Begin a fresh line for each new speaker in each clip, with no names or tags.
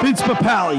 Vince Papali,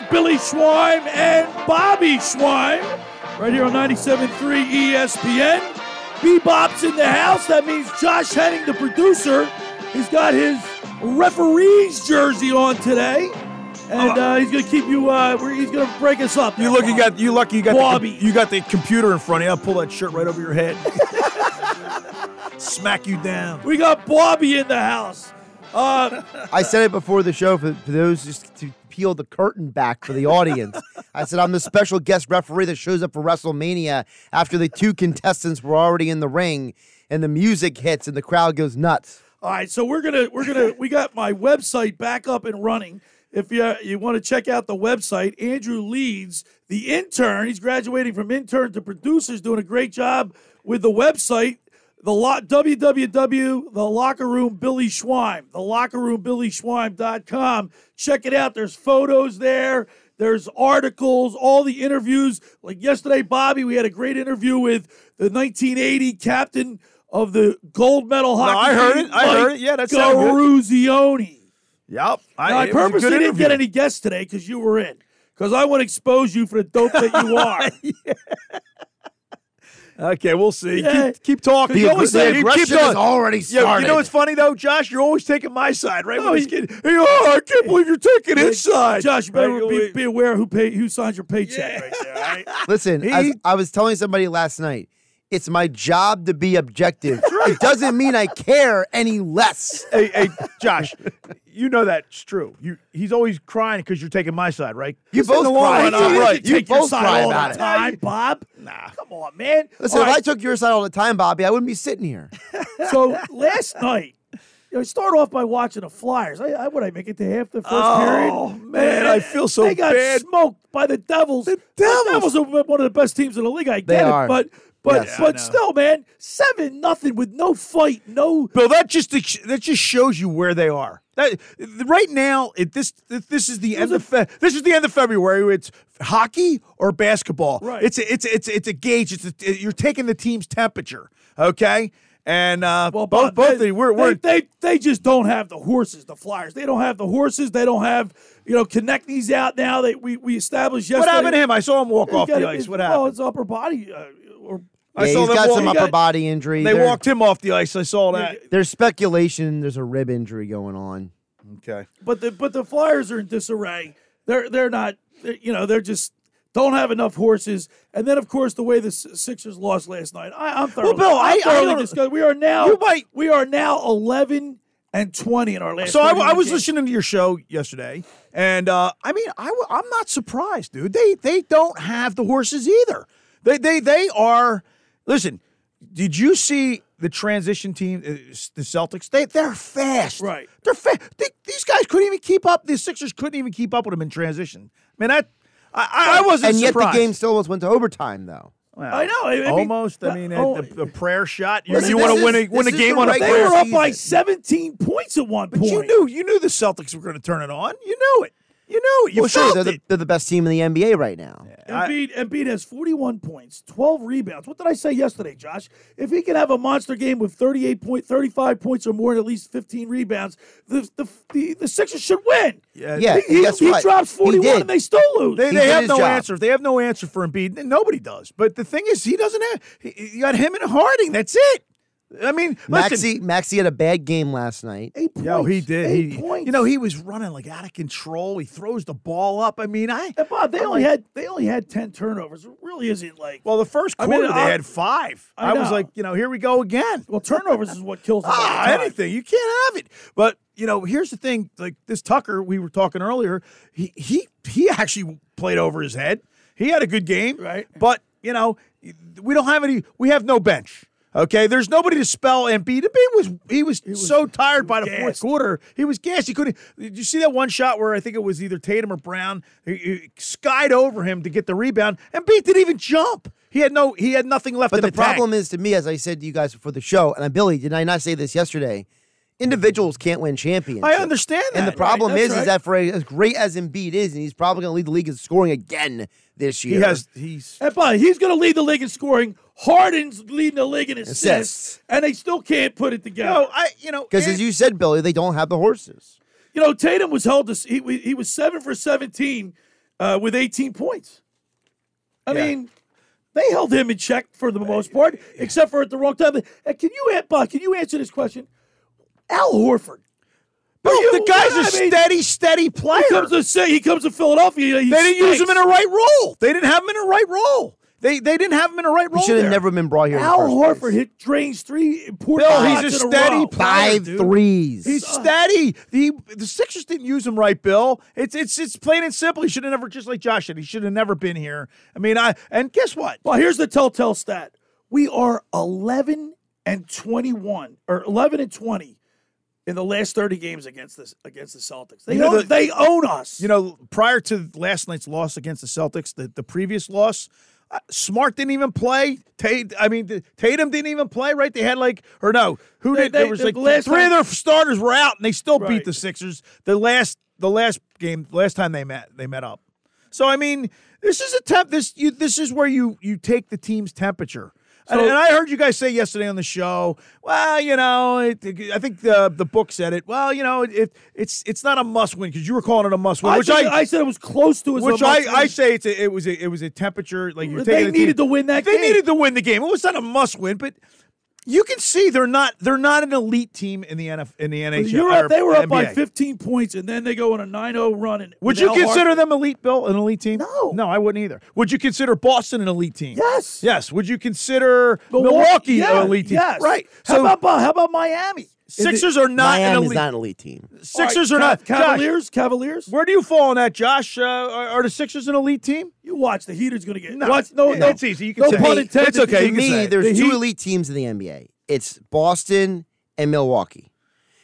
Billy Schwein and Bobby Schwein. Right here on 97.3 E ESPN. Bebop's in the house. That means Josh Henning, the producer, he's got his referee's jersey on today. And uh, he's going to keep you, uh, we're- he's going to break us up.
You look, you got, you lucky, you got, the,
Bobby.
com- you got the computer in front of you. I'll pull that shirt right over your head, smack you down.
We got Bobby in the house. Uh,
I said it before the show for, for those just to peel the curtain back for the audience. I said I'm the special guest referee that shows up for WrestleMania after the two contestants were already in the ring and the music hits and the crowd goes nuts.
All right, so we're gonna we're gonna we got my website back up and running. If you you want to check out the website, Andrew Leeds, the intern, he's graduating from intern to producers, doing a great job with the website. The lot www the locker room Billy Schwein the locker room Billy Schwein.com. Check it out. There's photos there. There's articles, all the interviews. Like yesterday, Bobby, we had a great interview with the 1980 captain of the gold medal hockey.
I heard
team,
it. I heard it. Yeah, that sounded good.
Garuzioni.
Yep.
Now, I
it was a
purposely
good
didn't get
interview.
any guests today because you were in. Because I want to expose you for the dope that you are.
Okay, we'll see.
Yeah.
Keep, keep talking. You always say- you keep talking.
already
Yeah, you know what's funny though, Josh? You're always taking my side, right?
No,
when he's
he-
getting, hey, oh, I can't believe you're taking his side.
Josh, you better
Right,
be,
we-
be aware who pay, who signs your paycheck right there. all right?
Listen, as
He-
I was telling somebody last night, it's my job to be objective. It doesn't mean I care any less.
hey, hey, Josh, you know that's true. You, he's always crying because you're taking my side, right?
You both cry.
Why
run,
not?
I'm
You-
right.
You
You
take your
both cry
side all the
about it.
time, Bob. Nah, come on, man.
Listen,
All
if I
right,
took your side all the time, Bobby, I wouldn't be sitting here.
so last night. You know, I started off by watching the Flyers. I, I would I make it to half the first period.
Oh, man, I feel so
they got
bad.
smoked by the Devils. The
Devils.
are one of the best teams in the league. I get it,
are.
but but
Yes.
but still, man, seven nothing with no fight, no
Bill, that just ex- that just shows you where they are. That right now, it, this this is the end of Fe- this is the end of February. It's hockey or basketball.
Right.
It's a, it's a, it's a, it's a gauge. It's a, you're taking the team's temperature. Okay, and uh,
Well, Bob,
both both
they,
they, we're, we're
they, they they just don't have the horses, the Flyers. They don't have the horses. They don't have you know connect these out now that we we established yesterday.
what happened to him? I saw him walk
He's
off
got
the
it-
ice.
it's-
What
Well,
happened?
it's upper body. Uh, or
I
yeah,
saw
he's
them
got
walk-
some
he
upper
got-
body injury.
They
They're-
walked him off the ice. I saw that.
There's speculation there's a rib injury going on.
Okay.
but the but the Flyers are in disarray. They're they're not they're, you know they're just don't have enough horses. And then of course the way the S- Sixers lost last night. I, I'm thoroughly,
Bill, I-
I'm
I
thoroughly
don't-
disgusted. We are now
You might-
we are now 11 and 20 in our last.
So I,
31
I was
games.
listening to your show yesterday, and uh, I mean, I, am not surprised, dude. They they don't have the horses either. They they they are. Listen, did you see the transition team, uh, s- the Celtics? They they're fast,
Right.
They're fast. They, these guys couldn't even keep up. The Sixers couldn't even keep up with them in transition. I mean, that I, I, I wasn't
And yet
surprised.
the game still almost went to overtime, though.
Well,
I know, I- I mean-
almost. I mean,
Oh,
the, the prayer shot. You,
Listen,
you want
this
to win
is-
a win a
this is
game
the
on a
regular
They
prayer
were up by
season.
17 points at one point.
You knew, you knew the Celtics were going to turn it on. You knew it. You knew it. You
well, sure,
felt
they're
it.
the, they're the best team in the NBA right now.
Embiid, Embiid has 41 points, 12 rebounds. What did I say yesterday, Josh? If he can have a monster game with 38 point, 35 points or more and at least 15 rebounds, the the, the, the Sixers should win.
Yeah,
Yeah,
He,
and guess
he
what?
drops
He
41
did.
and they still lose.
They,
He
they
did
have
his
no
job.
answer. They have no answer for Embiid. N- Nobody does. But the thing is, he doesn't have. he- he- You got him and Harding. That's it. I mean,
Maxi,
listen.
Maxi had a bad game last night.
Eight points.
Yo, he did.
Eight
He,
points.
you know, he was running like out of control. He throws the ball up. I mean, I.
And Bob, they only had they only had 10 turnovers. It really isn't like well,
Well, the first
I mean,
quarter
I-
they had five.
I
I, was
know.
like, you know, here we go again.
turnovers is what kills them all the
Ah,
time.
anything. You can't have it. But you know, here's the thing. Like this Tucker, we were talking earlier. He he he actually played over his head. He had a good game,
Right.
But you know, we don't have any. We have no bench.
Okay, there's nobody to spell and beat. He was he was, so tired by the fourth
gassed.
quarter. He was gassed. He couldn't. Did you see that one shot where I think it was either Tatum or Brown he, he skied over him to get the rebound, and Beat didn't even jump. He had no. He had nothing left.
But
in
the problem is to me, as I said to you guys before the show, and I, Billy, did I not say this yesterday? Individuals can't win championships.
I understand that.
And the problem
that's
is,
right.
is that for a, as great as Embiid is, and he's probably going to lead the league in scoring again this
he
year.
has. He's
And by the way, he's going to lead the league in scoring. Harden's leading the league in assists,
Assists.
and they still can't put it together.
no. I you know
because,
and-
as you said, Billy, they don't have the horses.
You know, Tatum was held to he, he was seven for seventeen uh, with eighteen points. I
Yeah.
mean, they held him in check for the most part, except for at the wrong time. And can you, an- Buck? Can you answer this question? Al Horford.
Bro,
you-
the guy's
I
a
mean,
steady, steady player.
He comes to say he comes to Philadelphia. He
they didn't use him in
stinks.
a right role. They didn't have him in a right role. They they didn't have him in a right
He
role.
should have
there.
never been brought here. in the
Al
first
Horford
place.
hit drains three important
Bill, he's
shots
a
in
steady
row.
player.
five
dude.
threes.
He's
Uh,
steady. The the Sixers didn't use him right, Bill. It's it's it's plain and simple. He should have never just like Josh said. He should have never been here. I mean, I and guess what?
Well, here's the telltale stat. We are 11 and 21 or 11 and 20 in the last 30 games against this against the Celtics. They
You know
own,
the-
they own us.
You know, prior to last night's loss against the Celtics, the, the previous loss, uh, Smart didn't even play. Tate, I mean, the- Tatum didn't even play. Right? They had like, or no, who
They-
did? there
they-
was
the
like
last
three
time-
of their starters were out, and they still
Right.
beat the Sixers. The last, the last game, last time they met, they met up. So I mean, this is a temp. This you, this is where you you take the team's temperature. And-
So-
and, I heard you guys say yesterday on the show, well, you know, it, I think the the book said it. Well, you know, it, it it's it's not a must win because you were calling it a must win,
I,
which
think-
I,
I said it was close to as
which
much-
I, I say it's a, it was a, it was a temperature like you're
They
taking the
needed
team-
to win that
they
game.
needed to win the game. It was not a must win, but you can see they're not they're not an elite team in the NF, in the NHL.
You're up,
or
they were up by
NBA.
15 points and then they go on a 9-0 run and
Would
and
you
Al
consider
Horford-
them elite, Bill? An elite team?
No.
no, I wouldn't either. Would you consider Boston an elite team?
Yes.
Yes. Would you conser
Milwaukee,
Milwaukee,
yeah,
an elite team?
Yes.
Right.
How about how about Miami?
Sixers are not an
Miami's
elite.
not an elite team.
Sixers are
All right,
not.
Cav-
Josh,
Cavaliers. Cavaliers.
where do you fall on that, Josh? Uh, are, are the Sixers an elite team?
You watch the Heat's going to get.
No.
watch, no,
Yeah,
no.
it's easy. You can
no
say it.
pun
It's
intended.
okay, you
To
to
can
me,
say
me,
it.
The
there's two
Heat-
elite teams in the NBA. It's Boston and Milwaukee,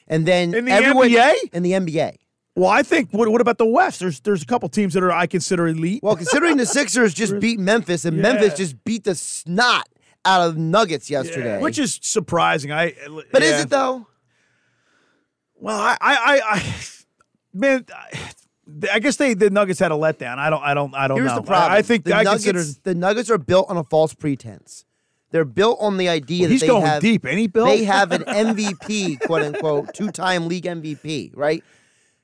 and then
In the
everyone
NBA?
in the NBA.
Well, I think. What, what about the West? There's there's a couple teams that are I consider elite.
Well, considering the Sixers just beat Memphis, and
Yeah.
Memphis just beat the snot out of Nuggets yesterday,
which is surprising. I
but
yeah.
is it though?
Well, I, I, I, I man, I, I guess they the Nuggets had a letdown. I don't, I don't, I don't
Here's
know.
the problem.
I, I think
the
I
Nuggets,
consider
the Nuggets are built on a false pretense. They're built on the idea
he's
that they
going
have
deep. Any Bill?
They have an MVP, quote unquote, two time league MVP, right?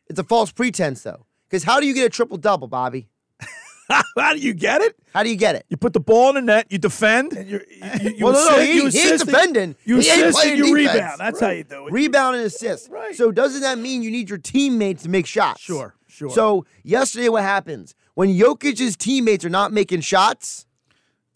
It's a false pretense, though. Because how do you get a triple double, Bobby?
How do you get it?
How do you get it?
You put the ball in the net. You defend.
and you're- you, you, you
Well, no, no,
assist-
he-
you
he ain't
assist and-
defending.
You
He ain't
assist and
playing
you
defense.
rebound. That's how you do it.
Rebound and assist.
Right.
So doesn't that mean you need your teammates to make shots?
Sure, sure.
So yesterday, what happens when Jokic's teammates are not making shots?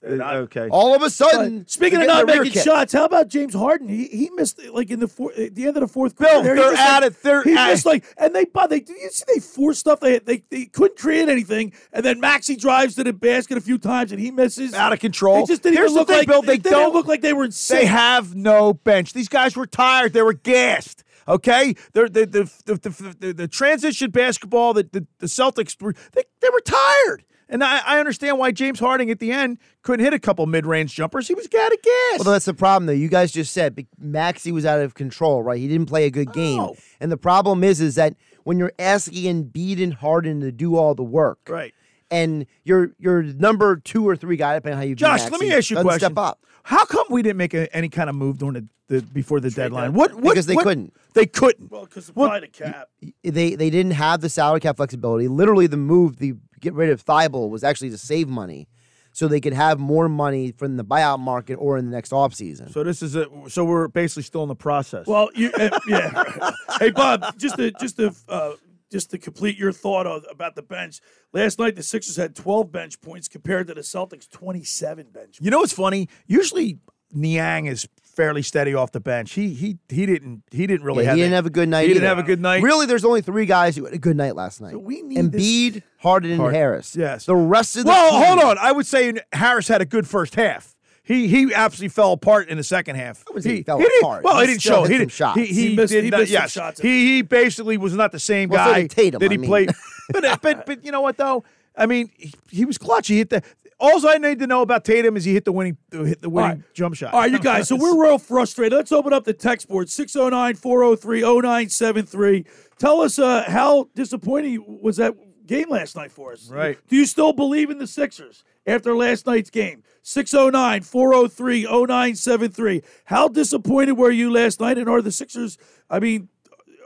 Uh, okay.
All of a sudden,
But speaking
they're
of
getting
not
their rear
making
kicked.
shots, how about James Harden? He he missed like in the four, at the end of the fourth quarter.
Bill,
there, he
they're
missed, like-
at it. They're
he
at
missed
it.
like and they but they do you see they forced stuff they, they they couldn't create anything and then Maxi drives to the basket a few times and he misses
Out of control.
They just didn't
Here's
even
the
look
thing,
like
Bill, they
didn't
don't-
look like they were in sync.
They have no bench. These guys were tired. They were gassed. Okay, They're, the, the, the, the, the, the transition basketball that the, the Celtics were they, they were tired, and I, I understand why James Harding at the end couldn't hit a couple mid range jumpers. He was out of gas.
Well, that's the problem, though. You guys just said be- Maxi was out of control, right? He didn't play a good game,
No.
and the problem is, is that when you're asking Embiid and Harden to do all the work,
Right.
And your your number two or three guy, depending on how you. view
Josh, let
Maxey,
me ask you a
doesn't
question.
Step up.
How come we didn't make a, any kind of move during the, the before the deadline? What, what?
Because they
what-
couldn't.
They couldn't.
well because
What-
the cap.
They they didn't have the salary cap flexibility. Literally, the move the get rid of Thibault was actually to save money, so they could have more money from the buyout market or in the next offseason.
So this is a. So we're basically still in the process.
Well, you, uh, yeah. hey, Bob, just to just to uh, just to complete your thought of, about the bench. Last night, the Sixers had 12 bench points compared to the Celtics 27 bench.
You know what's funny? Usually Niang is fairly steady off the bench. He he he didn't he didn't really
Yeah,
have
he didn't
that-
have a good night.
He didn't
either.
have a good night.
Really, there's only three guys who had a good night last night.
we need
Embiid, Harden, and Harris.
yes.
The rest of the
Well,
team-
hold on. I would say Harris had a good first half.
He he absolutely fell apart in the second half.
wouldn't say he fell
didn't-
apart.
Well,
He
he, didn't
still
show.
hit
He
some
didn't.
shots.
He, he,
He missed-
did
he
not-
missed some
yes,
shots.
he he basically was not the same
Well, so
guy
did Tatum,
that he
I mean.
played. but but but you know what though? I mean, he, he was clutch. He hit the. All I need to know about Tatum is he hit the winning hit the winning
All right.
jump shot.
All right, you guys. So we're real frustrated. Let's open up the text board 609 403 0973. Tell us uh, how disappointing was that game last night for us.
Right.
Do you still believe in the Sixers after last night's game? 609 403 0973. How disappointed were you last night? And are the Sixers, I mean,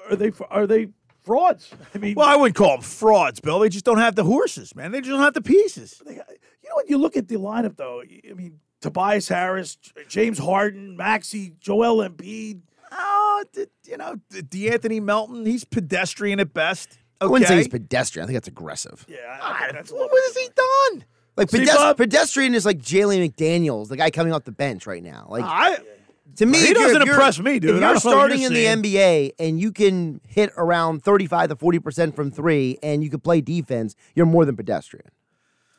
are they are they frauds? I mean,
Well, I wouldn't call them frauds, Bill. They just don't have the horses, man. They just don't have the pieces.
they- uh, you know, when you look at the lineup, though, I mean, Tobias Harris, J- James Harden, Maxi, Joel Embiid.
Oh, d- you know, D- D'Anthony Melton, he's pedestrian at best.
I wouldn't say
okay?
he's pedestrian. I think that's aggressive.
Yeah,
God,
I think that's a
what
little
has he done?
Like
See,
pedes-
Bob-
pedestrian is like Jalen McDaniels, the guy coming off the bench right now. Like
I
to me,
He
if you're-
doesn't
if you're-
impress me, dude.
If
I don't know
you're
what
starting
you're
in
seeing.
the NBA and you can hit around 35 to 40 percent from three, and you can play defense, you're more than pedestrian.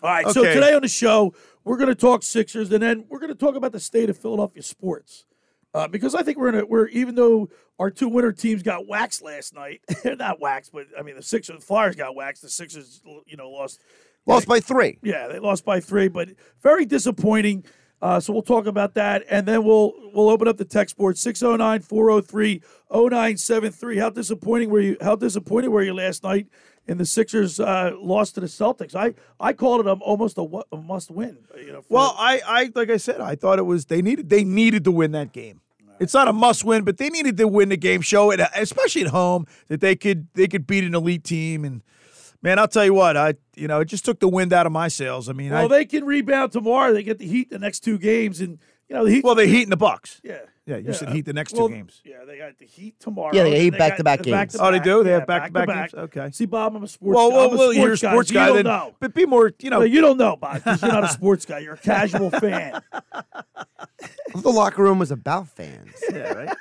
All right. So
Okay.
today on the show, we're going to talk Sixers, and then we're going to talk about the state of Philadelphia sports, uh, because I think we're in a we're even though our two winter teams got waxed last night, not waxed, but I mean the Sixers, the Flyers got waxed. The Sixers, you know, lost.
Lost by three.
Yeah, they lost by three, but very disappointing. Uh, so we'll talk about that, and then we'll we'll open up the text board 609-403-0973. How disappointing were you? How disappointed were you last night in the Sixers' uh, loss to the Celtics? I I called it a, almost a, wa- a must win. You know, for-
well, I, I like I said, I thought it was they needed they needed to win that game. It's not a must win, but they needed to win the game. Show it, especially at home, that they could they could beat an elite team. And man, I'll tell you what, I you know it just took the wind out of my sails. I mean,
well,
I,
they can rebound tomorrow. They get the Heat the next two games, and you know the Heat.
well the Heat and the Bucks.
yeah,
Yeah, you said Heat the next two
well,
games.
Yeah, they got the Heat tomorrow.
Yeah, they got
and
Heat back-to-back
the
games.
Oh, they do? They
yeah,
have back-to-back games? Okay.
See, Bob, I'm a sports.
Well,
guy.
well,
I'm a
well, you're a
guy,
sports
so
guy,
you
then,
don't know.
but be more, you know,
No, you don't know, Bob, because you're not a sports guy. You're a casual fan.
The locker room was about fans.
yeah, right?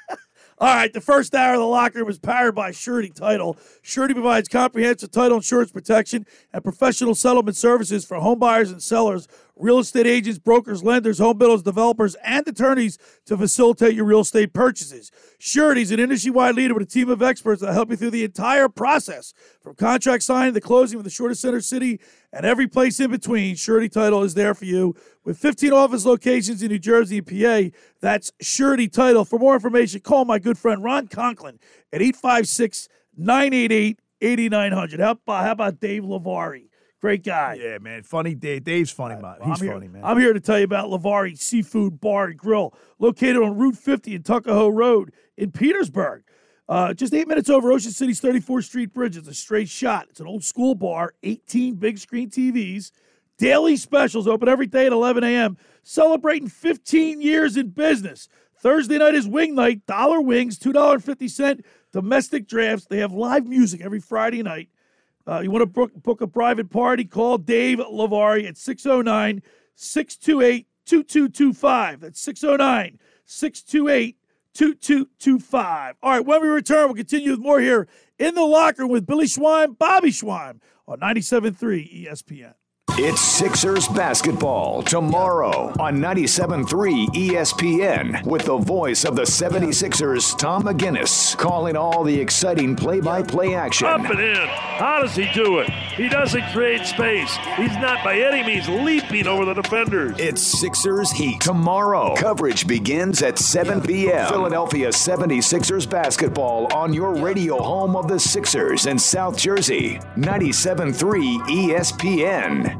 All right, the first hour of the locker room is powered by Surety Title. Surety provides comprehensive title insurance protection and professional settlement services for home buyers and sellers, real estate agents, brokers, lenders, home builders, developers, and attorneys to facilitate your real estate purchases. Surety is an industry-wide leader with a team of experts that help you through the entire process, from contract signing to closing with the shortest center city and every place in between. Surety Title is there for you with 15 office locations in New Jersey and PA. That's Surety Title. For more information, call my good friend Ron Conklin at 856 988 8900. How about, how about Dave Lavari? Great guy. Uh,
yeah, man. Funny Dave. Dave's funny, man.
Well,
He's
I'm here-
funny, man.
I'm here to tell you about Lavari Seafood Bar and Grill, located on Route 50 and Tuckahoe Road in Petersburg. Uh, just eight minutes over Ocean City's 34th Street Bridge. It's a straight shot. It's an old school bar, 18 big screen TVs, daily specials open every day at 11 a.m., celebrating 15 years in business. Thursday night is wing night, dollar wings, $2.50, domestic drafts. They have live music every Friday night. Uh, you want to book, book a private party? Call Dave Lavari at 609 628 2225. That's 609 628 2225. All right, when we return, we'll continue with more here in the locker room with Billy Schwein, Bobby Schwein on 97.3 ESPN.
It's Sixers basketball tomorrow on 97.3 ESPN with the voice of the 76ers, Tom McGinnis, calling all the exciting play by play
Up
action.
and in. How does he do it? He doesn't create space. He's not by any means leaping over the defenders.
It's Sixers Heat tomorrow. Coverage begins at 7 p.m. Philadelphia 76ers basketball on your radio home of the Sixers in South Jersey, 97.3 ESPN.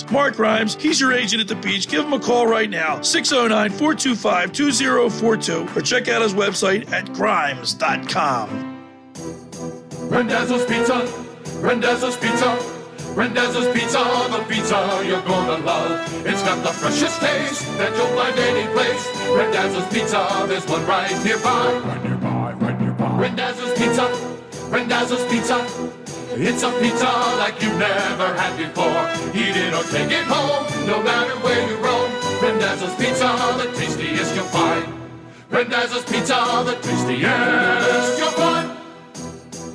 Mark Rhymes, he's your agent at the beach. Give him a call right now, 609 425 2042, or check out his website at grimes.com.
Rendazzo's Pizza, Rendazzo's Pizza, Rendazzo's Pizza, the pizza
pizza you're gonna love. It's got the freshest taste that you'll find any place. Red Dazzle's Pizza, there's one right nearby. Right nearby, right nearby. Red Dazzle's Pizza, Red Dazzle's Pizza. It's a pizza like you never had before. Eat it or take it home, no matter where you roam. Rendazzo's Pizza, the tastiest you'll find. Rendazzo's Pizza, the tastiest you'll find.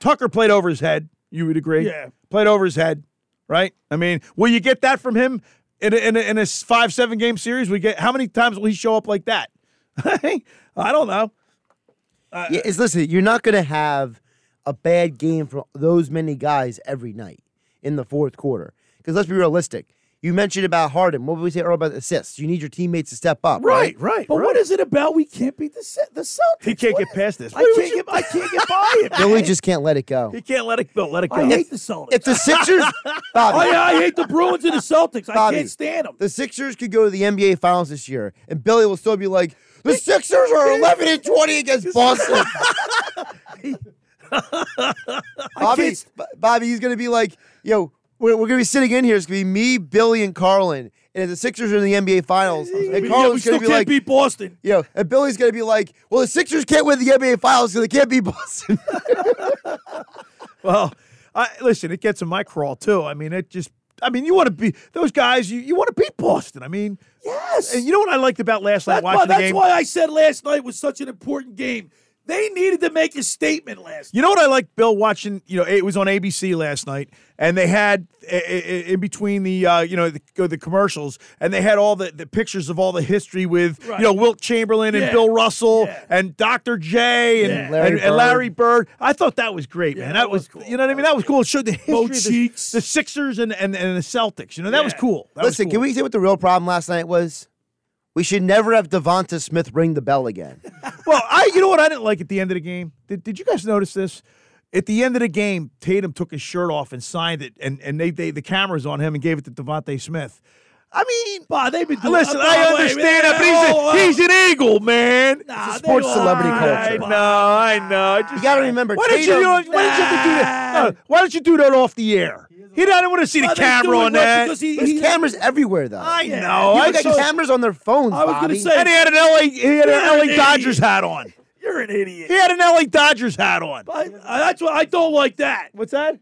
Tucker played over his head. You would agree?
Yeah.
Played over his head, right? I mean, will you get that from him in a, in a, in a five seven game series? We get how many times will he show up like that? I don't know. Uh,
yeah, it's listen. You're not gonna have a bad game from those many guys every night in the fourth quarter. Because let's be realistic. You mentioned about Harden. What did we say earlier about assists? You need your teammates to step up.
Right, right. But what is it about we can't beat the Ce- the Celtics?
He can't get past this.
I can't get I can't get by it.
Billy
man.
just can't let it go.
He can't let it go. Let it go.
I hate the Celtics.
If the Sixers, Bobby,
Oh, I, I hate the Bruins and the Celtics. I
Bobby,
can't stand them.
The Sixers could go to the NBA Finals this year, and Billy will still be like, "The Sixers are 11 and 20 against Boston." Bobby, B- Bobby, he's gonna be like, "Yo, we're, we're gonna be sitting in here. It's gonna be me, Billy, and Carlin, and if the Sixers are in the NBA Finals, and
we
Carlin's
still
gonna be
can't
like."
beat Boston.
you know, and Billy's gonna be like, "Well, the Sixers can't win the NBA Finals because they can't beat Boston."
Well, I, listen, it gets in my crawl too. I mean, it just. I mean, you want to be those guys. You, you want to beat Boston. I mean,
Yes.
And you know what I liked about last night
That's, why,
watching the
that's
game.
why I said last night was such an important game. They needed to make a statement last
You know what I like, Bill, watching, you know, it was on ABC last night, and they had i- i- in between the, uh, you know, the, go the commercials, and they had all the, the pictures of all the history with,
Right.
you know, Wilt Chamberlain and
Yeah.
Bill Russell and Dr. J and,
Yeah.
Larry,
Larry
and, and Larry Bird. I thought that was great, man. That, was, you know what I mean? That was cool. It showed the history
Bo
of the,
Cheeks.
the Sixers and, and, and the Celtics. You know, that was cool. That was
Listen,
cool.
can we say what the real problem last night was? We should never have Devonta Smith ring the bell again.
Well, I you know what I didn't like at the end of the game. Did, did you guys notice this? At the end of the game, Tatum took his shirt off and signed it, and and they, they the cameras on him and gave it to Devontae Smith. I mean,
Bah, they've been doing
listen,
Bah,
I
wait,
understand
wait,
that,
oh,
but he's, a, he's an Eagle, man.
nah,
It's a
they
sports
all-
celebrity
I
culture.
know, I know. I just-
You got to remember,
why don't you
Tatum,
do, why don't you have to do that? No, why don't you do that off the air? He didn't want to see the
Nah, they
camera
do it
on
right
that.
because he-
there's
he-
cameras everywhere, though.
I
Yeah.
know.
People
I
got
just-
cameras on their phones,
I was gonna
Bobby.
say-
and he had an LA he had
You're an
an LA
idiot.
Dodgers hat on.
You're an idiot.
He had an LA Dodgers hat on.
I, I- that's what I don't like that.
What's that?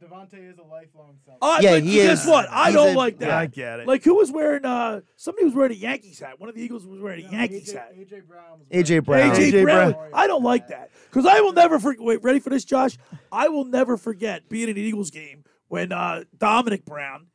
I,
Yeah,
but
he
guess
is.
what? I
He's
don't
a-
like that.
Yeah, I get it.
Like who was wearing? uh Somebody was wearing a Yankees hat. One of the Eagles was wearing a Yankees hat.
AJ Brown.
AJ,
AJ
Brown.
Brown.
I don't like that because I will never forget. Wait, ready for this, Josh? I will never forget being at an Eagles game when uh, Dominic Brown,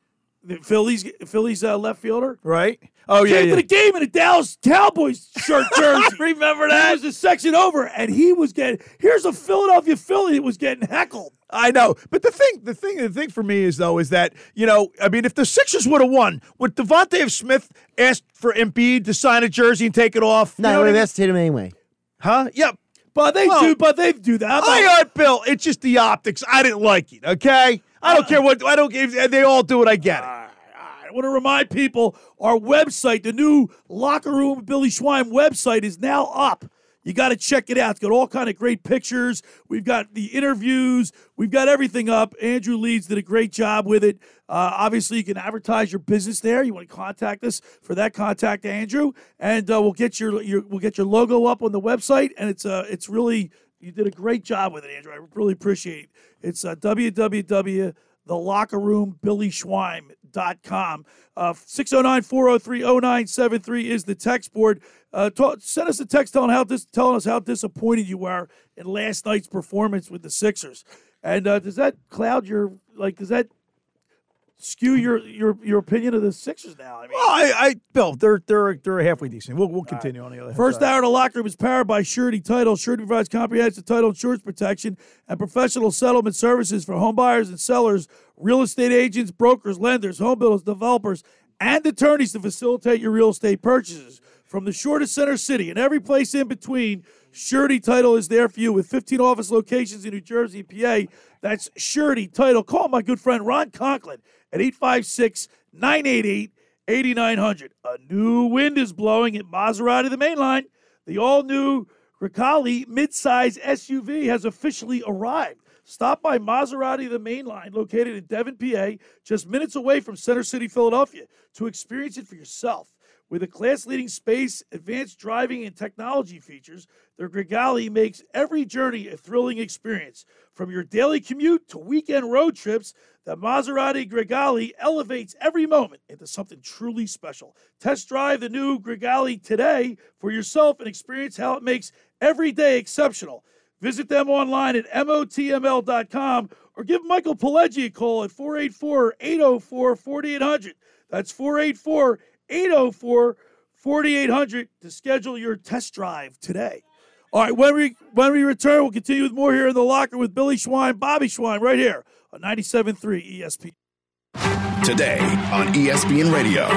the Phillies, Phillies uh, left fielder,
Right? Oh yeah.
came
yeah.
to the game in a Dallas Cowboys shirt jersey. Remember that? It was a section over, and he was getting. Here's a Philadelphia Philly that was getting heckled.
I know, but the thing, the thing, the thing for me is though is that you know, I mean, if the Sixers would have won, would Devontae F. Smith asked for Embiid to sign a jersey and take it off?
No,
You
I
know
would
what I
have
mean?
asked Tatum anyway.
huh? Yep.
But they
Well,
do. But they do that. I'm
I
not-
heard Bill. It's just the optics. I didn't like it. Okay. I
Uh,
don't care what I don't. If they all do it. I get it.
I want to remind people our website, the new Locker Room Billy Schwein website, is now up. You got to check it out. It's got all kind of great pictures. We've got the interviews. We've got everything up. Andrew Leeds did a great job with it. Uh, obviously, you can advertise your business there. You want to contact us for that? Contact Andrew, and uh, we'll get your, your we'll get your logo up on the website. And it's uh, it's really you did a great job with it, Andrew. I really appreciate it. It's uh, www the locker room billy schweim.com uh, 609-403-0973 is the text board uh, ta- send us a text telling how dis- telling us how disappointed you are in last night's performance with the sixers and uh, does that cloud your like does that skew your your your opinion of the sixers now i mean
Well, I, I Bill, they're they're they're halfway decent. We'll we'll continue on the other.
First
side.
hour of the locker room is powered by Surety Title. Surety provides comprehensive title insurance protection and professional settlement services for home buyers and sellers, real estate agents, brokers, lenders, home builders, developers, and attorneys to facilitate your real estate purchases. From the shore to center city and every place in between, Surety Title is there for you with 15 office locations in New Jersey and PA. That's Surety Title. Call my good friend Ron Conklin at 856 988 8900. A new wind is blowing at Maserati, the main line. The all new Recali midsize SUV has officially arrived. Stop by Maserati, the main line, located in Devon, PA, just minutes away from Center City, Philadelphia, to experience it for yourself. With a class leading space, advanced driving, and technology features, the Grigali makes every journey a thrilling experience. From your daily commute to weekend road trips, the Maserati Grigali elevates every moment into something truly special. Test drive the new Grigali today for yourself and experience how it makes every day exceptional. Visit them online at motml.com or give Michael Pileggi a call at 484 804 4800. That's 484 804 4800 to schedule your test drive today. All right, when we when we return, we'll continue with more E here in the locker with Billy Schwein, Bobby Schwein, right here on 97.3 ESPN.
today on E ESPN Radio.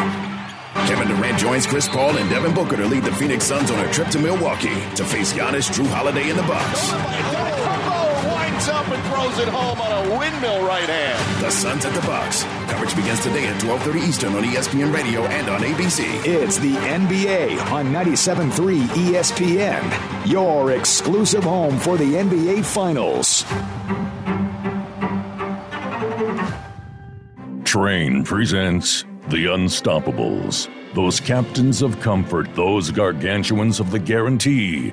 Kevin Durant joins Chris Paul and Devin Booker to lead the Phoenix Suns on a trip to Milwaukee to face Giannis, Drew Holiday, and the Bucks.
Winds up and throws it home on a windmill right hand.
The Suns at the Bucks. Coverage begins today at 12:30 Eastern on E ESPN Radio and on ABC.
It's the NBA on 97.3 ESPN, your exclusive home for the NBA Finals.
Train presents The Unstoppables. Those captains of comfort, those gargantuans of the guarantee,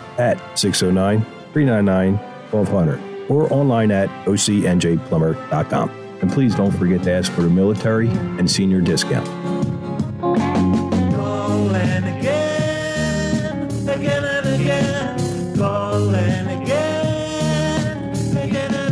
at 609 399 1200 or online at ocnjplumber.com. And please don't forget to ask for the military and senior discount.
Call and again, again and again. Call and again, again and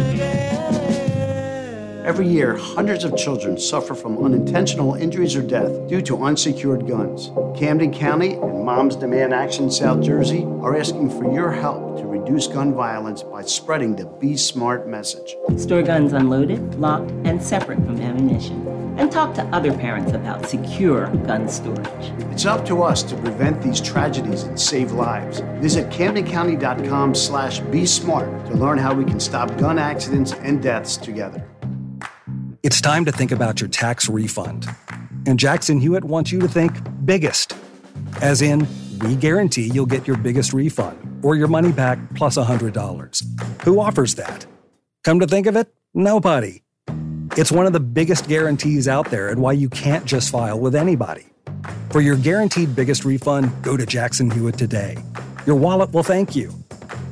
Every year, hundreds of children suffer from unintentional injuries or death due to unsecured guns. Camden County and Moms Demand Action South Jersey are asking for your help to reduce gun violence by spreading the Be Smart message.
Store guns unloaded, locked, and separate from ammunition. And talk to other parents about secure gun storage.
It's up to us to prevent these tragedies and save lives. Visit camdencounty.com slash be smart to learn how we can stop gun accidents and deaths together.
It's time to think about your tax refund. And Jackson Hewitt wants you to think biggest, as in, we guarantee you'll get your biggest refund or your money back plus $100. Who offers that? Come to think of it, nobody. It's one of the biggest guarantees out there and why you can't just file with anybody. For your guaranteed biggest refund, go to Jackson Hewitt today. Your wallet will thank you.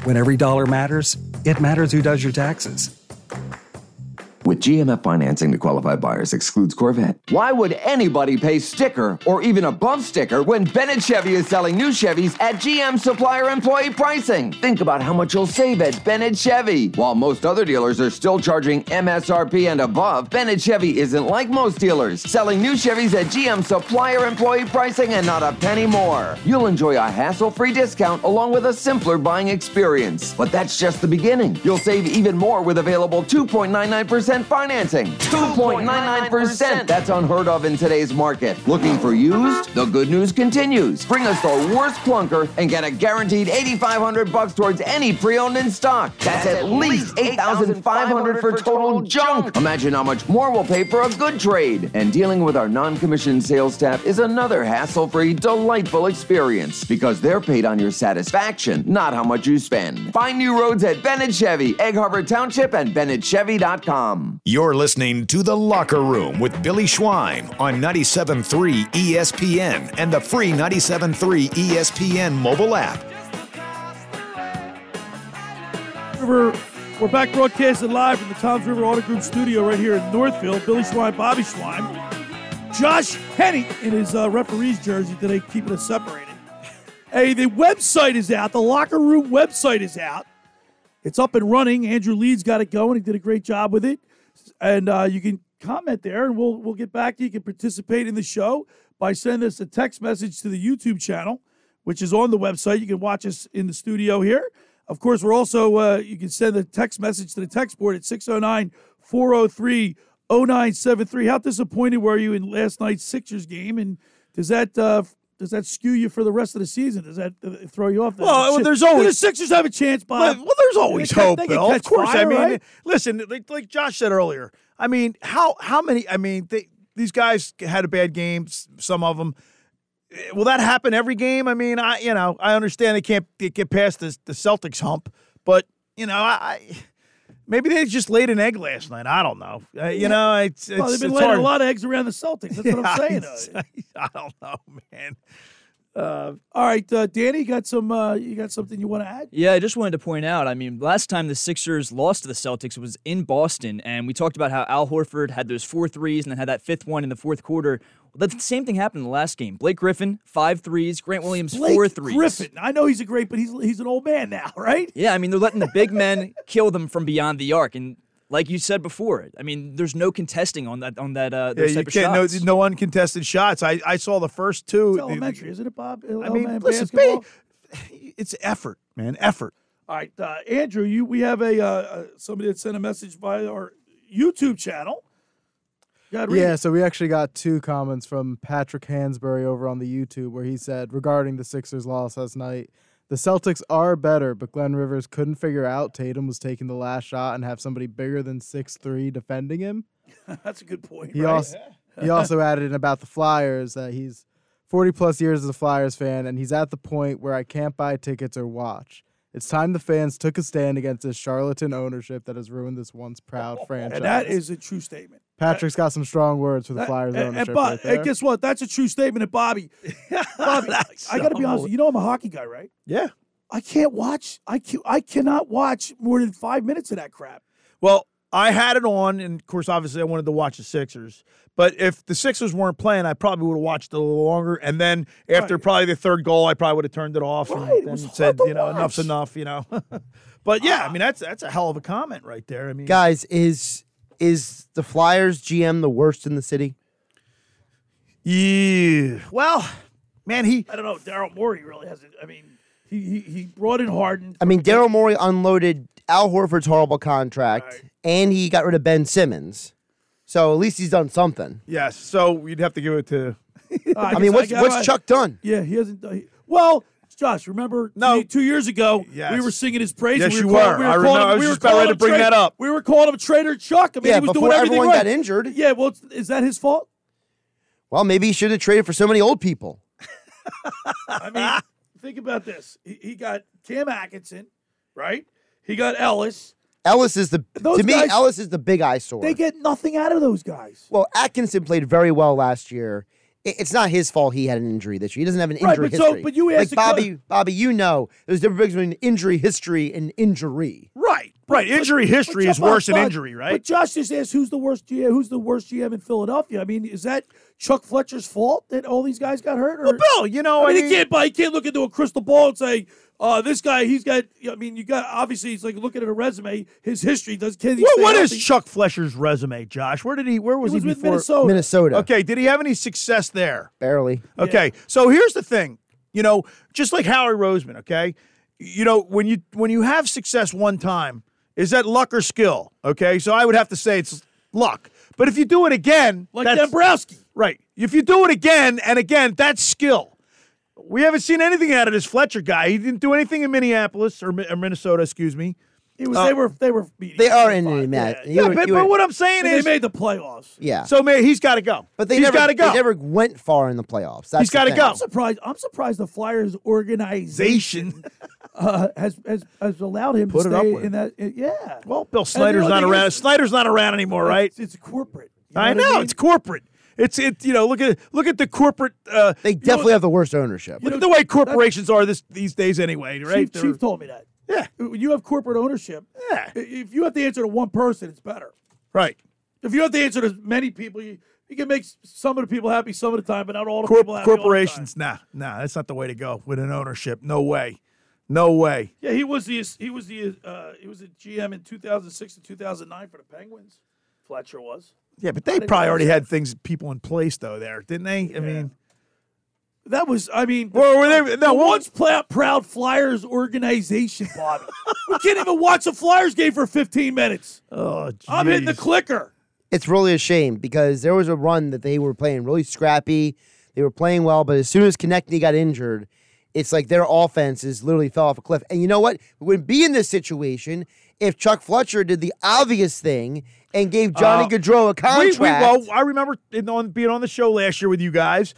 When every dollar matters, it matters who does your taxes.
With GMF financing to qualified buyers excludes Corvette.
Why would anybody pay sticker or even a bump sticker when Bennett Chevy is selling new Chevys at GM supplier employee pricing? Think about how much you'll save at Bennett Chevy. While most other dealers are still charging MSRP and above, Bennett Chevy isn't like most dealers, selling new Chevys at GM supplier employee pricing and not a penny more. You'll enjoy a hassle-free discount along with a simpler buying experience. But that's just the beginning. You'll save even more with available 2.99% financing. 2.99%.
That's unheard of in today's market. Looking for used? The good news continues.
Bring us the worst clunker and get a guaranteed 8500 bucks towards any pre-owned in stock. That's at least 8500 for total junk.
Imagine how much more we'll pay for a good trade.
And dealing with our non-commissioned sales staff is another hassle-free, delightful experience because they're paid on your satisfaction, not how much you spend.
Find new roads at Bennett Chevy, Egg Harbor Township, and BennettChevy.com.
You're listening to The Locker Room with Billy Schwein on 97.3 ESPN and the free 97.3 ESPN mobile app.
River, we're back broadcasting live from the Toms River Auto Group studio right here in Northfield. Billy Schwein, Bobby Schwein, Josh Henny in his uh, referee's jersey today, keeping us separated. Hey, the website is out. The locker room website is out. It's up and running. Andrew Leeds got it going. He did a great job with it. And uh, you can comment there, and we'll we'll get back to you. You can participate in the show by sending us a text message to the YouTube channel, which is on the website. You can watch us in the studio here. Of course, we're also, uh, you can send a text message to the text board at 609 403 0973. How disappointed were you in last night's Sixers game? And does that. Uh, does that skew you for the rest of the season? Does that uh, throw you off?
Well,
Shit.
there's
Do
always
the Sixers have a chance, Bob.
Well, well, there's
They
always
can-
hope,
they can
Bill. Of
catch
course. I
fire,
mean,
right?
listen, like, like Josh said earlier. I mean, how how many? I mean, they, these guys had a bad game. s- Some of them. Eh, Will that happen every game? I mean, I you know I understand they can't they get past the the Celtics hump, but you know I. I Maybe they just laid an egg last night. I don't know. Uh, you know, it's, it's
well, they've been
it's
laying
hard.
a lot of eggs around the Celtics. That's what I'm saying.
I don't know, man.
Uh, all right, uh, Danny, you got some. Uh, you got something you want to add?
Yeah, I just wanted to point out. I mean, last time the Sixers lost to the Celtics was in Boston, and we talked about how Al Horford had those four threes and then had that fifth one in the fourth quarter. Well, the same thing happened in the last game. Blake Griffin five threes, Grant Williams
Blake
four threes.
Griffin. I know he's a great, but he's he's an old man now, right?
Yeah, I mean they're letting the big men kill them from beyond the arc, and like you said before, I mean there's no contesting on that on that uh,
Yeah,
those
you
type of
can't, no,
shots.
no uncontested shots. I, I saw the first two.
It's elementary, isn't it, Bob?
I mean,
Elementary
listen,
basketball?
ba- it's effort, man, effort.
All right, uh, Andrew, you we have a uh, uh, somebody that sent a message via our YouTube channel. You gotta read
Yeah,
it.
so we actually got two comments from Patrick Hansberry over on the YouTube where he said regarding the Sixers loss last night, the Celtics are better, but Glenn Rivers couldn't figure out Tatum was taking the last shot and have somebody bigger than six three defending him.
That's a good point.
He
right?
also he also added in about the Flyers that he's 40 plus years as a Flyers fan and he's at the point where I can't buy tickets or watch. It's time the fans took a stand against this charlatan ownership that has ruined this once proud franchise.
and that is a true statement.
Patrick's got some strong words for the
That-
Flyers
eh,
and,
ownership.
and, Bob-
right
and
there.
guess what? That's a true statement. And Bobby, Bobby, I got to be honest. with You You know I'm a hockey guy, right?
Yeah.
I can't watch. I can, I cannot watch more than five minutes of that crap.
Well, I had it on, and of course, obviously, I wanted to watch the Sixers. But if the Sixers weren't playing, I probably would have watched it a little longer. And then after probably the third goal, I probably would have turned it off and then said, you know, enough's enough, you know. but yeah, I mean, that's that's a hell of a comment right there. I mean,
Guys, is is the Flyers GM the worst in the city?
Yeah. Well, man, he.
I don't know. Daryl Morey really hasn't. I mean, he he, he brought in Harden.
I mean, Daryl Morey unloaded Al Horford's horrible contract, and he got rid of Ben Simmons. So at least he's done something.
yes. So you'd have to give it to.
I
I mean,
guess
what's,
I- I-
what's Chuck done?
Yeah, he hasn't done. he- Well, Josh, remember? No, two years ago, we were singing his praises.
Yes,
we were.
you
Calling,
were.
We were
I
calling,
remember. I was
we were
just about ready
calling
to
him
bring that
Tra-
up.
We were calling him Trader Chuck. I mean,
Yeah,
he was
before
doing everything
everyone
right.
got injured.
Yeah, well, is that his fault?
Well, maybe he should have traded for so many old people.
I mean, think about this. He, he got Cam Atkinson, right? He got Ellis.
Ellis is the
Those
to me.
guys-
Ellis is the big eyesore.
They get nothing out of those guys.
well, Atkinson played very well last year. I- It's not his fault he had an injury this year. He doesn't have an
Right,
injury
but so-
history.
but you asked
like
the
Bobby.
coach-
Bobby, you know there's a difference between injury history and injury.
Right,
right. Injury history is worse than injury,
But
right?
Josh just asked, "Who's the worst GM? Who's the worst GM in Philadelphia?" I mean, is that Chuck Fletcher's fault that all these guys got hurt? Or, well,
Bill, you know,
I
I
mean, you
mean-
can't, but you can't look into a crystal ball and say, "Uh, this guy, he's got." I mean, you got obviously, it's like looking at a resume. His history does. Can he
What,
stay
what is
healthy?
Chuck Fletcher's resume, Josh? Where did he? Where was he,
was with
before?
Minnesota.
Minnesota.
Okay. Did he have any success there?
Barely.
Okay. So here's the thing. You know, just like Howie Roseman. Okay. You know, when you when you have success one time, is that luck or skill? Okay. So I would have to say it's luck. But if you do it again,
Like
that's-
Dombrowski.
right? If you do it again and again, that's skill. We haven't seen anything out of this Fletcher guy. He didn't do anything in Minneapolis or, Mi- or Minnesota, excuse me. Uh,
It was they were they were beating.
They are in a match.
Yeah, but, but what I'm saying
And
is
they made the playoffs.
Yeah.
So man, he's got to go.
But they
he's
never
got to go.
They never went far in the playoffs. That's
He's gotta
to
go.
I'm surprised. I'm surprised the Flyers organization uh, has, has has allowed him
Put
to
it up
stay
with
in that. yeah.
Well, Bill Snyder's
other
not
thing
around.
is-
Snyder's not around anymore, right?
It's, it's corporate.
I know it's corporate. It's it. You know, look at look at the corporate. Uh,
They definitely have the worst ownership.
look at the way corporations are this these days, anyway. Right?
Chief,
They're-
Chief told me that.
Yeah.
When you have corporate ownership,
yeah.
If you have to answer to one person, it's better.
Right.
If you have to answer to many people, you, you can make s- some of the people happy some of the time, but not all the
Corp-
people happy. all the time.
corporations. Nah, nah. That's not the way to go with an ownership. No way. No way.
Yeah, he was the he was the uh, he was the GM in 2006 to 2009 for the Penguins. Fletcher was.
Yeah,
I
but they
didn't
probably
know
already
that.
had things, people in place though. There, didn't they? I mean,
That was, I mean,
Well, were they- no,
the
well-
once pla- proud Flyers organization, Bobby. we can't even watch a Flyers game for 15 minutes.
Oh,
I'm hitting the clicker.
it's really a shame because there was a run that they were playing really scrappy. They were playing well, but as soon as Konechny got injured, it's like their offenses literally fell off a cliff. And you know what? We wouldn't be in this situation if Chuck Fletcher did the obvious thing and gave Johnny
Uh,
Gaudreau a
We- we-
contract.
well, I remember in, on being on the show last year with you guys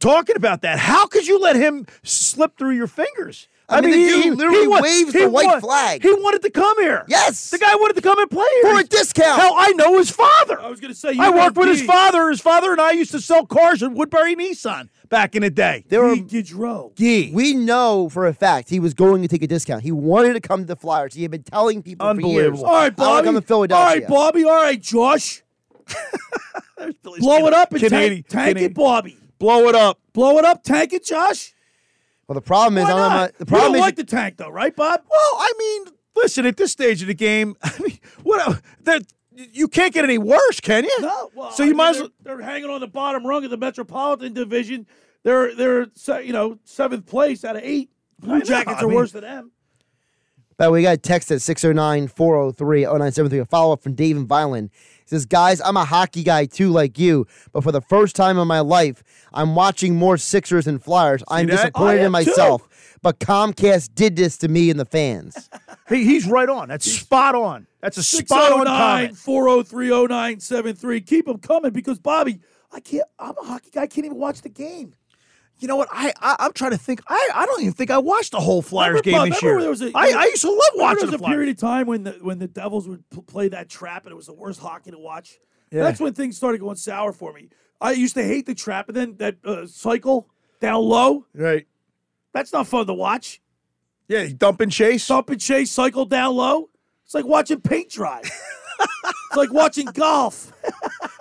talking about that. How could you let him slip through your fingers?
I mean, the dude literally
wa-
waves the white
wa-
flag.
He wanted to come here.
Yes.
the guy wanted to come and play here
For a discount.
Hell, I know his father.
I was going to say, you
I worked with his
indeed-
father. His father and I used to sell cars at Woodbury Nissan.
back in the day.
There were
Gaudreau.
We know for a fact he was going to take a discount. He wanted to come to the Flyers. He had been telling people for years.
Unbelievable. All right,
"I wanna
Bobby.
Come to Philadelphia.
All right, Bobby. All right, Josh. Blow it up and
Canadian-
tank, tank
Canadian.
it, Bobby.
Blow it up.
Blow it up. Tank it, Josh.
Well, the problem
is,
I don't know- the
you
problem
don't
is-
like the tank though, right, Bob?
Well, I mean, listen, at this stage of the game, I mean, what there, you can't get any worse, can you?
No. Well,
so you
I mean,
might as
they're-
well.
They're hanging on the bottom rung of the Metropolitan Division. They're they're se- you know seventh place out of eight. Blue Jackets
I
are
mean-
worse than them.
But we got a text at 609-403-0973. A follow-up from Dave and Violin. He says, guys, I'm a hockey guy too, like you, but for the first time in my life, I'm watching more Sixers and Flyers. I'm
that? Oh, I
disappointed
am
in myself. But Comcast did this to me and the fans.
He, he's right on. That's spot on. That's a spot on comment.
403-0973. Keep them coming because Bobby, I can't. I'm a hockey guy. I can't even watch the game.
You know what? I, I I'm trying to think. I, I don't even think I watched the whole Flyers
Remember,
game
Bob,
this
remember
year.
there was a-
I, I used to love
remember
watching
There
the
was a
Flyers.
period of time when the when the Devils would p- play that trap, and it was the worst hockey to watch.
Yeah.
That's when things started going sour for me. I used to hate the trap, and then that uh, cycle down low.
Right.
That's not fun to watch.
Yeah, you dump and chase.
Dump and chase, cycle down low. It's like watching paint dry. it's like watching golf.
What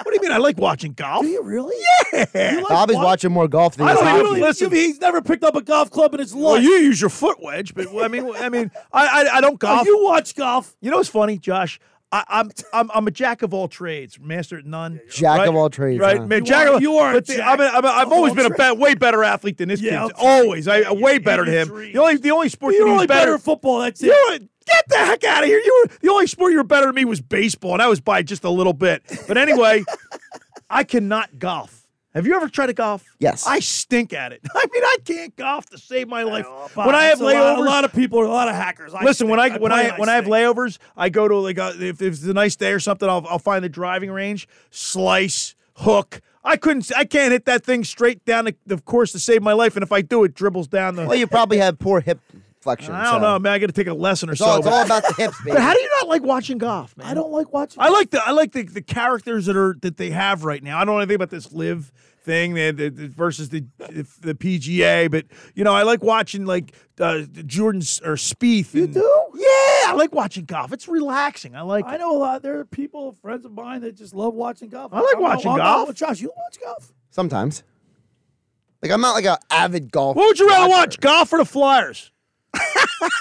do you mean? I like watching golf.
Do you really?
Yeah.
You like
Bobby's
wa-
watching more golf than
I
he is
don't
hockey.
really listen. He's never picked up a golf club in his life.
Well, you use your foot wedge, but I mean, I mean, I I, I don't
Oh,
golf.
you watch golf.
You know what's funny, Josh? I, I'm I'm I'm a jack of all trades, master at none.
Jack
right?
of all trades.
Right,
huh?
man.
You
Jack,
are-
of-
you are a
But the-
jack
I'm a, I'm a, I've
of
always
all
been a
trades.
bet, way better athlete than this
Yeah,
kid.
okay.
Always, I I- way
Yeah,
better
in your
than him.
dreams.
The only the only sport that
You're
he
only
was
better
better.
at football. That's it.
you were- get the heck out of here. You were the only sport you were better than me was baseball, and that was by just a little bit. But anyway, I cannot golf. Have you ever tried to golf?
Yes.
I stink at it. I mean, I can't golf to save my life.
Bob,
when I have
that's a
layovers,
lot- a lot of people, are a lot of hackers. I
Listen, when I
stink.
when
play
I
and
when I have
stink.
layovers, I go to like a, if, if it's a nice day or something, I'll I'll find the driving range, slice, hook. I couldn't, I can't hit that thing straight down the, the course to save my life, and if I do, it dribbles down the.
Well, you probably have poor hip flexion.
I don't
so.
know, man. I got to take a lesson or
It's all, it's
so.
all about the hips, baby.
but how do you not like watching golf, man?
I don't like watching.
I like the I like the, the characters that are that they have right now. I don't know anything about this live thing the, the, the- versus the the PGA, but you know I like watching like uh, Jordan's or Spieth. You
do?
Yeah, I like watching golf. It's relaxing. I like.
I
it.
know a lot. There are people, friends of mine, that just love watching golf.
I like
I'm not-
watching
I'm not-
golf.
Josh, you watch golf?
Sometimes. Like I'm not like an avid golfer.
What would you rather watch, golf or the Flyers?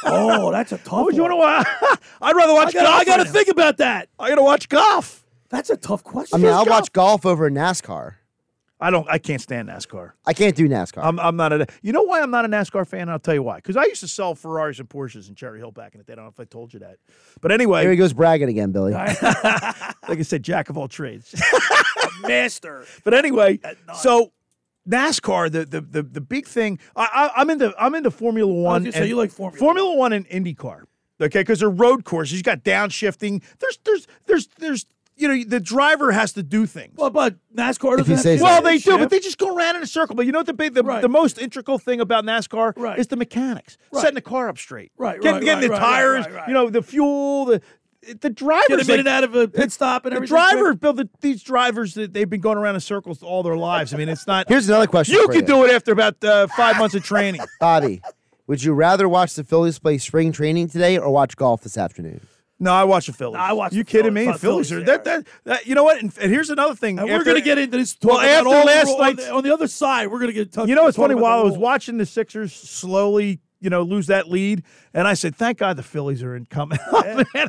oh, that's a tough.
What would you
one.
want to watch? I'd rather watch
I gotta,
golf.
I gotta
right
think about that.
now. I gotta watch golf.
That's a tough
I
question.
mean, I'll
Just
watch golf over NASCAR.
I don't. I can't stand NASCAR.
I can't do NASCAR.
I'm, I'm not a. You know why I'm not a NASCAR fan? I'll tell you why. Because I used to sell Ferraris and Porsches in Cherry Hill back in the day. I don't know if I told you that. But anyway,
Here he goes bragging again, Billy.
like I said, jack of all trades.
golf. master.
But anyway,
nine.
so NASCAR, the the the, the big thing. I, I I'm into I'm into Formula One.
gonna
and
say, you like Formula
One and IndyCar. Okay, because they're road courses. You got downshifting. There's there's there's there's you know the driver has to do things.
Well, but NASCAR doesn't.
you
have
say
to
so.
Well, they do,
shift.
but they just go around in a circle. But you know what the big, the,
Right.
the most integral thing about NASCAR
Right.
is the mechanics,
Right.
setting the car up straight,
Right,
getting,
right,
getting the
right, right,
tires,
right, right.
you know, the fuel, the the drivers.
get a
like-
minute out of a pit stop and
the
everything. quick.
driver, Bill, the, these drivers that they've been going around in circles all their lives. I mean, it's not.
Here's another question.
you
for
could do it after about uh, five months of training.
Bobby. Would you rather watch the Phillies play spring training today or watch golf this afternoon?
No, I watch the Phillies.
No, I watch
You
the
kidding
Phillies.
me?
I
The Phillies,
Phillies,
are that,
yeah.
that that you know what? And, and here's another thing.
And we're
After-
gonna get into this.
Well,
talk about
after
all the
last
ru- all
night's-
the- on the other side, we're gonna get.
You know, it's funny. While I was watching the Sixers slowly, you know, lose that lead, and I said, "Thank God the Phillies are in coming." up."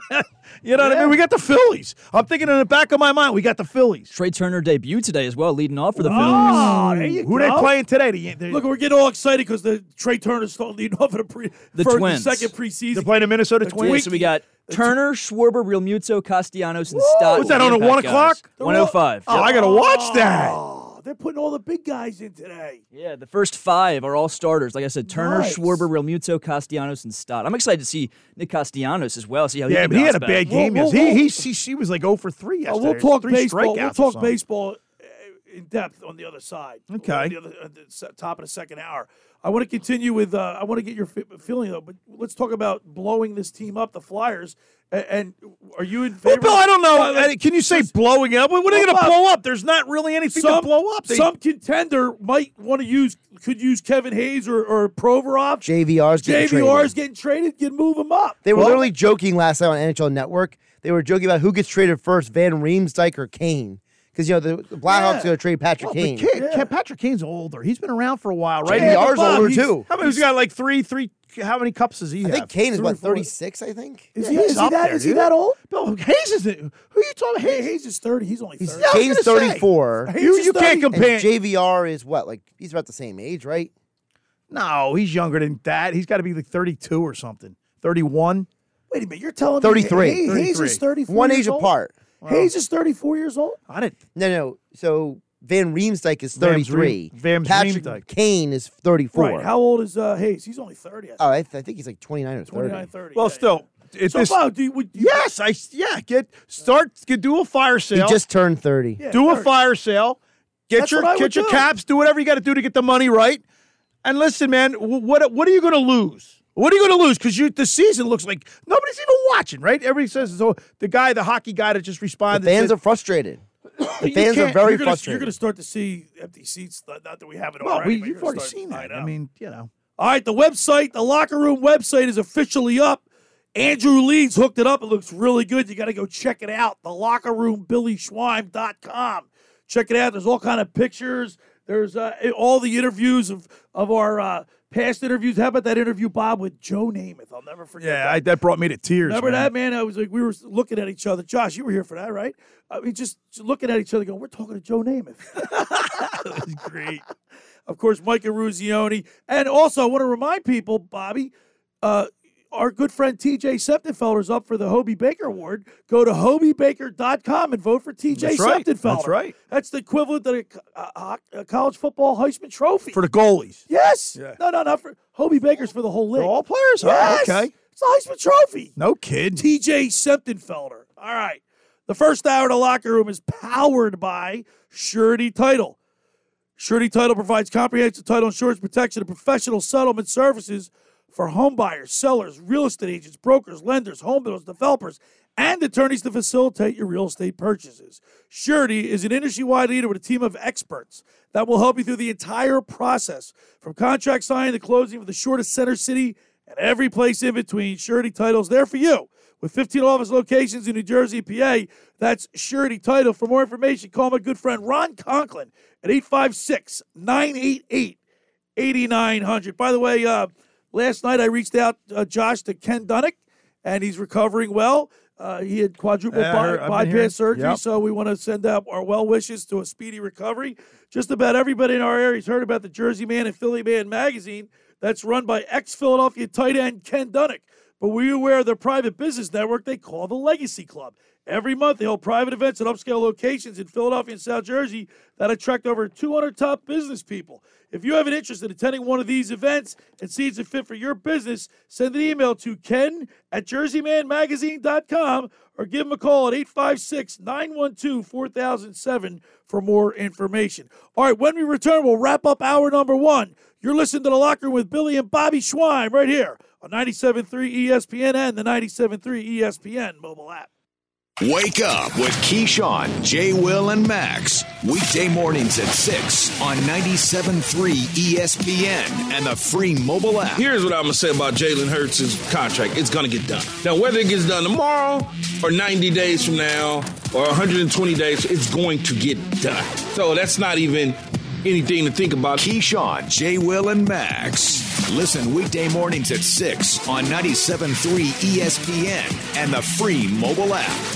you know what I mean? We got the Phillies. I'm thinking in the back of my mind, we got the Phillies.
Trey Turner debut today as well, leading off for the Phillies.
Oh, there you
Who
go.
they playing today? The, the,
Look, we're getting all excited because the Trey Turner stole leading off of the pre
The
first,
Twins.
second preseason.
they're playing the Minnesota
The
Twins.
Yeah, so we got Turner, Schwarber, Realmuto, Castellanos, and Stott.
What's that on at
Impact
one
guys.
o'clock?
105.
Oh, I gotta watch that.
Oh, they're putting all the big guys in today.
Yeah, the first five are all starters. Like I said, Turner,
Nice.
Schwarber, Realmuto, Castellanos, and Stott. I'm excited to see Nick Castellanos as well. See how
Yeah,
he,
but he had a
bounce
bad
back.
game.
Whoa, whoa,
yesterday.
whoa.
He, he, he, he was like 0 for 3
Uh,
yesterday.
we'll
There's
talk
three
baseball. We'll
strikeouts or
talk
something.
baseball uh, in depth on the other side.
Okay.
On the other, at the se- top of the second hour.
I want to continue with. Uh, I want to get your fi- feeling though, but let's talk about blowing this team up, the Flyers. And, and are you in favor?
Bill, I don't know.
Uh, like,
Uh, Can you say blowing up? What are they
Blow
going to
up.
blow up? There's not really anything to blow up. They-
some contender might want to use could use Kevin Hayes or, or Provorov.
JVR's getting
JVR is
traded.
getting traded. You move him up.
They were
Well,
literally joking last night on NHL Network. They were joking about who gets traded first, Van Riemsdyk or Kane. Because, you know, the, the Blackhawks
Yeah.
going to trade Patrick
Well, but
Kane.
kid- kid- Patrick Kane's older. He's been around for a while, right?
JVR 's
He's-
older,
he's-
too.
How many? He's got like three, three. How many cups does he
I
have?
think Kane is,
Three
what,
or four?
36, I think?
Is
Yeah,
he,
he's
is he
up
that? Is
there,
he
dude.
that old?
Bill Hayes is. Who are you talking? Hayes,
Hayes is thirty. He's only
He's,
thirty.
Kane's 34.
You- you can't
And
compare.
JVR is what? Like, he's about the same age, right?
No, he's younger than that. He's got to be like 32 or something. 31.
Wait a minute. You're telling me
33.
Hayes, Hayes is thirty-four.
One
years
age
old?
apart.
Hayes is thirty-four years old.
I didn't.
No, no. So Van Riemsdyk is
Van Riem-
33.
Van
Patrick
Riemsdyk.
Kane is 34.
Right. How old is uh, Hayes? He's only thirty. I think.
oh, I, th- I think he's like 29 or 30.
29, 30.
Well, still. It's
So, Bob, do you, would you,
yes, I yeah, get start get do a fire
He
sale.
just turned 30.
Yeah,
do a
third.
fire sale. Get
That's
your
what I would
get your
do.
caps, do whatever you got to do to get the money right. And listen, man, wh- what what are you going to lose? What are you going to lose? Because you the season looks like nobody's even watching, right? Everybody says so. The guy, the hockey guy, that just
The
responded.
fans
said-
are frustrated. The fans are
You can't-
very
you're gonna, You're
frustrated.
going to start to see empty seats. Not not that we have it
Well,
already.
we,
but you're
you've
gonna
already
start-
seen
I
that. I
know.
mean, you know.
All right, the website, the locker room website is officially up. Andrew Leeds hooked it up. It looks really good. You got to go check it out. The locker room, billyschweim.com. Check it out. There's all kind of pictures. There's uh, all the interviews of, of our uh, past interviews. How about that interview, Bob, with Joe Namath? I'll never forget
Yeah,
that.
I, that brought me to tears.
Remember
man.
that, man? I was like, we were looking at each other. Josh, you were here for that, right? I mean, just just looking at each other, going, we're talking to Joe Namath.
was great.
of course, Mike Ruzioni. And also, I want to remind people, Bobby, uh, our good friend TJ Septenfelder is up for the Hobie Baker Award. Go to hobiebaker.com and vote for TJ
That's right.
Septenfelder.
That's right.
That's the equivalent of a, co- uh, a, a- a college football Heisman Trophy.
for the goalies.
yes.
Yeah.
No, no, not for Hobie Baker's for the whole league.
For all players. All right,
Yes.
okay.
It's the Heisman Trophy.
No kid.
TJ Septenfelder. All right. The first hour of the locker room is powered by Surety Title. Surety Title provides comprehensive title insurance protection and professional settlement services for home buyers, sellers, real estate agents, brokers, lenders, home builders, developers, and attorneys to facilitate your real estate purchases. Surety is an industry wide leader with a team of experts that will help you through the entire process from contract signing to closing for the shortest center city and every place in between. Surety Title is there for you. With 15 office locations in New Jersey, PA, that's Surety Title. For more information, call my good friend Ron Conklin at 856 988 8900. By the way, uh, last night I reached out, uh, Josh, to Ken Dunnick, and he's recovering well. Uh, he had quadruple
Yeah, I
by-
heard- I've been hearing-
bypass surgery,
yep.
so we want to send out our well wishes to a speedy recovery. Just about everybody in our area has heard about the Jersey Man and Philly Man magazine that's run by ex Philadelphia tight end Ken Dunnick. But were you aware of their private business network they call the Legacy Club? Every month, they hold private events at upscale locations in Philadelphia and South Jersey that attract over 200 top business people. If you have an interest in attending one of these events and see it's a fit for your business, send an email to ken at jerseymanmagazine.com or give them a call at 856 912 4007 for more information. All right, when we return, we'll wrap up hour number one. You're listening to The Locker Room with Billy and Bobby Schwein right here on 97.3 ESPN and the 97.3 ESPN mobile app.
Wake up with Keyshawn, J. Will, and Max. Weekday mornings at 6 on 97.3 ESPN and the free mobile app.
Here's what I'm gonna say about Jalen Hurts' contract. It's gonna get done. Now, whether it gets done tomorrow or 90 days from now or 120 days, it's going to get done. So that's not even anything to think about.
Keyshawn, J. Will, and Max. Listen weekday mornings at 6 on 97.3 ESPN and the free mobile app.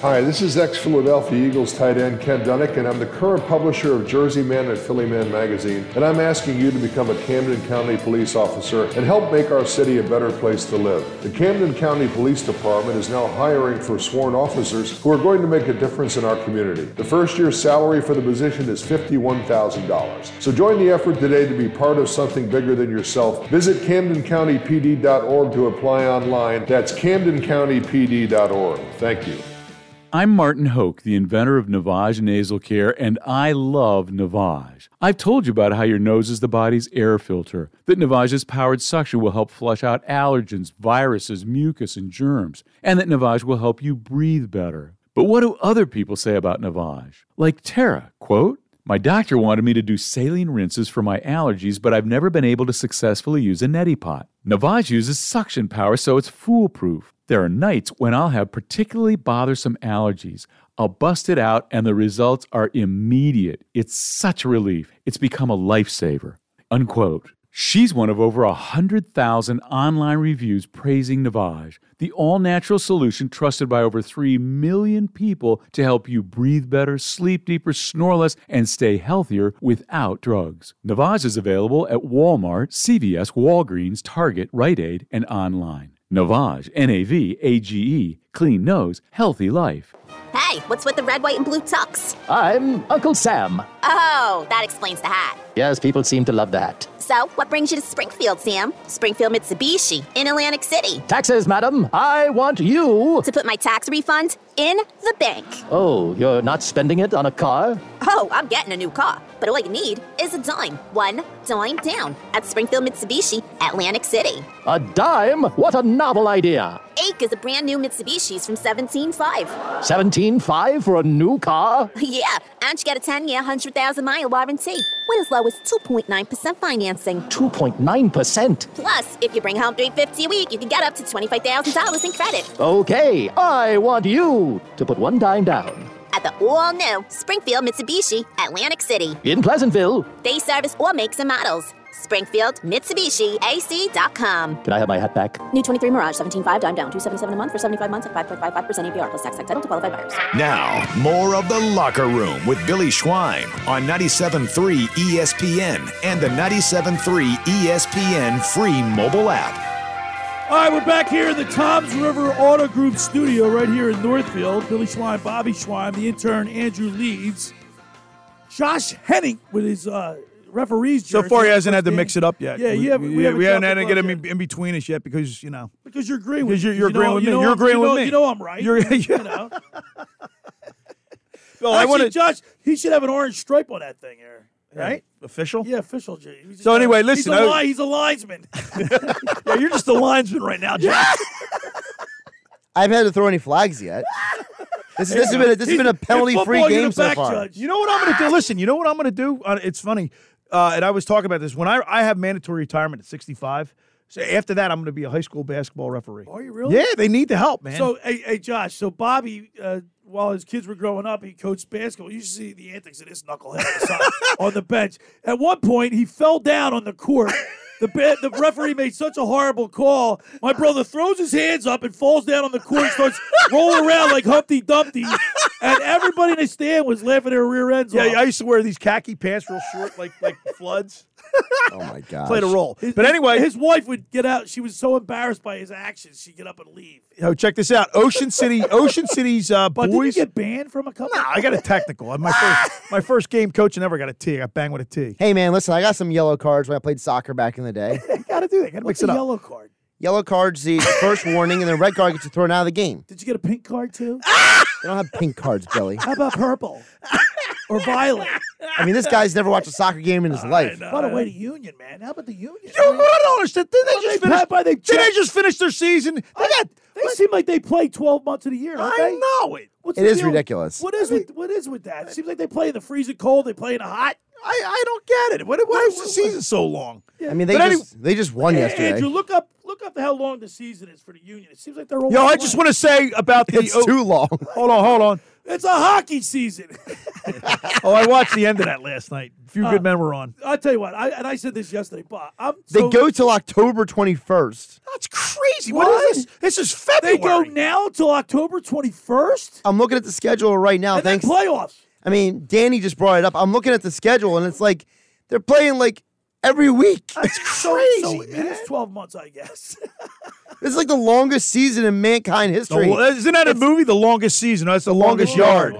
Hi, this is ex Philadelphia Eagles tight end Ken Dunick, and I'm the current publisher of Jersey Man and Philly Man magazine. And I'm asking you to become a Camden County police officer and help make our city a better place to live. The Camden County Police Department is now hiring for sworn officers who are going to make a difference in our community. The first year's salary for the position is $51,000. So join the effort today to be part of something bigger than yourself. Visit CamdenCountyPD.org to apply online. That's CamdenCountyPD.org. Thank you.
I'm Martin Hoke, the inventor of Navage Nasal Care, and I love Navage. I've told you about how your nose is the body's air filter, that Navage's powered suction will help flush out allergens, viruses, mucus, and germs, and that Navage will help you breathe better. But what do other people say about Navage? Like Tara, quote, my doctor wanted me to do saline rinses for my allergies, but I've never been able to successfully use a neti pot. Navage uses suction power, so it's foolproof. There are nights when I'll have particularly bothersome allergies. I'll bust it out, and the results are immediate. It's such a relief. It's become a lifesaver. Unquote. She's one of over 100,000 online reviews praising Navage, the all natural solution trusted by over 3 million people to help you breathe better, sleep deeper, snore less, and stay healthier without drugs. Navage is available at Walmart, CVS, Walgreens, Target, Rite Aid, and online. Navage, N A V A G E, clean nose, healthy life.
Hey, what's with the red, white, and blue tux?
Uh. I'm Uncle Sam.
Oh, that explains the hat.
Yes, people seem to love that.
So, what brings you to Springfield, Sam? Springfield Mitsubishi in Atlantic City.
Taxes, madam. I want you.
To put my tax refund in the bank.
Oh, you're not spending it on a car?
Oh, I'm getting a new car, but all you need is a dime. One dime down at Springfield Mitsubishi, Atlantic City.
A dime? What a novel idea.
Ache is a brand new Mitsubishi's from 17.5.
17.5 for a new car?
Yeah, and you get a 10 year, 100,000 mile warranty with as low as 2.9% financing.
2.9%?
Plus, if you bring home 350 a week, you can get up to $25,000 in credit.
Okay, I want you to put one dime down.
At the all new Springfield Mitsubishi, Atlantic City.
In Pleasantville.
They service all makes and models. Springfield Mitsubishi AC.com.
Can I have my hat back?
New 23 Mirage, 17.5 dime down, 277 a month for 75 months at 5.55% APR plus tax tag title to qualified buyers.
Now, more of The Locker Room with Billy Schwein on 97.3 ESPN and the 97.3 ESPN free mobile app.
All right, we're back here in the Toms River Auto Group studio right here in Northfield. Billy Schwein, Bobby Schwein, the intern Andrew Leeds, Josh Henning with his uh, referee's
So
jersey.
far, he hasn't had to
First
mix
game.
it up yet.
Yeah, yeah,
we,
we,
we
haven't,
haven't
dropped
had to
the
get
gloves
him in between us yet because you know
yet. because you're agreeing with
Because you're-
me.
you're
You know-
agreeing with
you
me.
know
You're
I'm-
agreeing
you
with
know-
me.
You know I'm right.
You're-
you know.
Bill, I
Actually,
wanna-
Josh. He should have an orange stripe on that thing here, right?
official.
Yeah, official. Jay. He's
So
a-
anyway,
he's
listen,
a,
I-
li- he's a linesman. yeah, you're just a linesman right now, Josh.
I haven't had to throw any flags yet. This, is, this has been a, this has been a penalty-free game so far.
You know what I'm going to do? Listen, you know what I'm going to do? Uh, it's funny. Uh, and I was talking about this. When I, I have mandatory retirement at 65, so after that, I'm going to be a high school basketball referee.
Are you really?
Yeah, they need the help, man.
So, hey, hey Josh. So Bobby, uh, while his kids were growing up, he coached basketball. You should see the antics of this knucklehead on the, side- on the bench. At one point, he fell down on the court. The, ba- the referee made such a horrible call. My brother throws his hands up and falls down on the court and starts rolling around like Humpty Dumpty. And everybody in the stand was laughing their rear ends
yeah,
off.
I used to wear these khaki pants real short, like like floods.
Oh my god.
Played a role.
His-
But
his-
anyway-
his wife would get out. She was so embarrassed by his actions, she'd get up and leave.
Yo, check this out. Ocean City, Ocean City's uh,
But did you
boys.
get banned from a couple?
I got a technical. On My first, my first game coaching ever got a T. I got banged with a T.
Hey man, listen, I got some yellow cards when I played soccer back in the day.
gotta do that. Gotta
What's
mix it
a
up.
Yellow card.
Yellow card's the first warning, and then red card gets you thrown out of the game.
Did you get a pink card too?
They don't have pink cards, Billy.
How about purple or violet?
I mean, this guy's never watched a soccer game in his life.
Uh,
What a way to union, man. How about the union?
You I don't understand. Did they
they
just finish?
pat by the
Did they just finish their season? They got.
They seem like they play 12 months of the year, don't they?
I know it.
What's
It
the
is
deal?
ridiculous.
What is with, what is with that? It seems like they play in the freezing cold, they play in the hot.
I, I don't get it. What, why is the season so long?
I mean, they
But
just
any-
they just won
Hey,
yesterday.
Andrew, look up look up forgot how long the season is for the Union. It seems like they're always.
Yo, I just want to say about the.
It's too
long.
Hold on, hold on.
It's a hockey season.
Oh, I watched the end of that last night. A few
Uh,
good men were on.
I'll tell you what, I, and I said this yesterday, but I'm
They
so-
go till October 21st.
That's crazy. what is this? This is February.
They go now till October 21st?
I'm looking at the schedule right now.
And then
Thanks.
playoffs.
I mean, Danny just brought it up. I'm looking at the schedule, and it's like they're playing like every week.
That's crazy. So, it is 12 months, I guess.
It's like the longest season in mankind history.
The- isn't that a movie? The longest season. That's the longest, yard.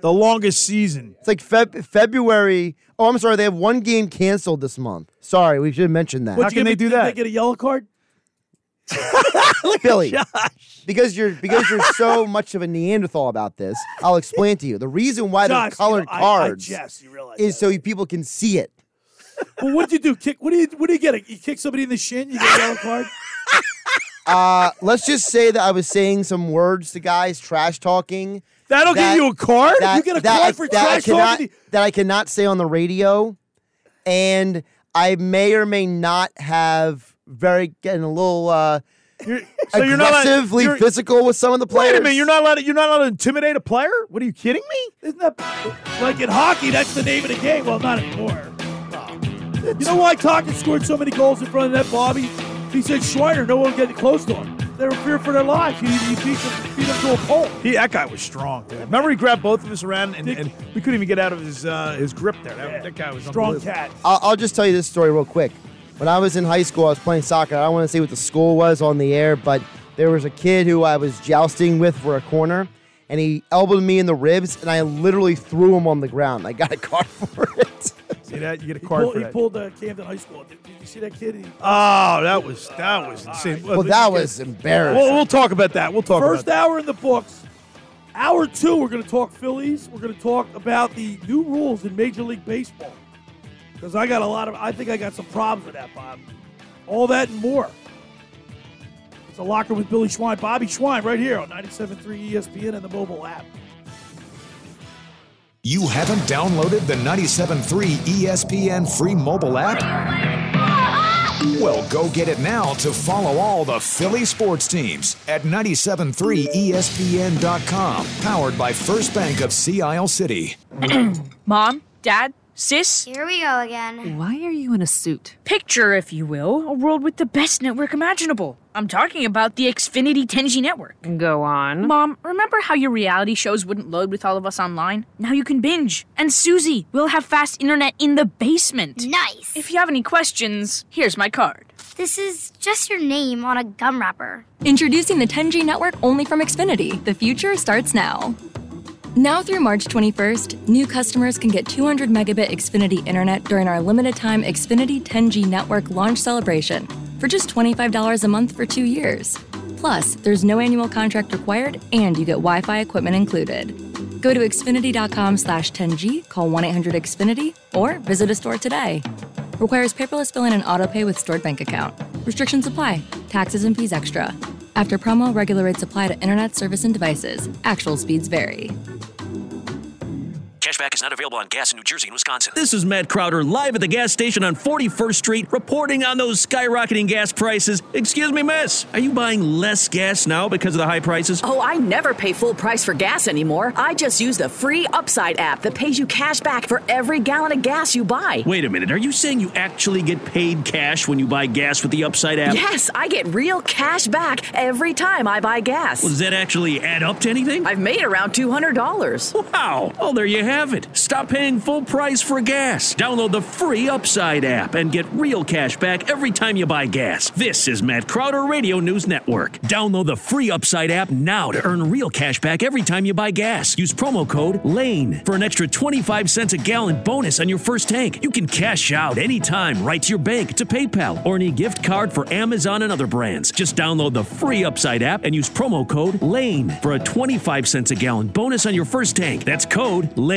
the longest season.
It's like Feb- February. Oh, I'm sorry. They have one game canceled this month. Sorry, we should have mentioned that.
What'd you give me- did They get a yellow card?
Billy, because you're because you're so much of a Neanderthal about this, I'll explain to you the reason why
Josh, you know,
they're colored
I- I
cards
jest, you realize
is so you people can see it.
well, what'd you do? Kick? What do you? What do you get? You kick somebody in the shin? You get a yellow card?
Uh, let's just say that I was saying some words to guys trash talking.
That'll
give you a card? You get a card for trash
I cannot,
talking?
That I cannot say on the radio, and I may or may not have very getting a little uh,
so you're not allowed-
aggressively
you're-
physical with some of the players.
Wait a minute. You're not allowed. To, you're not allowed to intimidate a player. What are you kidding me?
Isn't that like in hockey? That's the name of the game. Well, not anymore. You know why Talkett scored so many goals in front of that Bobby? He said Schweiner, no one getting close to him. They were fearing for their lives. He, he beat them, beat them to a pulp.
He, that guy was strong. dude. Remember, he grabbed both of us around, and, and we couldn't even get out of his uh, his grip there. That, that guy was
Strong
unbelievable.
cat.
I'll, I'll just tell you this story real quick. When I was in high school, I was playing soccer. I don't want to say what the school was on the air, but there was a kid who I was jousting with for a corner, and he elbowed me in the ribs, and I literally threw him on the ground. I got a card for it.
See that? You get a
He
card
pulled,
for
he
that.
pulled uh, Camden High School. Did, did you see that kid? He-
Oh, that was that was insane.
Well, that was embarrassing.
We'll, we'll talk about that. We'll talk
First
about that.
hour in the books. Hour two, we're going to talk Phillies. We're going to talk about the new rules in Major League Baseball. Because I got a lot of, I think I got some problems with that, Bob. All that and more. It's a locker with Billy Schwein, Bobby Schwein, right here on 97.3 ESPN and the mobile app.
You haven't downloaded the 97.3 ESPN free mobile app? Well, go get it now to follow all the Philly sports teams at E 97.3ESPN.com. Powered by First Bank of Sea Isle City.
Mom, Dad, Sis.
Here we go again.
Why are you in a suit? Picture, if you will, a world with the best network imaginable. I'm talking about the Xfinity 10G network. Go on. Mom, remember how your reality shows wouldn't load with all of us online? Now you can binge. And Susie, we'll have fast internet in the basement. Nice. If you have any questions, here's my card.
This is just your name on a gum wrapper.
Introducing the 10G network only from Xfinity. The future starts now. Now through March 21st, new customers can get 200 megabit Xfinity internet during our limited time Xfinity 10G network launch celebration for just $25 a month for two years. Plus, there's no annual contract required and you get Wi-Fi equipment included. Go to Xfinity.com slash 10G, call 1-800-XFINITY or visit a store today. Requires paperless billing and auto pay with stored bank account. Restrictions apply. Taxes and fees extra. After promo, regular rates apply to internet service and devices. Actual speeds vary.
Cashback is not available on gas in New Jersey and Wisconsin.
This is Matt Crowder live at the gas station on 41st Street reporting on those skyrocketing gas prices. Excuse me, miss. Are you buying less gas now because of the high prices?
Oh, I never pay full price for gas anymore. I just use the free Upside app that pays you cash back for every gallon of gas you buy.
Wait a minute. Are you saying you actually get paid cash when you buy gas with the Upside app?
Yes, I get real cash back every time I buy gas.
Well, does that actually add up to anything?
I've made around $200.
Wow. Well, there you have it. Stop paying full price for gas. Download the free Upside app and get real cash back every time you buy gas. This is Matt Crowder Radio News Network. Download the free Upside app now to earn real cash back every time you buy gas. Use promo code LANE for an extra 25 cents a gallon bonus on your first tank. You can cash out anytime right to your bank, to PayPal, or any gift card for Amazon and other brands. Just download the free Upside app and use promo code LANE for a 25 cents a gallon bonus on your first tank. That's code
brain.
LANE.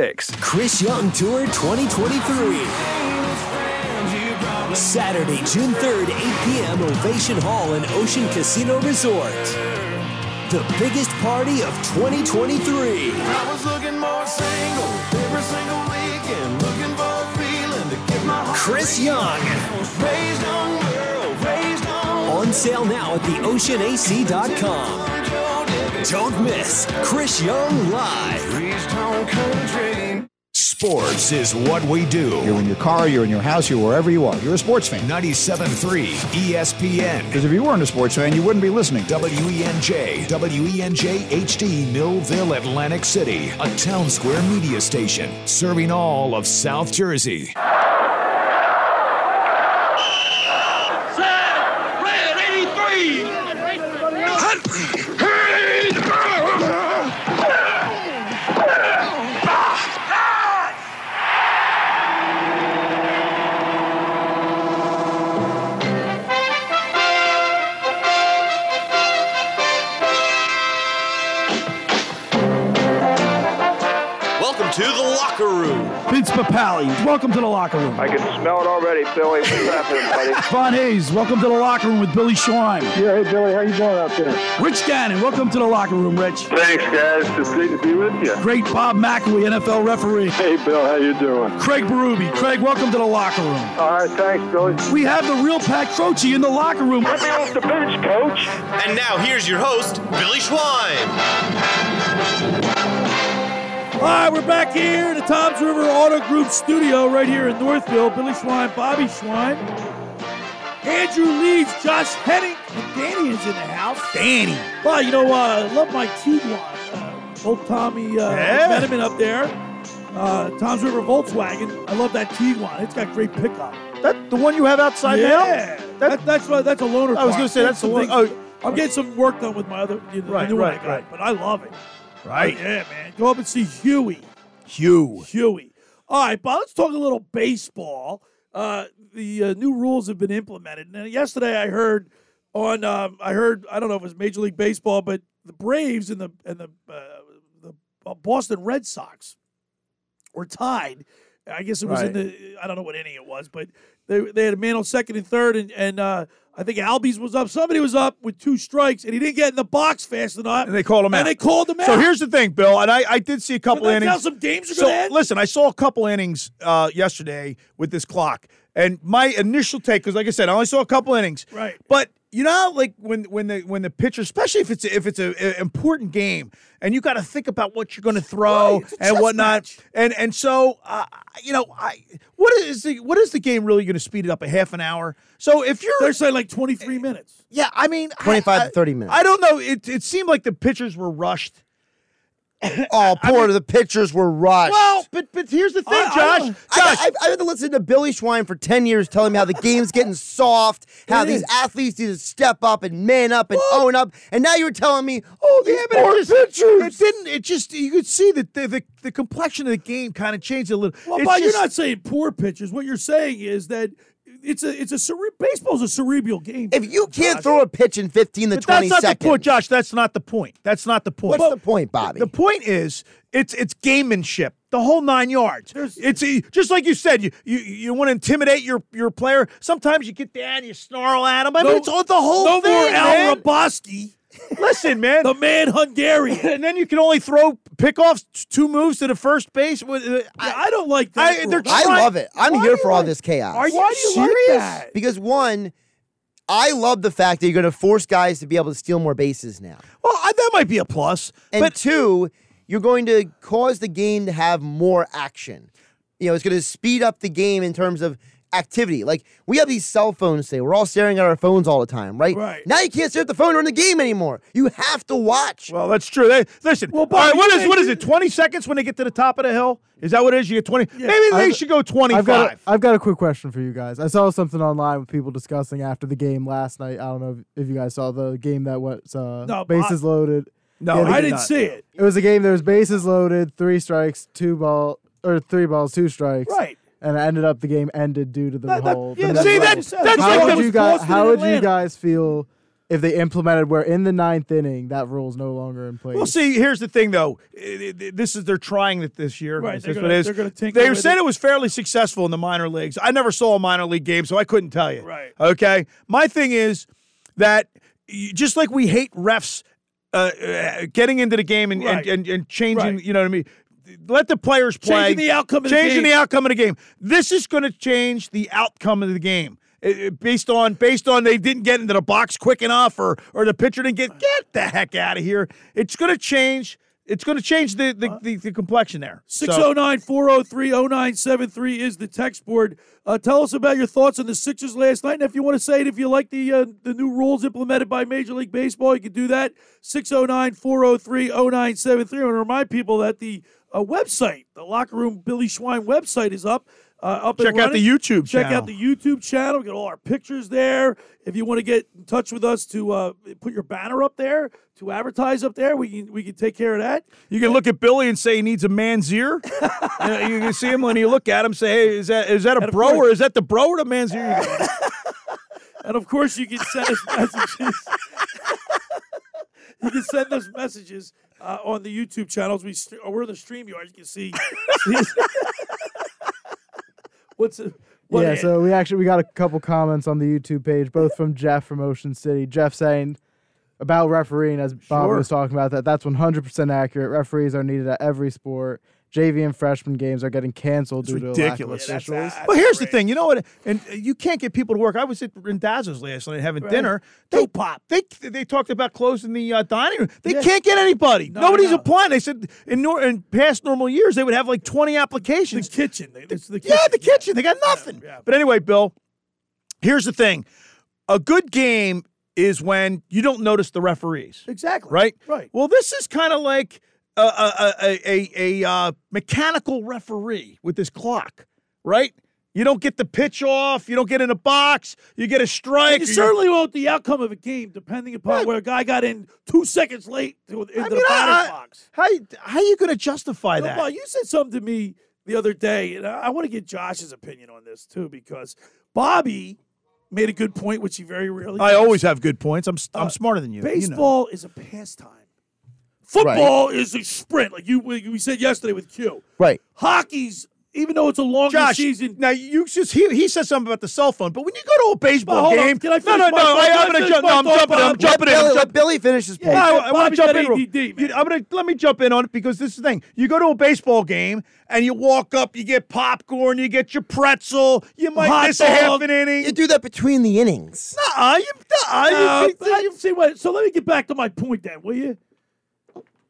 Chris Young Tour 2023. Saturday, June 3rd, 8 p.m., Ovation Hall and Ocean Casino Resort. The biggest party of 2023.
I was looking more single every single weekend, looking for a feeling to give my heart.
Chris Young.
I was raised on girl, raised on
On sale now at theoceanac.com. Don't miss Chris Young Live.
Sports is what we do. You're in your car, you're in your house, you're wherever you are. You're a sports fan. 97.3 ESPN. Because if you weren't a sports fan, you wouldn't be listening. E WENJ, WENJ HD, Millville, Atlantic City, a town square media station serving all of South Jersey.
Red 83!
Welcome to the locker room.
Vince Papali, welcome to the locker room.
I can smell it already, Billy. What's happening, buddy?
Von Hayes, welcome to the locker room with Billy Schwein. Yeah, hey Billy, how you doing out there? Rich Gannon, welcome to the locker room, Rich.
Thanks, guys. It's great to be with you.
Great Bob McAwee, NFL referee.
Hey, Bill, how you doing?
Craig Berube. Craig, welcome to the locker room.
All right, thanks, Billy.
We have the real Pat Croce in the locker room.
Let me off the bench, coach.
And now here's your host, Billy Schwein.
All right, we're back here in the Toms River Auto Group studio right here in Northville. Billy Schwein, Bobby Schwein, Andrew Leeds, Josh Henning, and Danny is in the house. Danny. Well, you know, uh, I love my Tiguan. Uh, old Tommy uh,
Yeah.
Fetterman up there. Uh, Toms River Volkswagen. I love that Tiguan. It's got great pickup.
That the one you have outside
yeah.
now?
That, that's, what, that's a loaner
I was
car.
gonna say,
I'm
that's the
getting some
one-
things-
oh.
I'm getting some work done with my other the, the
Right,
new one I
right,
got,
right.
but I love it.
Right.
Oh, yeah, man. Go up and see Huey.
Hugh.
Huey. All right, Bob, let's talk a little baseball. Uh, the uh, new rules have been implemented. Now, yesterday I heard on, um, I heard, I don't know if it was Major League Baseball, but the Braves and the and the, uh, the Boston Red Sox were tied. I guess it was in
Right.
the, I don't know what inning it was, but they, they had a man on second and third, and, and uh, I think Albies was up. Somebody was up with two strikes, and he didn't get in the box fast enough.
And they called him out.
And they called him out.
So here's the thing, Bill, and I, I did see a couple
Isn't that
innings.
how some games are
so,
gonna end?
Listen, I saw a couple innings uh, yesterday with this clock, and my initial take, because like I said, I only saw a couple innings.
Right.
But you know, how, like when when the when the pitcher, especially if it's if it's a, a important game, and you got to think about what you're going to throw
Right, it's a
and
chess
whatnot, and and so uh, you know, I what is the what is the game really going to speed it up a half an hour? So if you're
they're saying like 23 minutes.
Yeah, I mean, I-
25
I-
to 30 minutes.
I don't know. It it seemed like the pitchers were rushed.
Oh, poor the pitchers were rushed.
Well, but but here's the thing, Josh.
Josh, I, I, I've had to listen to Billy Schwein for 10 years telling me how the game's getting soft, how
It
these
is.
athletes need to step up and man up and own up. And now you're telling me, oh, these
yeah, but
poor
it just
pitchers.
it didn't. It just you could see that the the, the complexion of the game kind of changed a little.
Well,
It's
Bob,
just-
you're not saying poor pitchers. What you're saying is that it's a it's a cere- baseball's a cerebral game.
If you can't throw a pitch in 15 to
But
20
that's not
seconds,
the point, Josh. That's not the point. That's not the point.
what's the point, Bobby?
The point is, it's it's gamemanship, the whole nine yards. it's a, just like you said, you you, you want to intimidate your your player. Sometimes you get down, you snarl at him. I mean,
No-
it's all the whole
no
thing.
more
man.
Al Roboski
Listen, man. The
man Hungarian.
and then you can only throw pickoffs t- two moves to the first base. With, uh,
I, don't like
that.
I, love it. I'm here for all this chaos.
Are you Why do you like serious? that?
Because one, I love the fact that you're going to force guys to be able to steal more bases now.
Well, I, that might be a plus.
And but two, you're going to cause the game to have more action. You know, it's going to speed up the game in terms of activity. Like we have these cell phones today. We're all staring at our phones all the time, right?
Right.
Now you can't stare at the phone during the game anymore. You have to watch.
Well, that's true. They, listen. Well,
Bobby,
what is
they-
what is it? Twenty seconds when they get to the top of the hill? Is that what it is? You get twenty. Maybe they
I've-
should go
I've
twenty-five.
got, a, I've got a quick question for you guys. I saw something online with people discussing after the game last night. I don't know if, if you guys saw the game that was uh,
No,
bases
I-
loaded.
No,
Yeah, the
I
game-
didn't see it.
It was a game that was bases loaded, three strikes, two ball or three balls, two strikes.
Right.
And it ended up the game ended due to the whole.
yeah, that's See, what I that- just said. that's
how
like
would
the
you guys
Boston
how
and
would you
Atlanta.
guys feel if they implemented where in the ninth inning that rule's no longer in place?
Well, see, here's the thing, though. I- I- This is they're trying it this year.
Right,
Is
they're
this
gonna-
what it is?
they're gonna tinker
They
with
said
it.
it. was fairly successful in the minor leagues. I never saw a minor league game, so I couldn't tell you.
Right.
Okay. My thing is that y- just like we hate refs uh, uh, getting into the game and,
Right.
and, and, and changing, you know what I mean. Let the players play.
Changing the outcome of the
Changing
game.
the outcome of the game. This is going to change the outcome of the game. I- I- Based on based on they didn't get into the box quick enough, or or the pitcher didn't get get the heck out of here. It's going to change. It's going to change the the, the the complexion there. So-
609 403 0973 is the text board. Uh, tell us about your thoughts on the Sixers last night. And if you want to say it, if you like the uh, the new rules implemented by Major League Baseball, you can do that. 609 403 0973. I want to remind people that the uh, website, the Locker Room Billy Schwein website, is up. Uh, up and
Check out
running.
the YouTube
Check
channel.
out the YouTube channel. We got all our pictures there. If you want to get in touch with us to uh, put your banner up there, to advertise up there, we can, we can take care of that.
You can look at Billy and say he needs a man's ear. you, know, you can see him when you look at him. Say, hey, is that is that a bro or is that the bro or the man's ear? You go,
And of course, you can send us messages. you can send us messages uh, on the YouTube channels. We st- or we're the stream yard. You can see. What's it? What
yeah, so we actually we got a couple comments on the YouTube page, both from Jeff from Ocean City. Jeff saying about refereeing, as Bob
Sure.
was talking about that, that's 100% accurate. Referees are needed at every sport. JV and freshman games are getting canceled due
ridiculous.
to a lack of officials.
but here's the thing, you know what? And uh, you can't get people to work. I was at Rendazzo's last night having dinner. They pop. They they talked about closing the uh, dining room. They can't get anybody. Nobody's applying. They said in nor- in past normal years they would have like 20 applications. The
kitchen. the
Yeah, the kitchen. They got nothing. But anyway, Bill, here's the thing. A good game is when you don't notice the referees.
Exactly.
Right?
Right.
Well, this is kind of like a, a, a, a, a, uh, mechanical referee with this clock, right? You don't get the pitch off. You don't get in a box. You get a strike.
And you
or
certainly won't the outcome of a game, depending upon where a guy got in two seconds late to, into the
mean, I-
batter's
I-
box.
How how you going to justify that?
Well, you said something to me the other day, and I, I want to get Josh's opinion on this too, because Bobby made a good point, which he very rarely.
I
does.
always have good points. I'm s- I'm
Uh,
smarter than you. you know.
Baseball is a pastime. Football is a sprint, like you we we said yesterday with Q.
Right.
Hockey's even though it's a longer
Josh,
season.
Now you just he, he said something about the cell phone, but when you go to a baseball
hold on,
game,
can I
no,
finish my
no, no,
thought?
I,
Can I
I'm going to
finish
jump.
my
No, I'm
thought,
jumping. in, I'm
Bob?
jumping in.
Let
I'm
Billy-
jumping.
Billy finishes.
Yeah,
No, I,
Bobby's
want to jump
got
in.
ADD,
You- I'm gonna let me jump in on it because this is the thing. You go to a baseball game and you walk up, you get popcorn, you get your pretzel, you might
Hot
miss a half
dog.
an inning.
You do that between the innings.
Nuh-uh, you, nuh-uh, you
Uh,
think-
but you see what? So let me get back to my point then, will you?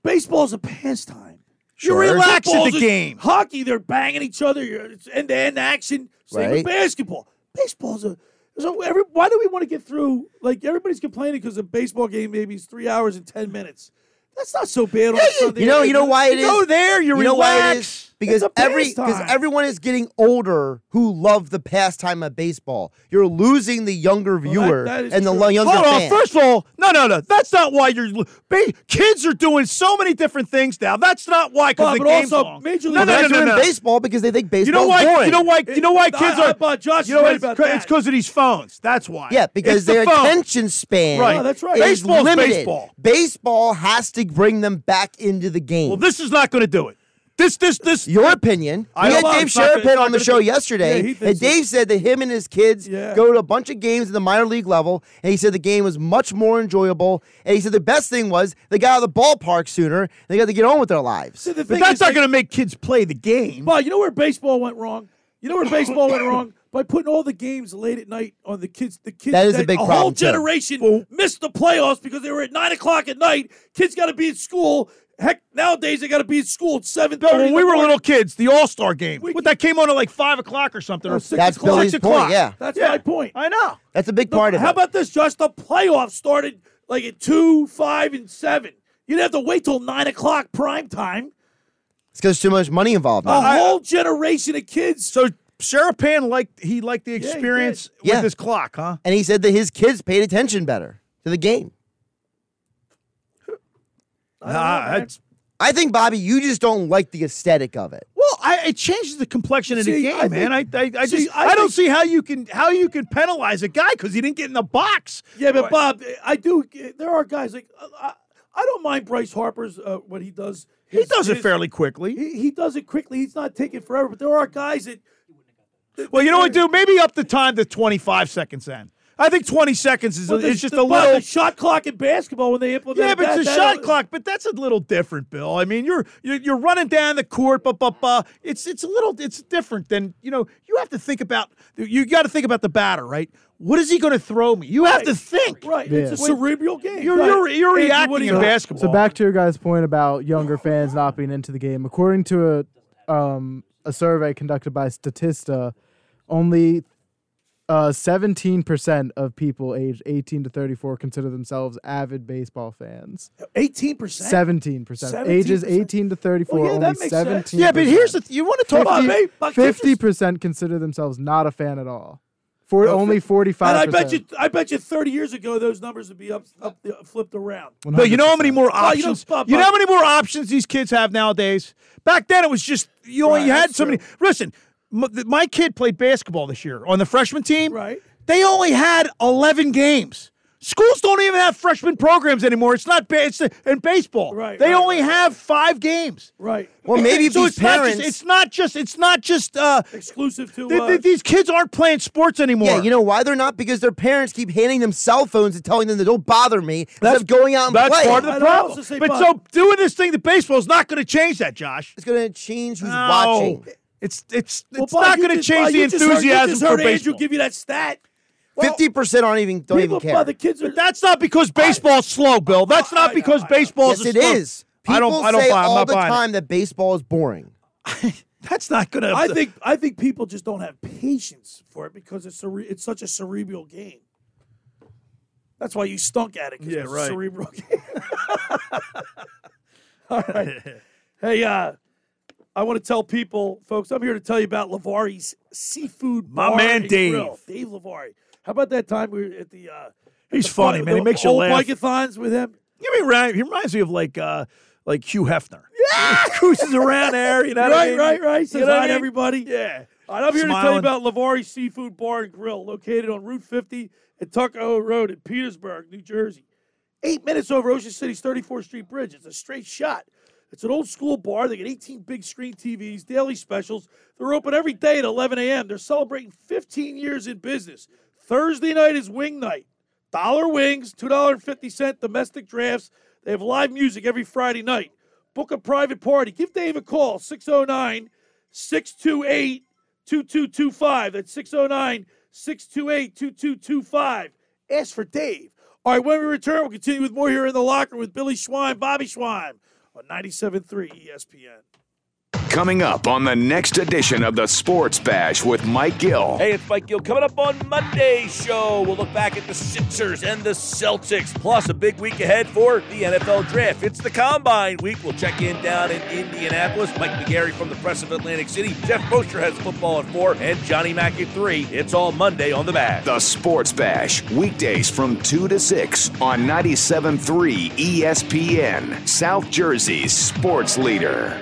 Baseball's a pastime.
Sure. Relax at the
Football's a-
game.
Hockey, they're banging each other. you're- It's end-to-end action. Same with
Right.
basketball. Baseball's a so every, why do we want to get through? Like everybody's complaining because a baseball game maybe is three hours and ten minutes. That's not so bad on a Sunday.
You know, you know
afternoon.
why it is.
go there, you,
you know why it
relax.
is because
It's a
every because
pastime.
everyone is getting older who love the pastime of baseball. You're losing the younger viewer
that is
and the
true.
lo- younger
Hold
fan.
on. First of all, no, no, no. That's not why you're. lo- Ba- kids are doing so many different things now. That's not why. Because
Bob,
the
but
game's
also,
long.
Major
no,
League
no, no, no,
in
no.
baseball because they think
You
baseball
know why? You know why? You know why
It-
kids
I- I
are.
thought Josh
you know
is right
it's
about
cra-
that.
It's because of these phones. That's why.
Yeah,
It's
because
the
their
phone.
attention span
Right. No, Oh, that's right.
is
Baseball's
limited.
baseball.
Baseball has to bring them back into the game.
Well, this is not going to do it.
This, this, this.
Your opinion.
I-
we had
Hold on,
Dave
it's not gonna-
Sherapin
it's
on
not
the
gonna
show
be- Yeah,
yesterday,
he
and
thinks
Dave said that him and his kids go to a bunch of games in the minor league level, and he said the game was much more enjoyable. And he said the best thing was they got out of the ballpark sooner. And they got to get on with their lives.
the But thing that's is, not like-
going
to make kids play the game.
But you know where baseball went wrong? You know where baseball went wrong? By putting all the games late at night on the kids, the kids
That is a big
whole
problem, too.
generation missed the playoffs because they were at nine o'clock at night. Kids got to be at school. Heck, nowadays they got to be at school at seven
No,
thirty.
when we were little kids, the All Star game, What that came on at like five o'clock or something. or
six
That's
o'clock.
Billy's
Six
point,
o'clock.
yeah.
that's my point.
I know.
That's a big part of
How
it.
about this, Josh? The playoffs started like at two, five, and seven. You didn't have to wait till nine o'clock prime time.
It's because there's too much money involved.
A whole generation of kids.
So Sarah Pan liked he liked the experience with his clock, huh?
And he said that his kids paid attention better to the game.
Ah,
Nah, that's.
I think Bobby, you just don't like the aesthetic of it.
Well, I, it changes the complexion of the
See,
game,
I
man. I,
think-
I, I
see,
just, I,
I
don't
think-
see how you can, how you can penalize a guy because he didn't get in the box.
Yeah, but Bob, I do. There are guys like uh, I, I don't mind Bryce Harper's uh, what he does.
He does it fairly quickly.
He, he does it quickly. He's not taking forever. But there are guys that
Well, you know what, dude? Maybe up the time to 25 seconds then. I think 20 seconds is
Well, the-
it's just
the-
a
Bob,
little
the shot clock in basketball when they implement.
Yeah, but
that,
it's a
that-
shot clock, but that's a little different, Bill. I mean, you're you're, you're running down the court, but but but it's it's a little it's different than you know. You have to think about you got to think about the batter, right? What is he going to throw me? You have to think.
Right, it's a
When-
cerebral game.
You're
Right.
you're, you're
Andrew,
reacting
what do
in
you got?
basketball.
So back to your guys' point about younger fans not being into the game. According to a um, a survey conducted by Statista, only uh, seventeen percent of people aged eighteen to thirty four consider themselves avid baseball fans.
18%?
Seventeen percent. Ages
17%?
eighteen to thirty four.
Well, yeah, that
only
makes sense.
seventeen.
yeah, but here's the th- you want to talk about babe, but kids
fifty percent consider themselves not a fan at all. For only forty
And I
five.
bet you, I bet you, thirty years ago, those numbers would be up, up flipped around.
But you know how many more
Well, you know,
options?
Bob-
you know how
Bob-
many more options these kids have nowadays? Back then, it was just you only
Right,
had
that's
so many. Listen, m- th- my kid played basketball this year on the freshman team. Right. They only had eleven games. Schools don't even have freshman programs anymore. It's not ba- it's in baseball. Right. They only have five games.
Right.
Well, maybe
so
these
it's not just-
parents-
it's not just. It's not just. Uh,
Exclusive to
th-
uh,
th- these kids aren't playing sports anymore.
Yeah, you know why they're not? Because their parents keep handing them cell phones and telling them that don't bother me instead of going out and
That's
playing.
part of the problem. But so doing this thing to baseball is not going to change that, Josh.
It's going to change who's
no.
watching.
It's it's
Well,
it's
Bob,
not
you
going to
just- Bob,
change the
you just heard- you
enthusiasm
just
for
heard Andrew
baseball.
give you that stat.
Fifty percent aren't even don't even
People-
care.
well, the kids are.
But that's not because baseball's slow, Bill. That's not because baseball's
yes,
a
it
slow-
is. People
I don't. I don't
say
buy. I'm
all
not
the
buying. it.
time that baseball is boring.
That's not going to.
I think I think people just don't have patience for it because it's cere- it's such a cerebral game. That's why you stunk at it. 'cause
Yeah,
it's a
right.
Cerebral game. All right. Hey, uh, I want to tell people, folks, I'm here to tell you about Lavari's seafood.
My
Bar
man
and
Dave.
Grill. Dave Lavari. How about that time we were at the? Uh,
He's funny, man. He makes you
old
laugh.
Bike-a-thons with him.
You mean right? He reminds me of like uh like Hugh Hefner. Yeah, cruises around there. You know what I
right,
mean?
right, right. Says
You know what
hi
I
to
mean?
everybody.
Yeah.
All right, I'm here to tell you
Smiling.
about Lavari Seafood Bar and Grill, located on Route 50 at Tuckahoe Road in Petersburg, New Jersey. Eight minutes over Ocean City's 34th Street Bridge. It's a straight shot. It's an old school bar. They got 18 big screen TVs, daily specials. They're open every day at 11 a.m. They're celebrating 15 years in business. Thursday night is wing night. Dollar wings, $2.50 domestic drafts. They have live music every Friday night. Book a private party. Give Dave a call, 609 628 2225. That's 609 628 2225. Ask for Dave. All right, when we return, we'll continue with more here in the locker with Billy Schwein, Bobby Schwein on 97.3 ESPN.
Coming up on the next edition of the Sports Bash with Mike Gill.
Hey, it's Mike Gill. Coming up on Monday's show, we'll look back at the Sixers and the Celtics, plus a big week ahead for the NFL draft. It's the Combine week. We'll check in down in Indianapolis. Mike McGarry from the Press of Atlantic City. Jeff Mosher has football at four, and Johnny Mack at three. It's all Monday on the Bash.
The Sports Bash, weekdays from 2 to 6 on 97.3 ESPN, South Jersey's sports leader.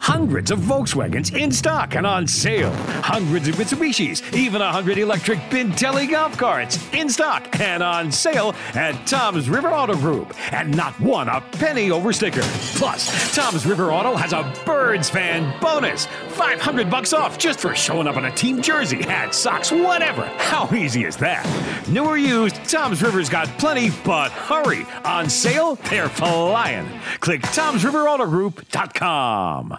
Hundreds of Volkswagens in stock and on sale. Hundreds of Mitsubishis, even a hundred electric Bintelli golf carts in stock and on sale at Tom's River Auto Group. And not one a penny over sticker. Plus, Tom's River Auto has a Birds fan bonus. 500 bucks off just for showing up in a team jersey, hat, socks, whatever. How easy is that? New or used, Tom's River's got plenty, but hurry. On sale, they're flying. Click Tom'sRiverAutoGroup.com.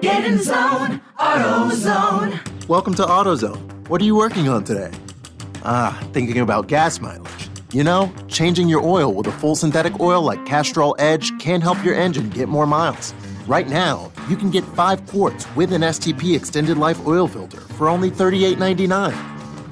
Get in zone, AutoZone.
Welcome to AutoZone. What are you working on today? Ah, thinking about gas mileage. You know, changing your oil with a full synthetic oil like Castrol Edge can help your engine get more miles. Right now, you can get 5 quarts with an STP extended life oil filter for only $38.99.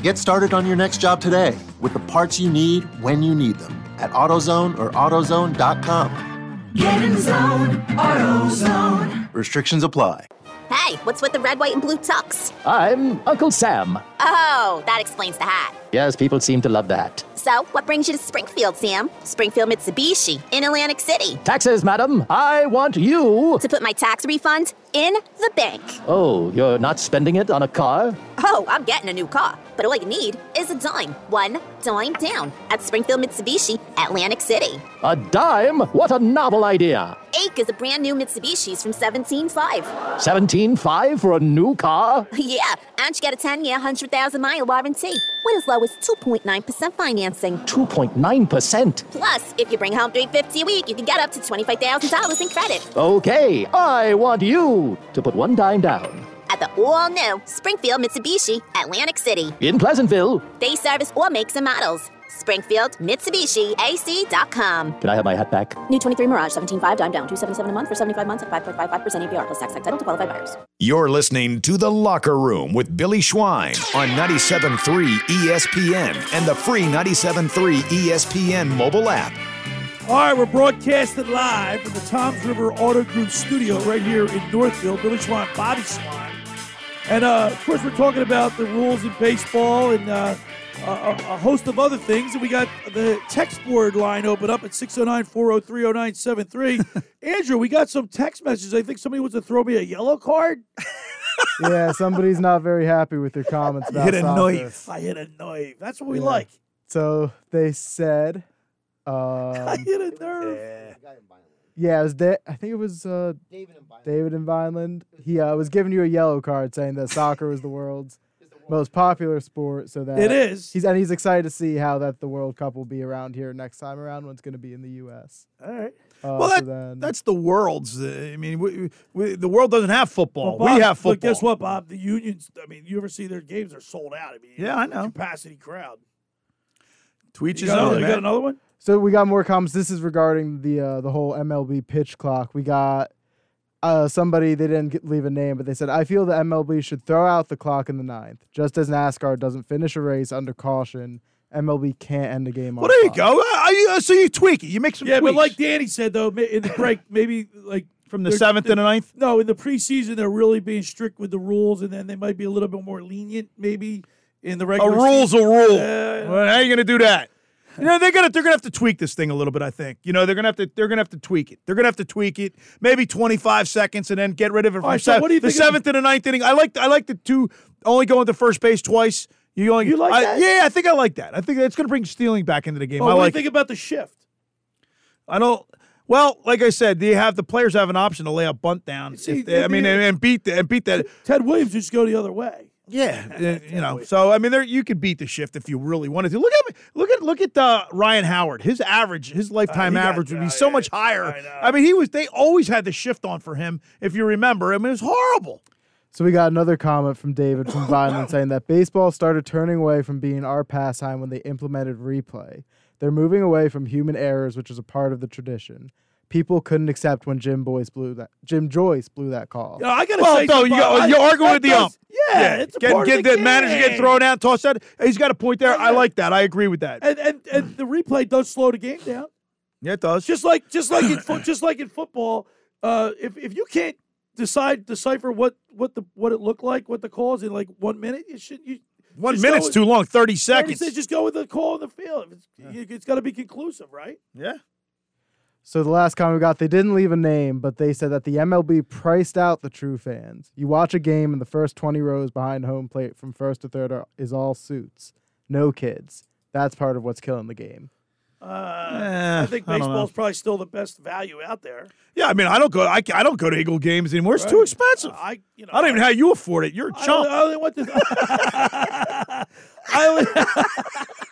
Get started on your next job today with the parts you need when you need them at AutoZone or AutoZone.com.
Get in zone, AutoZone.
Restrictions apply.
Hey, what's with the red, white, and blue tux?
I'm Uncle Sam.
Oh, that explains the hat.
Yes, people seem to love that.
So, what brings you to Springfield, Sam? Springfield Mitsubishi in Atlantic City.
Taxes, madam. I want you.
To put my tax refund in the bank.
Oh, you're not spending it on a car?
Oh, I'm getting a new car, but all you need is a dime. One dime down at Springfield Mitsubishi, Atlantic City.
A dime? What a novel idea.
Ake is a brand new Mitsubishi's from 17.5.
17.5 for a new car?
Yeah, and you get a 10 year, 100,000 mile warranty with as low as 2.9% financing.
2.9%.
Plus, if you bring home 350 a week, you can get up to $25,000 in credit
Okay, I want you to put one dime down.
at the all new Springfield Mitsubishi, Atlantic City.
In Pleasantville.
They service all makes and models. Springfield Mitsubishi AC.com.
Can I have my hat back?
New 23 Mirage 17.5 dime down 277 a month for 75 months at 5.55% APR plus tax title to qualified buyers.
You're listening to The Locker Room with Billy Schwein on 97.3 ESPN and the free 97.3 ESPN mobile app.
All right, we're broadcasted live from the Toms River Auto Group studio right here in Northfield. Billy Schwan, Bobby Schwan. And uh, of course, we're talking about the rules in baseball and uh, a, a a host of other things. And we got the text board line open up at 609 403 0973. Andrew, we got some text messages. I think somebody wants to throw me a yellow card.
yeah, somebody's not very happy with your comments about soccer.
I hit a knife. That's what we
Yeah.
like.
So they said, um,
I hit a nerve.
yeah, it was da- I think it was uh, David and Vineland. He uh, was giving you a yellow card saying that soccer was the world's most popular sport. So that
It is.
He's and he's excited to see how that the World Cup will be around here next time around when it's going to be in the U.S.
All right.
Uh,
well,
so
that,
then-
that's the world's. uh, I mean, we, we, the world doesn't have football.
Well, Bob,
we have football.
But guess what, Bob? The unions. I mean, you ever see their games? They're sold out. I mean,
Yeah, I know.
Capacity crowd.
Tweets
You
is
got another-
on.
you got another one?
So we got more comments. This is regarding the uh, the whole MLB pitch clock. We got uh, somebody they didn't get, leave a name, but they said I feel the MLB should throw out the clock in the ninth, just as NASCAR doesn't finish a race under caution. MLB can't end a game.
Well,
on
there you
clock.
go. Uh, I, uh, so you tweak it. You make some.
Yeah,
tweaks.
but like Danny said though, ma- in the break, maybe like
From the
they're-
seventh and
they're-
the ninth?
No, in the preseason, they're really being strict with the rules, and then they might be a little bit more lenient, maybe in the
a
regular.
rule's a
season.
rule.
Yeah.
Well, how you going to do that? You know they're gonna they're gonna have to tweak this thing a little bit. I think you know they're gonna have to they're gonna have to tweak it. They're gonna have to tweak it. Maybe twenty five seconds and then get rid of it from
right, so
seven-
what do you
the
think of-
seventh and the ninth inning. I like I like the two only going to first base twice. You only
You like
I-
that?
Yeah, I think I like that. I think that's going to bring stealing back into the game.
Well,
I
what
like.
do you
it.
think about the shift?
I don't. Well, like I said, they have the players have an option to lay a bunt down. if they- I mean, and, and beat the, and beat that.
Ted Williams just go the other way.
Yeah, uh, you know. So I mean, there you could beat the shift if you really wanted to. Look at look at look at uh, Ryan Howard. His average, his lifetime
Uh, he got-
average would be so much higher. I, mean, he was. They always had the shift on for him. If you remember, I mean, it was horrible.
So we got another comment from David from Vineland saying that baseball started turning away from being our pastime when they implemented replay. They're moving away from human errors, which is a part of the tradition. People couldn't accept when Jim Boyce blew that Jim Joyce blew that call.
Yeah, I gotta
well,
say,
no,
something
you
about- I-
are arguing
that
with the
does-
ump.
Yeah, it's a
get,
part of
get
the
manager get
game.
thrown out, tossed out. He's got a point there. I like that. I agree with that.
And, and and the replay does slow the game down.
Yeah, it does.
Just like just like in fo- just like in football, uh, if if you can't decide decipher what what the what it looked like, what the call is in like one minute, you should you
One
just go
minute's
with-
too long. Thirty
30
seconds.
Just go with the call on the field. If It's, you- it's got to be conclusive, right?
Yeah.
So the last comment we got, they didn't leave a name, but they said that the MLB priced out the true fans. You watch a game and the first 20 rows behind home plate from first to third are, is all suits, no kids. That's part of what's killing the game.
Uh,
Eh,
I think
I don't know.
baseball's probably still the best value out there.
Yeah, I mean, I don't go. I, I don't go to Eagle games anymore. It's too
Right.
expensive.
I you know
I don't even know how you afford it. You're a
I don't-
chump.
I only went to. I only,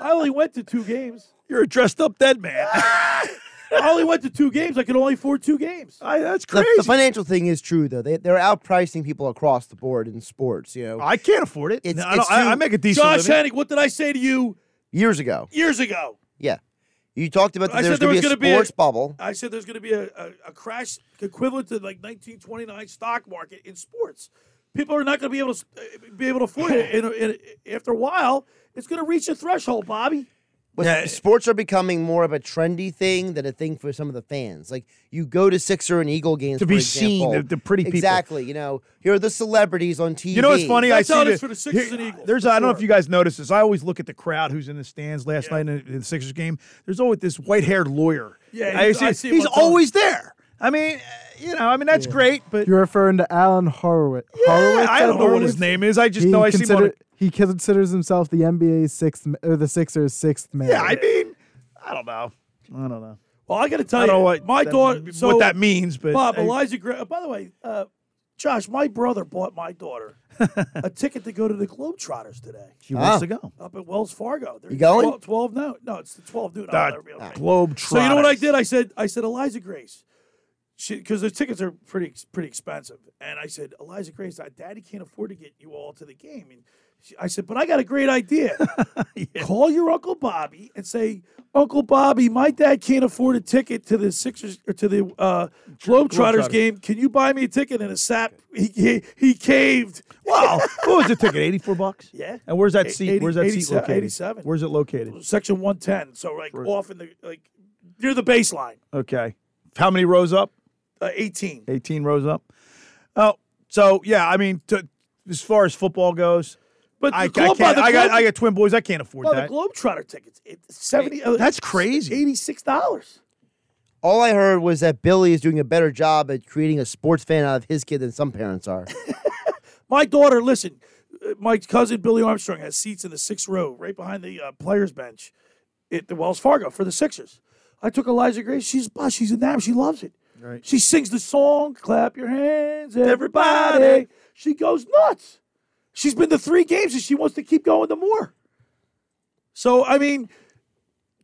I only went to two games.
You're a dressed up dead man.
I only went to two games. I could only afford two games.
I, that's
The, the financial thing is true, though. They, they're outpricing people across the board in sports. You know,
I can't afford it.
It's,
No, I
it's
don't- I-
too-
I make a decent
Josh
living.
Hennig, what did I say to you
years ago.
years ago?
Yeah, you talked about that
I said
there's
there
going
was
to be a
gonna be a-
sports bubble.
I said there's going to be a, a, a crash equivalent to like 1929 stock market in sports. People are not going to be able to s- uh, be able to afford it. In, a- in, a- after a while, it's going to reach a threshold, Bobby.
But sports are becoming more of a trendy thing than a thing for some of the fans. Like you go to Sixer and Eagle games
To
for
be seen,
example.
the- the pretty people.
Exactly. You know, here are the celebrities on TV.
You know what's funny? I see the- here- There's I don't know if
sure.
you guys noticed this. I always look at the crowd who's in the stands last night in, in the Sixers game. There's always this white-haired lawyer.
Yeah,
I
he's-
see,
I see him
he's
all the time.
always there. I mean, uh, you know, I mean that's great, but
You're referring to Alan Horowitz. Horowitz,
I don't know what his
believe?
name is. I just know I see him on
consider- He considers himself the NBA's sixth ma- or the Sixers' sixth man.
Yeah, I mean, I don't know. I don't know.
Well, I got to tell
I don't
you,
know what
my
that-
daughter.
what
So
that means, but
Bob
I-
Eliza. Gra- by the way, uh, Josh, my brother bought my daughter a ticket to go to the Globetrotters today.
She wants to go.
up at Wells Fargo. They're
Ah. You going?
12, 12 no, no, it's the 12 noon.
Ah,
I'll never be able to make it.
Globe
So you know what I did? I said, I said, Eliza Grace, because the tickets are pretty ex- pretty expensive, and I said, Eliza Grace, uh, Daddy can't afford to get you all to the game, and she, I said, but I got a great idea. Call your Uncle Bobby and say, Uncle Bobby, my dad can't afford a ticket to the Sixers or to the uh, Globetrotters
Globetrotters.
game. Can you buy me a ticket? And a sap, he he, he caved.
Wow, what was the ticket? Eighty-four bucks.
Yeah.
And where's that
Eight-
seat?
eighty-
where's that seat
87
located?
87.
Where's it located?
Section 110. So, Oh, like, off in the, like, near the baseline,
Okay. How many rows up?
uh, 18.
18 rows up. Oh, so yeah, I mean, to, as far as football goes,
But
I,
the
I,
club
can't,
by the
I got
club-
I got twin boys. I can't afford
Well, the
that.
Globetrotter tickets, it's 70. uh,
That's crazy.
$86.
All I heard was that Billy is doing a better job at creating a sports fan out of his kid than some parents are.
My daughter, listen, uh, my cousin Billy Armstrong has seats in the sixth row right behind the uh, players' bench at the Wells Fargo for the Sixers. I took Eliza Grace. She's bah, she's in that. She loves it.
Right.
She sings the song, clap your hands, everybody. She goes nuts. She's been to three games and she wants to keep going to more. So, I mean,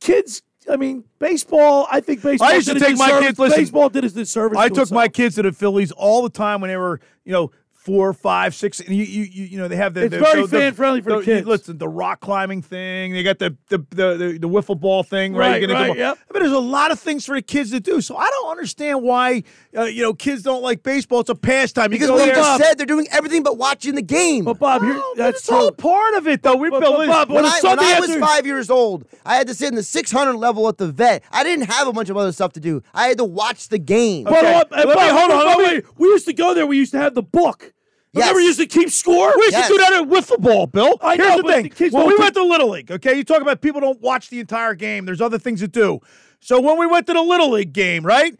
kids, I mean, baseball, I think baseball.
I used to
did a
take my
disservice-
kids- listen,
baseball did a disservice.
I
to
took my
itself.
kids to the Phillies all the time when they were, you know, four, five, six, and you, you, you, you know, they have the
It's
the-
very
the- the-
fan-friendly for the
you-
kids.
Listen, the rock climbing thing. They got the the the, the, the wiffle ball thing, right?
Right,
You're gonna
right,
come on.
yep.
I mean, there's a lot of things for the kids to do. So I don't understand why, uh, you know, kids don't like baseball. It's a pastime.
because
you go
we
there-
just said they're doing everything but watching the game.
But, Bob, here, that's
it's all
true.
part of it, though. We
But-
built
but
it.
Bob,
When,
Well,
I,
some
when I was
answers-
five years old, I had to sit in the 600 level at the vet. I didn't have a bunch of other stuff to do. I had to watch the game.
But uh,
Okay,
on,
let me- hold on, let me-
We used to go there. We used to have the book. Remember, we
Yes.
used to keep score.
We
Yes.
should do that at wiffle ball, Bill.
I
Here's
know,
the
but
thing:
the kids
when
don't
we
do-
went to Little League, okay, you talk about people don't watch the entire game. There's other things to do. So when we went to the Little League game, right?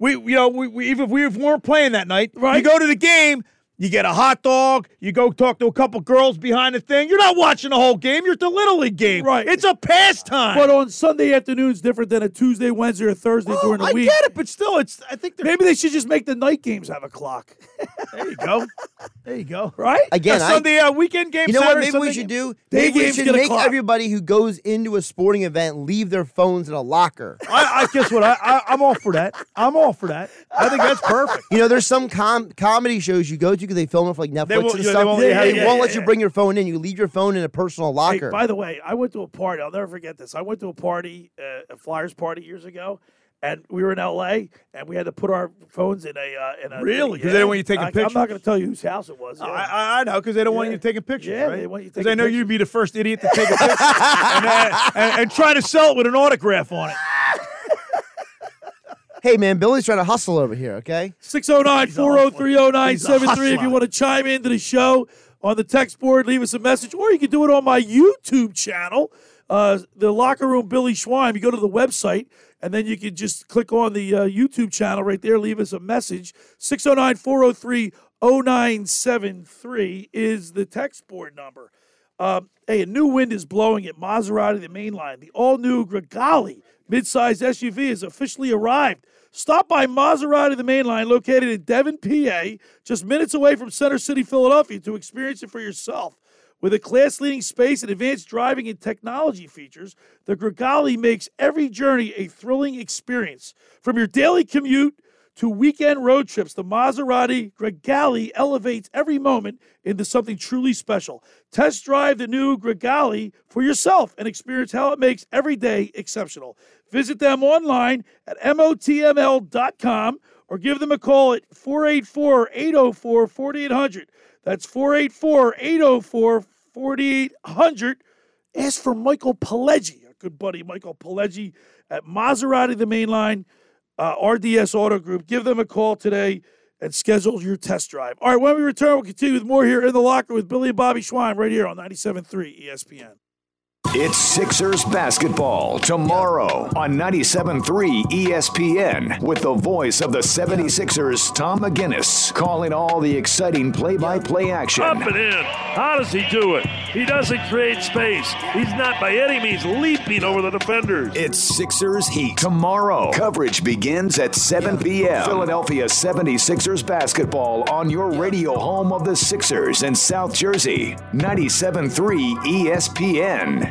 We, you know, we, we even if we weren't playing that night, we
Right.
go to the game. You get a hot dog. You go talk to a couple girls behind the thing. You're not watching the whole game. You're at the little league game. Right. It's a pastime.
But on Sunday afternoons, different than a Tuesday, Wednesday, or Thursday during the
Oh, I
week.
get it, but still, it's. I think
maybe they should just make the night games have a clock.
there you go. There you go.
Right?
Again,
A
I-
Sunday uh, weekend game.
You know what?
Saturday,
Maybe we
Sunday
should
game.
do. Maybe we should
get a
make
clock.
everybody who goes into a sporting event leave their phones in a locker.
I, I guess what I, I I'm all for that. I'm all for that. I think that's perfect.
You know, there's some com- comedy shows you go to because they film it for like Netflix and
won't- yeah, they
stuff.
won't-
They
yeah,
won't,
yeah,
let
yeah,
you bring your phone in. You leave your phone in a personal
Hey,
locker.
by the way, I went to a party. I'll never forget this. I went to a party, uh, a Flyers party years ago, and we were in L.A. and we had to put our phones in a uh, in a
Really?
Yeah.
Because they don't want you taking
I,
pictures.
I'm not going to tell you whose house it was. Yeah.
I, I know because they don't want you taking pictures.
Yeah,
right?
they want you
Because
taking
I know you'd be the first idiot to take a picture and, uh, and, and try to sell it with an autograph on it.
hey, man, Billy's trying to hustle over here. Okay.
609 403 0973 if
hustler.
you want to chime into the show on the text board, leave us a message, or you can do it on my YouTube channel, uh, the Locker Room Billy Schwein. You go to the website, and then you can just click on the uh, YouTube channel right there, leave us a message. 609 403 0973 is the text board number. Um, hey, a new wind is blowing at Maserati, the main line. The all new Grigali midsize SUV has officially arrived. Stop by Maserati, the main line, located in Devon, PA, just minutes away from Center City, Philadelphia, to experience it for yourself. With a class leading space and advanced driving and technology features, the Grigali makes every journey a thrilling experience. From your daily commute, to weekend road trips, the Maserati Gregali elevates every moment into something truly special. Test drive the new Gregali for yourself and experience how it makes every day exceptional. Visit them online at motml.com or give them a call at 484 804 4800. That's 484 804 4800. Ask for Michael Pileggi, our good buddy Michael Pileggi at Maserati, the main line uh, RDS Auto Group. Give them a call today and schedule your test drive. All right, when we return, we'll continue with more here in the locker with Billy and Bobby Schwein right here on 97.3 ESPN.
It's Sixers basketball tomorrow on 97.3 ESPN with the voice of the 76ers, Tom McGinnis, calling all the exciting play by play action.
Up and in. How does he do it? He doesn't create space. He's not by any means leaping over the defenders.
It's Sixers Heat tomorrow. Coverage begins at 7 p.m. Philadelphia 76ers basketball on your radio home of the Sixers in South Jersey, 97.3 ESPN.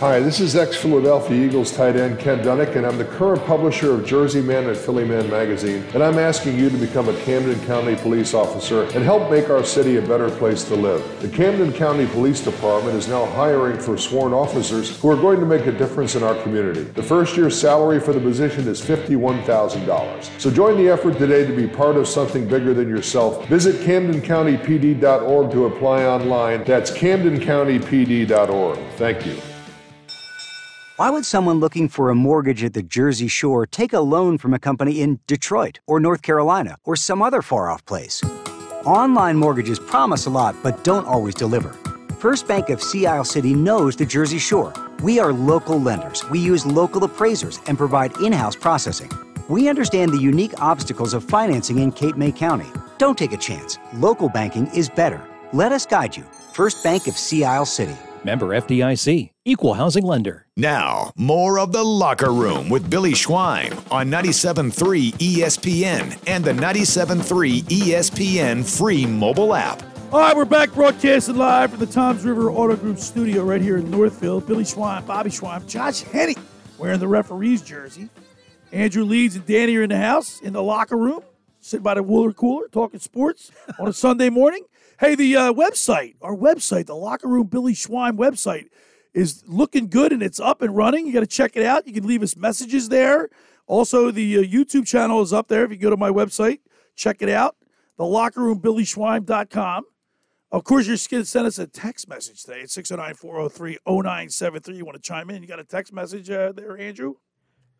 Hi, this is ex Philadelphia Eagles tight end Ken Dunick, and I'm the current publisher of Jersey Man and Philly Man magazine. And I'm asking you to become a Camden County police officer and help make our city a better place to live. The Camden County Police Department is now hiring for sworn officers who are going to make a difference in our community. The first year's salary for the position is $51,000. So join the effort today to be part of something bigger than yourself. Visit CamdenCountyPD.org to apply online. That's CamdenCountyPD.org. Thank you.
Why would someone looking for a mortgage at the Jersey Shore take a loan from a company in Detroit or North Carolina or some other far off place? Online mortgages promise a lot but don't always deliver. First Bank of Sea Isle City knows the Jersey Shore. We are local lenders, we use local appraisers, and provide in house processing. We understand the unique obstacles of financing in Cape May County. Don't take a chance. Local banking is better. Let us guide you. First Bank of Sea Isle City.
Member FDIC, equal housing lender.
Now, more of the locker room with Billy Schwein on 97.3 ESPN and the 97.3 ESPN free mobile app.
All right, we're back broadcasting live from the Toms River Auto Group studio right here in Northfield. Billy Schwein, Bobby Schwein, Josh Henney wearing the referee's jersey. Andrew Leeds and Danny are in the house, in the locker room, sitting by the water cooler, talking sports on a Sunday morning. Hey, the uh, website, our website, the Locker Room Billy Schwein website, is looking good and it's up and running. You got to check it out. You can leave us messages there. Also, the uh, YouTube channel is up there. If you go to my website, check it out, thelockerroombillyschwein.com. Of course, you're going to send us a text message today at 609 403 0973. You want to chime in? You got a text message uh, there, Andrew?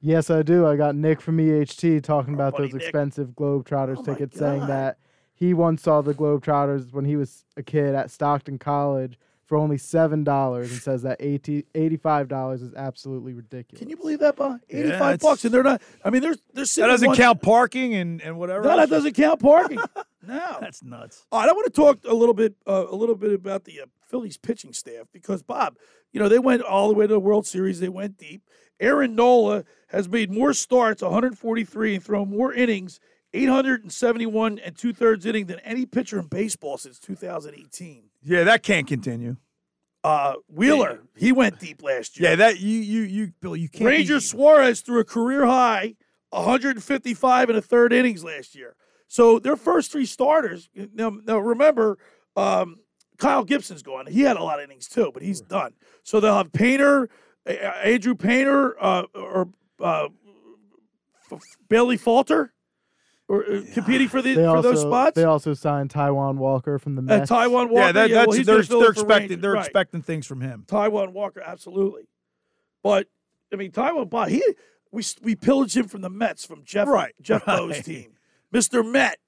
Yes, I do. I got Nick from EHT talking about
buddy
those
Nick. Oh
expensive Globetrotters tickets, saying
God.
that he once saw the Globetrotters when he was a kid at Stockton College for only $7 and says that 80, $85 is absolutely ridiculous.
Can you believe that, Bob?
Yeah,
85
it's-
bucks. And they're not, I mean, they're, they're
That
sitting in
doesn't
one-
count parking and, and whatever.
No, that
else.
doesn't count parking. no.
That's nuts.
All right, I want to talk a little bit, uh, a little bit about the uh, Phillies pitching staff because Bob, you know, they went all the way to the World Series. They went deep. Aaron Nola has made more starts, 143, and thrown more innings, 871 and two thirds inning than any pitcher in baseball since 2018.
Yeah, that can't continue.
Uh, Wheeler, he went deep last year.
Yeah, that you you you Bill, you can't. be-
Ranger Suarez threw a career high 155 and a third innings last year. So their first three starters. Now, now remember, um, Kyle Gibson's gone. He had a lot of innings too, but he's done. So they'll have Painter, A- A- Andrew Painter, uh, or uh, F- Bailey Falter, or uh, competing for the
They
for
also,
those spots.
They also signed Taiwan Walker from the
And
Mets.
Uh, Taiwan Walker.
Yeah, that,
well,
that's
he's
they're,
gonna fill
they're
in for
expecting
Rangers,
they're
right.
expecting things from him.
Taiwan Walker, absolutely. But I mean, Taiwan Bob, he we we pillaged him from the Mets from Jeff
Right,
Jeff
right.
Bowe's team, Mister Met.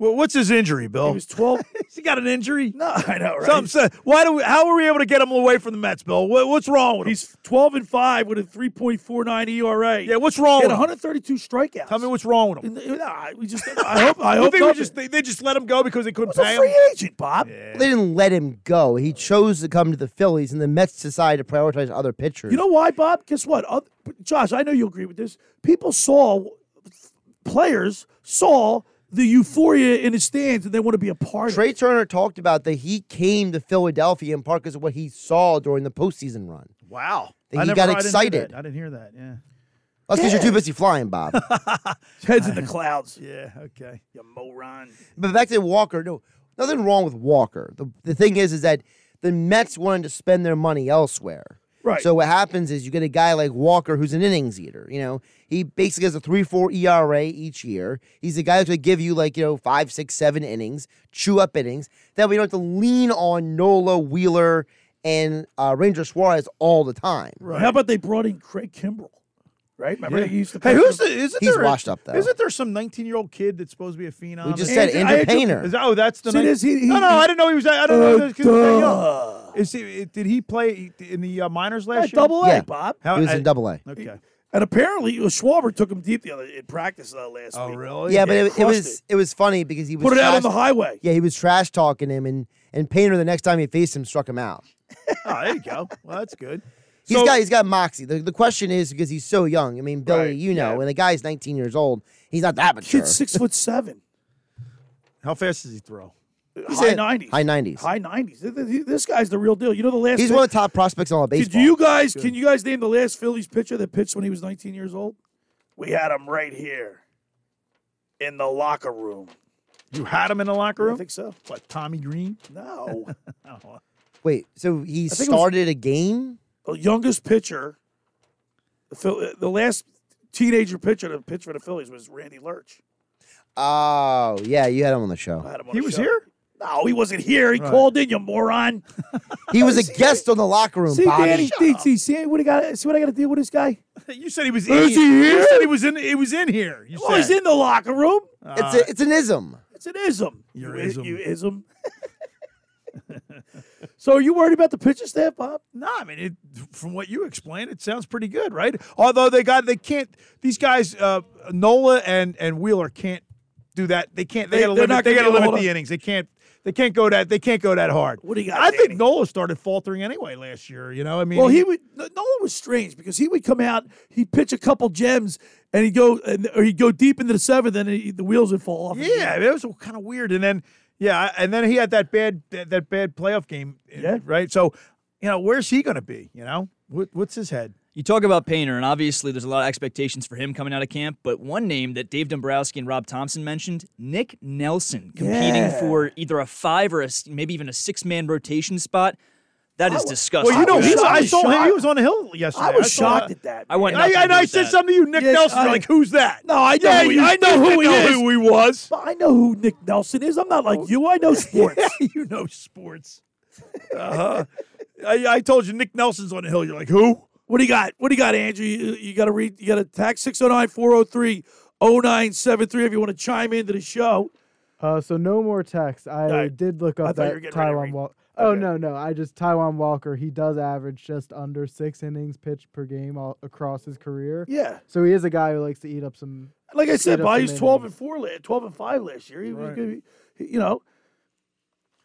Well, what's his injury, Bill?
He was twelve.
he got an injury.
No, I know, right?
Something said- why do we, how were we able to get him away from the Mets, Bill? What, what's wrong with him?
He's twelve and five with a three point four nine ERA.
Yeah, what's wrong
He had
with him?
132 strikeouts.
Tell me what's wrong with him.
And, uh, nah, we just I hope I
You
hope
think we
nothing.
just, they, they just let him go because they couldn't
He's
pay
a
him.
free agent, Bob.
They didn't let him go.
Oh.
He chose to come to the Phillies, and the Mets decided to prioritize other pitchers.
You know why, Bob? Guess what? Oth- Josh, I know you agree with this. People saw players saw the euphoria in the stands, and they want to be a part.
Trey Turner talked about that he came to Philadelphia in part because of what he saw during the postseason run.
Wow.
He
I never-
got
I didn't hear
excited.
that. I didn't hear that. Yeah.
That's because
Yeah.
you're too busy flying, Bob.
Heads in the clouds.
Yeah. Okay.
You moron.
But back to Walker, no, nothing wrong with Walker. The, the thing is, is that the Mets wanted to spend their money elsewhere.
Right.
So what happens is you get a guy like Walker who's an innings eater. You know, he basically has a three four ERA each year. He's a guy who's gonna give you like you know five six seven innings, chew up innings. That way you don't have to lean on Nola Wheeler and uh, Ranger Suarez all the time.
Right. How about they brought in Craig Kimbrell? Right? Remember he used to.
Hey,
pitch
who's the?
for-
Isn't
He's
there a-
washed up, though.
Isn't there some 19 year old kid that's supposed to be a phenom?
We just said Andrew Painter.
Is that, oh, that's the.
See,
nine-
does he- he-
no, no, I didn't know he was. I didn't know
Uh,
that was 'cause he was that
young.
Is he? Did he play in the uh, minors
Yeah,
last year?
double A, Bob.
he was in Double A.
Okay.
And apparently, uh, Schwarber took him deep the other in practice uh, last week. Oh,
really?
Yeah, but it, it was it. was funny because he was
Put it out on the
trash-
highway.
Yeah, he was trash talking him, and and Painter the next time he faced him struck him out.
Ah,
Oh, there you go. Well, that's good.
He's
So-
got he's got moxie. The, the question is because he's so young. I mean, Billy, you know, and the guy's 19 years old. He's not that mature.
Kid's six foot seven.
How fast does he throw?
He's
high
in-
nineties.
High 90s.
High nineties. This guy's the real deal. You know the last.
He's
thing-
one of the top prospects in all of
Did
baseball.
you guys? Can you guys name the last Phillies pitcher that pitched when he was 19 years old? We had him right here in the locker room.
You had him in the locker room?
I think so.
What, Tommy Green?
No.
Wait, so he
I think it was-
started a game?
the youngest pitcher, the, Phil- uh, the last teenager pitcher to pitch for the Phillies was Randy Lurch.
Oh, yeah, you had him on the show.
I had him on the show. No, he wasn't here. He
Right.
called in, you moron.
He was a guest on the locker room,
See,
Bobby.
Danny, see, see, see, what I got? Uh, See what I got to deal with this guy?
You said he was.
Is
in,
he here?
You said he was in. He was in here. You
Well, he's
said.
in the locker room.
It's a-
it's an ism.
It's an ism.
Your
you, i-
ism.
You ism. so are you worried about the pitching staff, Bob?
No, I mean, it, from what you explained, it sounds pretty good, right? Although they got, they can't. These guys, uh, Nola and and Wheeler can't do that. They can't. They,
They-
got to
they're not
limit. They
gonna be
got to
able to
limit
hold
the
up.
innings. They can't. They can't go that. They can't go that hard.
What do you got,
I think
Danny?
Nola started faltering anyway last year. You know, I mean,
well,
he-
he would. No, Nolan was strange because he would come out, he'd pitch a couple gems, and he'd go, and, or he'd go deep into the seventh, and he, the wheels would fall off.
Yeah, I mean, it was kind of weird. And then, yeah, and then he had that bad that, that bad playoff game. Yeah. Right. So, you know, where's he going to be? You know, what, what's his head?
You talk about Painter, and obviously there's a lot of expectations for him coming out of camp. But one name that Dave Dombrowski and Rob Thompson mentioned, Nick Nelson, competing Yeah. for either a five or a, s- maybe even a six man rotation spot. That is disgusting.
Well, you know, he was, I
Absolutely
saw him.
shocking.
He was on the hill yesterday.
was
saw
shocked
that.
at that, I man. want nothing
I,
to
and
do
I
with
said
that.
something to you, Nick
Yes,
Nelson.
I-
You're like, who's that?
No, I know
Yeah,
who he,
I know who
I
he
know
is.
who Oh.
he was.
I know who Nick Nelson is. I'm not like you. I know sports.
you know sports. Uh-huh. I, I told you, Nick Nelson's on the hill. You're like, who?
What do you got? What do you got, Andrew? You, you got to read. You got to tax 609 403 0973 if you want to chime into the show.
Uh, so no more text. I did look
I
up
thought you were
that
getting ready to
Taiwan
read.
Walker. Oh no, no, I just Taiwan Walker. He does average just under six innings pitched per game all across his career.
Yeah.
So he is a guy who likes to eat up some.
Like I said,
eat up
Bobby
some
was 12
innings.
and 4, la- 12 and 5 last year. He was good. He- You know,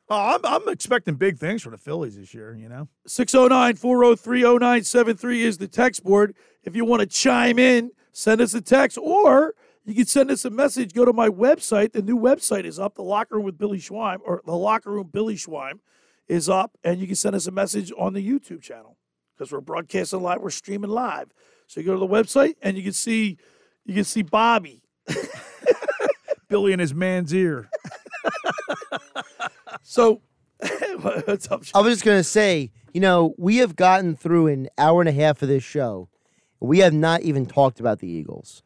Oh, I'm, I'm expecting big things from the Phillies this year, you know?
609 403 0973 is the text board. If you want to chime in, send us a text or you can send us a message. Go to my website. The new website is up. The Locker Room with Billy Schweim or The Locker Room Billy Schweim is up. And you can send us a message on the YouTube channel because we're broadcasting live. We're streaming live. So you go to the website and you can see you can see Bobby.
Billy in his man's ear.
So what's up?
I was just going to say, you know, we have gotten through an hour and a half of this show. We have not even talked about the Eagles.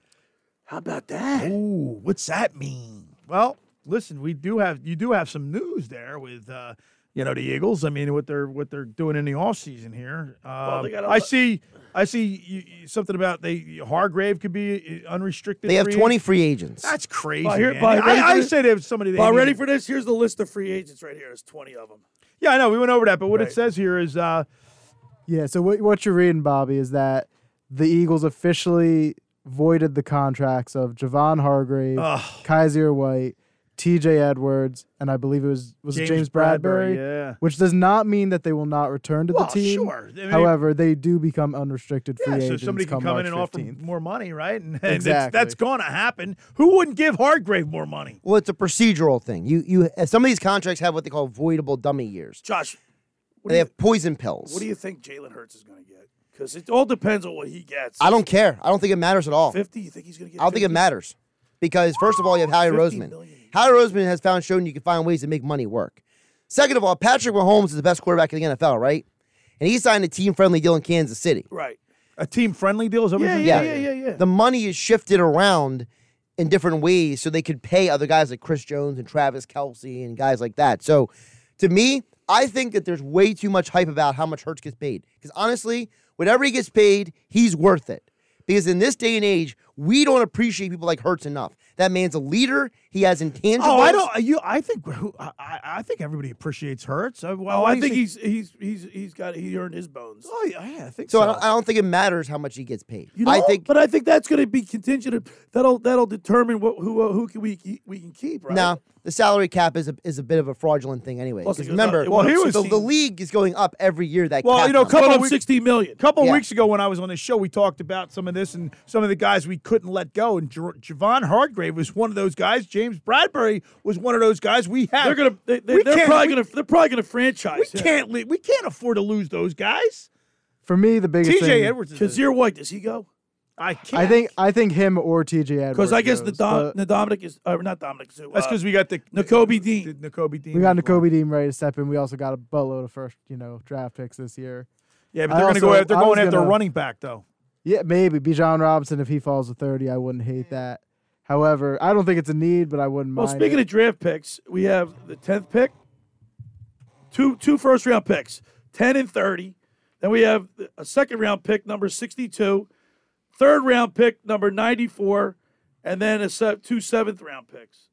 How about that?
Ooh, what's that mean? Well, listen, we do have you do have some news there with uh, you know the Eagles. I mean, what they're what they're doing in the offseason here. Um,
they got a
I
lot-
see. I see you, you- something about they Hargrave could be uh, unrestricted.
They have
free
20
agent.
free agents.
That's crazy.
Bob, here-
man.
Bob, ready for
I, I
this?
say they have somebody. They
Bob, ready
need.
for this? Here's the list of free agents right here. There's 20 of them.
Yeah, I know. We went over that, but what
Right.
it says here is uh,
Yeah. So what what you're reading, Bobby, is that the Eagles officially voided the contracts of Javon Hargrave,
Ugh.
Kaiser White, T.J. Edwards, and I believe it was was it
James
James,
Bradbury,
Bradbury.
yeah.
Which does not mean that they will not return to
Well,
the team.
sure. I mean-
However, they do become unrestricted free
yeah, so
agents.
somebody can
come,
come
March
in and
15th.
offer more money, right? And, and that's,
Exactly.
that's going to happen. Who wouldn't give Hargrave more money?
Well, it's a procedural thing. You, you. uh, Some of these contracts have what they call voidable dummy years.
Josh, what do
They
you-
have poison pills.
What do you think Jalen Hurts is going to get? Because it all depends on what he gets.
I don't care. I don't think it matters at all.
Fifty? You think he's going to get?
I don't think it
50?
matters because first of all, you have Howie Roseman. Howie Roseman has found shown you can find ways to make money work. Second of all, Patrick Mahomes is the best quarterback in the NFL, right? And he signed a team-friendly deal in Kansas City.
Right.
A team friendly deal is that what
Yeah,
you're
yeah,
saying?
yeah, yeah, yeah.
The money is shifted around in different ways so they could pay other guys like Chris Jones and Travis Kelsey and guys like that. So to me, I think that there's way too much hype about how much Hertz gets paid. Because honestly, whatever he gets paid, he's worth it. Because in this day and age, we don't appreciate people like Hertz enough. That man's a leader. He has intangibles.
Oh, I don't. You, I think who- I, I I think everybody appreciates Hurts. I, well,
Oh,
what
I
do you
think he's he's he's he's got he earned his bones.
Oh yeah, yeah, I think
So,
so.
I, don't, I don't think it matters how much he gets paid.
You know,
I think
but I think that's going to be contingent. Of, that'll that'll determine what who who can we keep- we can keep. Right?
Nah, the salary cap is a, is a bit of a fraudulent thing anyway.
Plus, it
'Cause
goes
remember,
up- it went
Well,
up
he was-
the,
16.
the league is going up every year. That
Well,
cap
you know,
number.
couple
Went up
weeks-
sixteen million.
couple
Yeah.
weeks ago when I was on the show, we talked about some of this and some of the guys we couldn't let go. And J- Javon Hargrave was one of those guys. James Bradbury was one of those guys. We have
They're gonna. They, they,
we
they're
can't-
probably
we-
gonna. They're probably gonna franchise.
We can't. li- We can't afford to lose those guys.
For me, the biggest
T.J.
thing.
Edwards is
Kazir White. Does he go?
I can't.
I think I think him or T.J. Edwards.
Because I guess the,
goes,
Dom,
but
the Dominic is uh, not Dominic. Zoo,
That's
uh,
'cause we got the
N'Kobe Dean.
N'Kobe Dean.
we got N'Kobe Dean ready to step in. We also got a buttload of first, you know, draft picks this year.
Yeah, but
I
they're gonna go.
also-
out- They're
I was
going after a
gonna-
running back though.
Yeah, maybe Bijan Robinson if he falls to thirty, I wouldn't hate that. However, I don't think it's a need, but I wouldn't
Well,
mind.
speaking
it.
of draft picks, we have the tenth pick, two two first round picks, ten and thirty. Then we have a second round pick number 62, third round pick number 94, and then a se- two seventh round picks.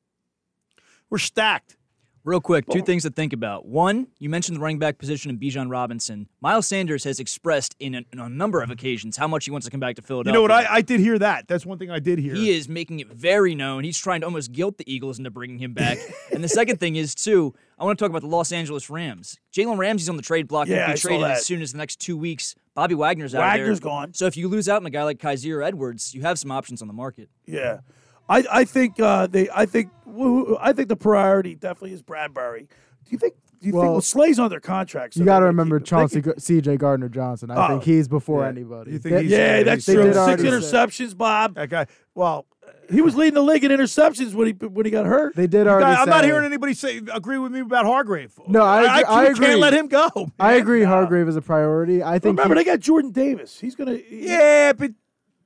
We're stacked.
Real quick, two things to think about. One, you mentioned the running back position in Bijan Robinson. Miles Sanders has expressed in a, in a number of occasions how much he wants to come back to
You
Philadelphia.
know what? I, I did hear that. That's one thing I did hear.
He is making it very known. He's trying to almost guilt the Eagles into bringing him back. and the second thing is, too, I want to talk about the Los Angeles Rams. Jalen Ramsey's on the trade block.
Yeah,
He'll be
I saw
traded
that.
as soon as the next two weeks. Bobby Wagner's out
Wagner's
there.
gone.
So if you lose out on a guy like Kaiser Edwards, you have some options on the market.
Yeah, I, I think uh, they I think woo- I think the priority definitely is Bradbury. Do you think? Do you think?
Well,
Well, Slay's under contract. So
you got to
they-
remember
keep it. They
Chauncey G- C.J. Gardner Johnson. I
Oh,
think he's before
yeah.
anybody.
You
think
They-
he's-
yeah, that's
they
true.
did
Six
already say-
interceptions, Bob.
That guy. Well,
he was leading the league in interceptions when he when he got hurt.
They did
You
already.
guys- I'm not
say-
hearing anybody say agree with me about Hargrave.
No, I agree.
I,
I
can't
agree.
let him go.
I agree. Hargrave is a priority. I think.
Remember,
he-
they got Jordan Davis. He's gonna.
Yeah, but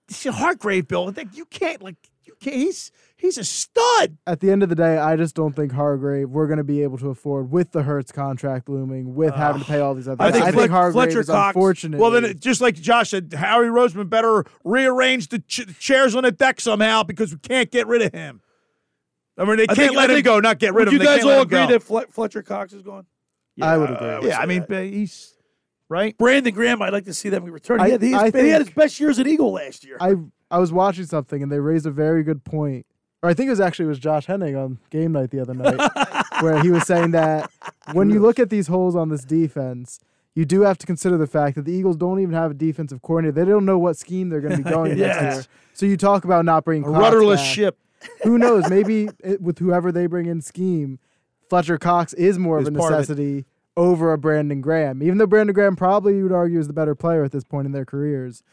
see, Hargrave, Bill, I think you can't like you can't. He's he's a stud.
at the end of the day, I just don't think Hargrave we're going to be able to afford with the Hertz contract looming, with having to pay all these other. guys. I think Hargrave is unfortunate.
Well, then it- just like Josh said, Harry Roseman better rearrange the ch- chairs on the deck somehow because we can't get rid of him. I mean, they
I
can't
think- I
let him
think-
go. Not get
would
rid of him.
You
They
guys
can't let
all
him go.
agree that Fle- Fletcher Cox is gone.
I would agree.
yeah, I mean, but he's right.
Brandon Graham, I'd like to see them return.
I-
He had, he,
I
he had
think-
his best year as an Eagle last year.
I I was watching something and they raised a very good point. Or I think it was actually it was Josh Henning on game night the other night, where he was saying that when you look at these holes on this defense, you do have to consider the fact that the Eagles don't even have a defensive coordinator. They don't know what scheme they're going to be going
Yes.
next year. So you talk about not bringing
A
Cox
rudderless
back.
ship.
Who knows? Maybe it, with whoever they bring in scheme, Fletcher Cox is more
Is
of a
part of it.
necessity over a Brandon Graham. Even though Brandon Graham probably you would argue is the better player at this point in their careers.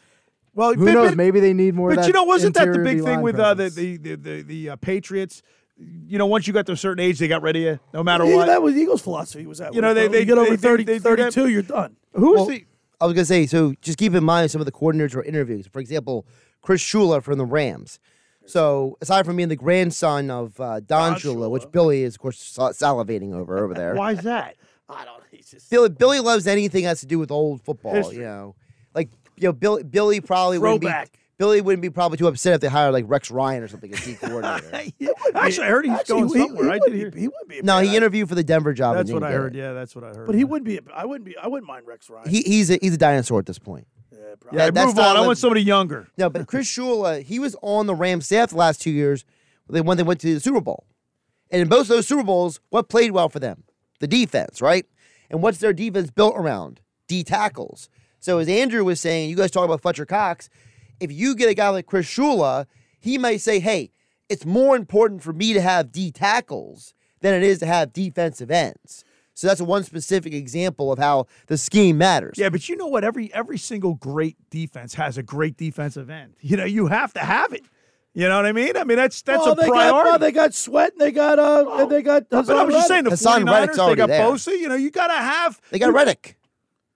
Well,
who
but-
knows?
but-
Maybe they need more. of
But
that
you know, wasn't that the
interior
big
D-line
thing with uh, the
presence.
the the, the, the uh, Patriots? You know, once you got to a certain age, they got rid of you, no matter
Yeah,
what.
That was Eagles' philosophy. Was that
You know, they-
when
they-
you get
they-
over
they-
30,
they do that-
32, you're done.
Who's
Well, I was gonna say, so just keep in mind some of the coordinators were interviews. For example, Chris Shula from the Rams. So aside from being the grandson of uh, Don, Shula, which Billy is of course sal- salivating over over there.
Why is that?
Billy, Billy loves anything that has to do with old football.
History.
You know, like you know, Billy, Billy probably wouldn't
Throwback.
be. Billy wouldn't be probably too upset if they hired like Rex Ryan or something as D coordinator.
Actually, I heard he's
Actually,
going
he- he
somewhere. I
would
did hear.
He would be,
no, he interviewed for the Denver job. and
That's
didn't
what I
get
heard.
it.
Yeah, that's what I heard.
but he wouldn't be. a- I wouldn't be. I wouldn't mind Rex Ryan.
He, he's a, he's a dinosaur at this point.
Yeah,
That- that's
move
not
on. I
what-
want somebody younger.
No, but Chris Shula, he was on the Rams staff the last two years when they- when they went to the Super Bowl. And in both of those Super Bowls, what played well for them? The defense, right? And what's their defense built around? D tackles. So as Andrew was saying, you guys talk about Fletcher Cox. If you get a guy like Chris Shula, he may say, hey, it's more important for me to have D tackles than it is to have defensive ends. So that's one specific example of how the scheme matters.
Yeah, but you know what? Every every single great defense has a great defensive end. You know, you have to have it. You know what I mean? I mean, that's that's
Well,
a
Oh, they
priority.
Got, well, they got Sweat and they got uh and they got.
but I was just saying, the
Hassan
49ers,
Reddick's
they
already
got
there.
Bosa. You know, you got to have.
They got
you-
Reddick.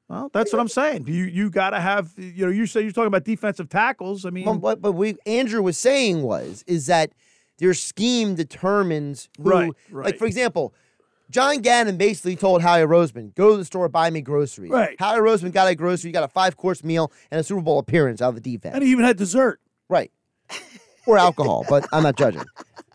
Well, that's what I'm saying. You you got to have. You know, you say you're talking about defensive tackles. I mean,
But what but we Andrew was saying was is that your scheme determines who,
Right, right.
like for example, John Gannon basically told Howie Roseman, "Go to the store, buy me groceries."
Right.
Howie Roseman got a grocery, got a five course meal, and a Super Bowl appearance out of the defense,
and he even had dessert.
Right. Or alcohol, but I'm not judging.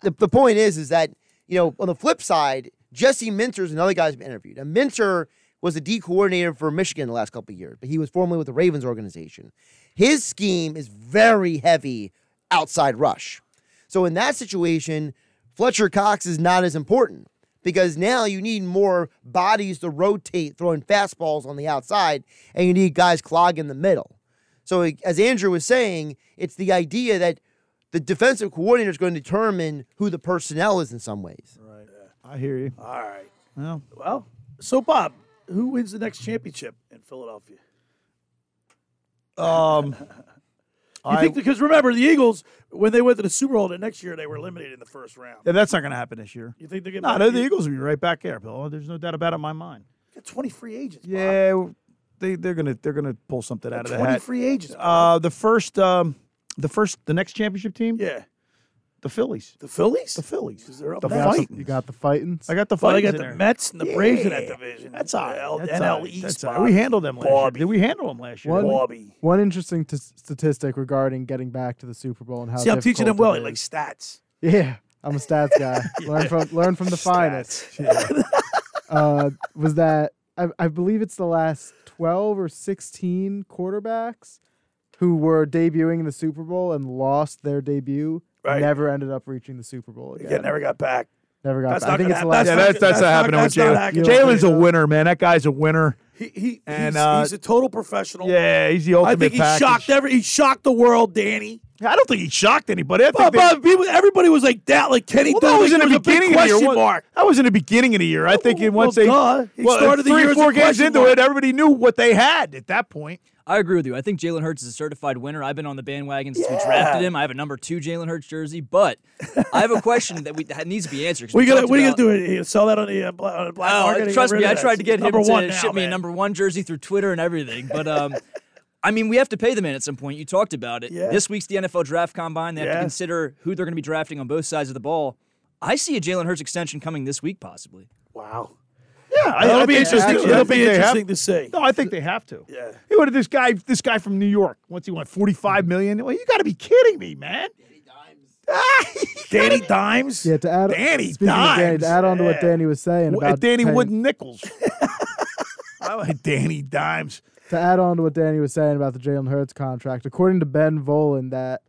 The, the point is, is that you know on the flip side, Jesse Minter's another guy's been interviewed. And Minter was the D coordinator for Michigan the last couple of years, but he was formerly with the Ravens organization. His scheme is very heavy outside rush. So in that situation, Fletcher Cox is not as important because now you need more bodies to rotate throwing fastballs on the outside, and you need guys clogging the middle. So, as Andrew was saying, it's the idea that the defensive coordinator is going to determine who the personnel is in some ways.
I hear you. All right. Well, so Bob, who wins the next championship in Philadelphia?
Um,
You think because remember the Eagles when they went to the Super Bowl the next year they were eliminated in the first round.
Yeah, that's not going to happen this year.
You think they get
No,
back
no,
to
the
you?
Eagles will be right back there, Bill. There's no doubt about it in my mind.
Got twenty free agents.
Yeah, w- they they're gonna they're gonna pull something out of the
20
hat.
free agents,
Uh, the first um, the first the next championship team.
Yeah,
the Phillies.
The Phillies.
The Phillies.
Because they're up
the
next.
fight.
You got the fightins.
I got the
Well, they got
fight.
the Mets and the Braves in that division.
That's all right.
L-
That's
NL
all right.
East,
That's all right.
Bob.
We handled them last
Bobby.
year. Did we handle them last year?
One, one interesting t- statistic regarding getting back to the Super Bowl and how
See, I'm teaching them
difficult
well.
it
He likes
is.
stats.
Yeah, I'm a stats guy. Learn from learn from the finest. uh, was that I, I believe it's the last 12 or 16 quarterbacks who were debuting in the Super Bowl and lost their debut
Right.
never ended up reaching the Super Bowl again.
Yeah, never got back.
Never got
That's
back. I
not
think it's
gonna
the
happen.
last.
Yeah, that's that's, not happening
that's
with
not
Jalen.
happening.
Jalen's a winner, man. That guy's a winner.
He, he
And,
he's,
uh,
he's a total professional.
Yeah, he's the
I
ultimate
think he
package.
shocked every. He shocked the world, Danny.
I don't think he shocked anybody. I think
Bob,
they-
Bob, people- everybody was like that. Like Kenny
Well, that
Dolan
was in the
a big
beginning of the year.
question
What-
mark.
That was in the beginning of the year. I think
Oh,
in once they
duh. He
well,
started the
three,
year as a
four games
question
into
mark.
it, everybody knew what they had at that point.
I agree with you. I think Jalen Hurts is a certified winner. I've been on the bandwagon since we drafted him. I have a number two Jalen Hurts jersey, but I have a question that we that needs to be answered. 'cause
What are
we
you gonna
talked
What are you
about-
gonna do? here? Sell that on the uh, bla- on the black
Oh,
market? and get
trust
rid
me,
of
I
that?
tried to get him
number
to
one now,
ship me a
man.
number one jersey through Twitter and everything, but um, I mean, we have to pay the man at some point. You talked about it.
Yeah.
This week's the NFL Draft Combine. They have to
Yeah.
consider who they're going to be drafting on both sides of the ball. I see a Jalen Hurts extension coming this week, possibly.
Wow.
Yeah, I-
That'll
I
be
think-
interesting.
actually, I
That'll
think
be
they have-
interesting to see.
No, I think they have to.
Yeah.
He wanted this guy, this guy from New York. Once he went forty-five million. Well, you got to be kidding me, man.
Danny Dimes.
Yeah, to add
Danny
speaking of Danny,
Dimes,
to add on to
yeah.
what Danny was saying
Wha-
about
Danny
paying-
Wood Nichols. I like Danny Dimes.
to add on to what Danny was saying about the Jalen Hurts contract, according to Ben Volen, that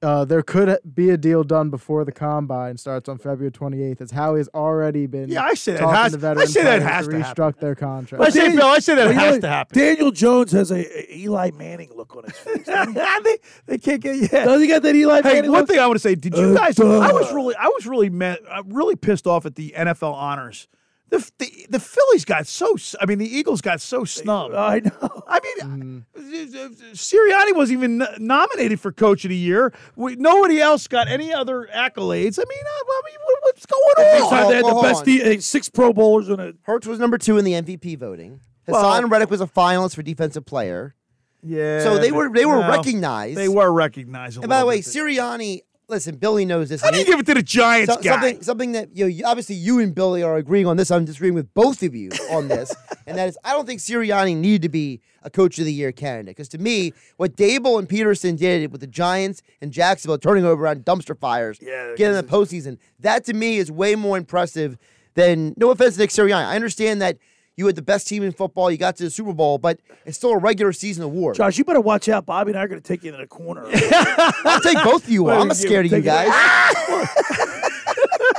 uh, there could be a deal done before the combine starts on February 28th. It's how he's already been.
Yeah, I say that
talking
has-
to
I
veteran
say that
players
has
to
to happen.
restruct their contract.
I say, Bill, I say that
Well, you
has
know,
to happen.
Daniel Jones has a, a Eli Manning look on his face.
they, they can't get yeah.
Does he got that Eli
Hey,
Manning
one
look?
thing I want to say, did you
Uh,
guys? I was
duh.
really, I was really, mad, uh, really pissed off at the NFL honors. The, the the Phillies got so, s- I mean, the Eagles got so snubbed.
I know. Mm.
I mean, Sirianni wasn't even n- nominated for Coach of the Year. We, nobody else got any other accolades. I mean, uh, well, I mean what, what's going
Next
on?
time they had the
hold
best
on.
D- uh, six Pro Bowlers in a
Hertz was number two in the MVP voting.
Well-
Hassan Reddick was a finalist for defensive player.
Yeah.
So they
but
were- they were
no,
recognized.
They were recognized. a
And by the
little
way,
bit.
Sirianni, listen, Billy knows this.
how do you give it to the Giants
So-
guy?
Something, something that you know, you- obviously you and Billy are agreeing on this. I'm disagreeing with both of you on this, and that is, I don't think Sirianni needed to be a Coach of the Year candidate because to me, what Dable and Peterson did with the Giants and Jacksonville turning over on dumpster fires,
Yeah,
getting in the postseason, that to me is way more impressive than. No offense to Nick Sirianni, I understand that you had the best team in football, you got to the Super Bowl, but it's still a regular season award.
Josh, you better watch out. Bobby and I are going to take you into the corner.
I'll take both of you.
Well,
on. I'm not
you-
scared of you
take it.
guys.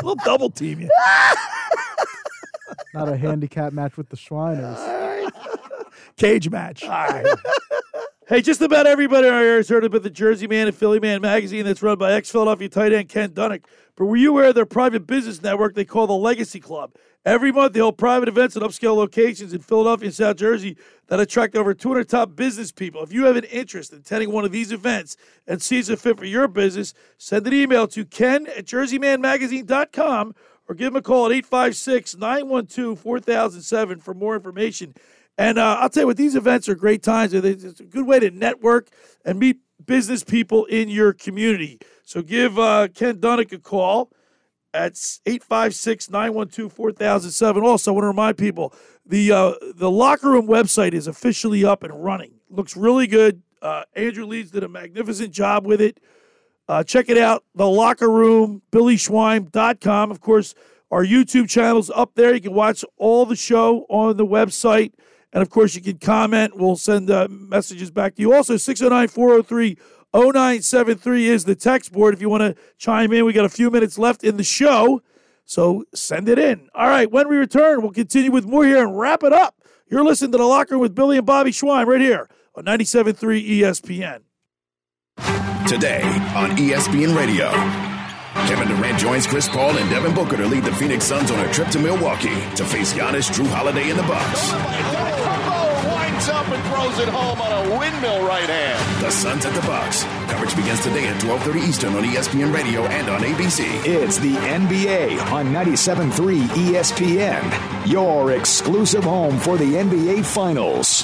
we'll double team you.
Not a handicap match with the Schweiners.
Cage match.
Hey, just about everybody out here has heard about the Jersey Man and Philly Man magazine that's run by ex Philadelphia tight end Ken Dunnick. But were you aware of their private business network they call the Legacy Club? Every month, they hold private events at upscale locations in Philadelphia and South Jersey that attract over 200 top business people. If you have an interest in attending one of these events and see it's a fit for your business, send an email to ken at jerseymanmagazine.com or give them a call at 856 912 4007 for more information. And uh, I'll tell you what, these events are great times. They- It's a good way to network and meet business people in your community. So give uh, Ken Dunnick a call at 856 912 4007. Also, I want to remind people the, uh, the locker room website is officially up and running. Looks really good. Uh, Andrew Leeds did a magnificent job with it. Uh, check it out, the locker room, billyschweim.com. Of course, our YouTube channel's up there. You can watch all the show on the website. And of course, you can comment. We'll send uh, messages back to you. Also, 609 403 0973 is the text board if you want to chime in. We got a few minutes left in the show, so send it in. All right, when we return, we'll continue with more here and wrap it up. You're listening to The E Locker Room with Billy and Bobby Schwein right here on 97.3 ESPN.
today on E ESPN Radio. Kevin Durant joins Chris Paul and Devin Booker to lead the Phoenix Suns on a trip to Milwaukee to face Giannis, Drew Holiday, and the Bucks.
Winds up and throws it home on a windmill right hand.
The Suns at the Bucks. Coverage begins today at 12:30 Eastern on E ESPN Radio and on ABC.
It's the NBA on 97.3 ESPN, your exclusive home for the NBA Finals.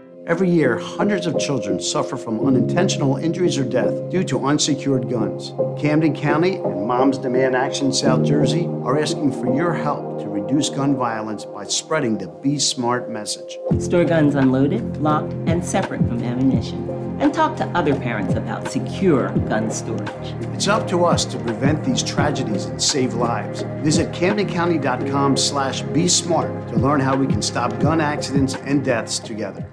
Every year, hundreds of children suffer from unintentional injuries or death due to unsecured guns. Camden County and Moms Demand Action South Jersey are asking for your help to reduce gun violence by spreading the Be Smart message.
Store guns unloaded, locked, and separate from ammunition. And talk to other parents about secure gun storage.
It's up to us to prevent these tragedies and save lives. Visit camdencounty.com slash be smart to learn how we can stop gun accidents and deaths together.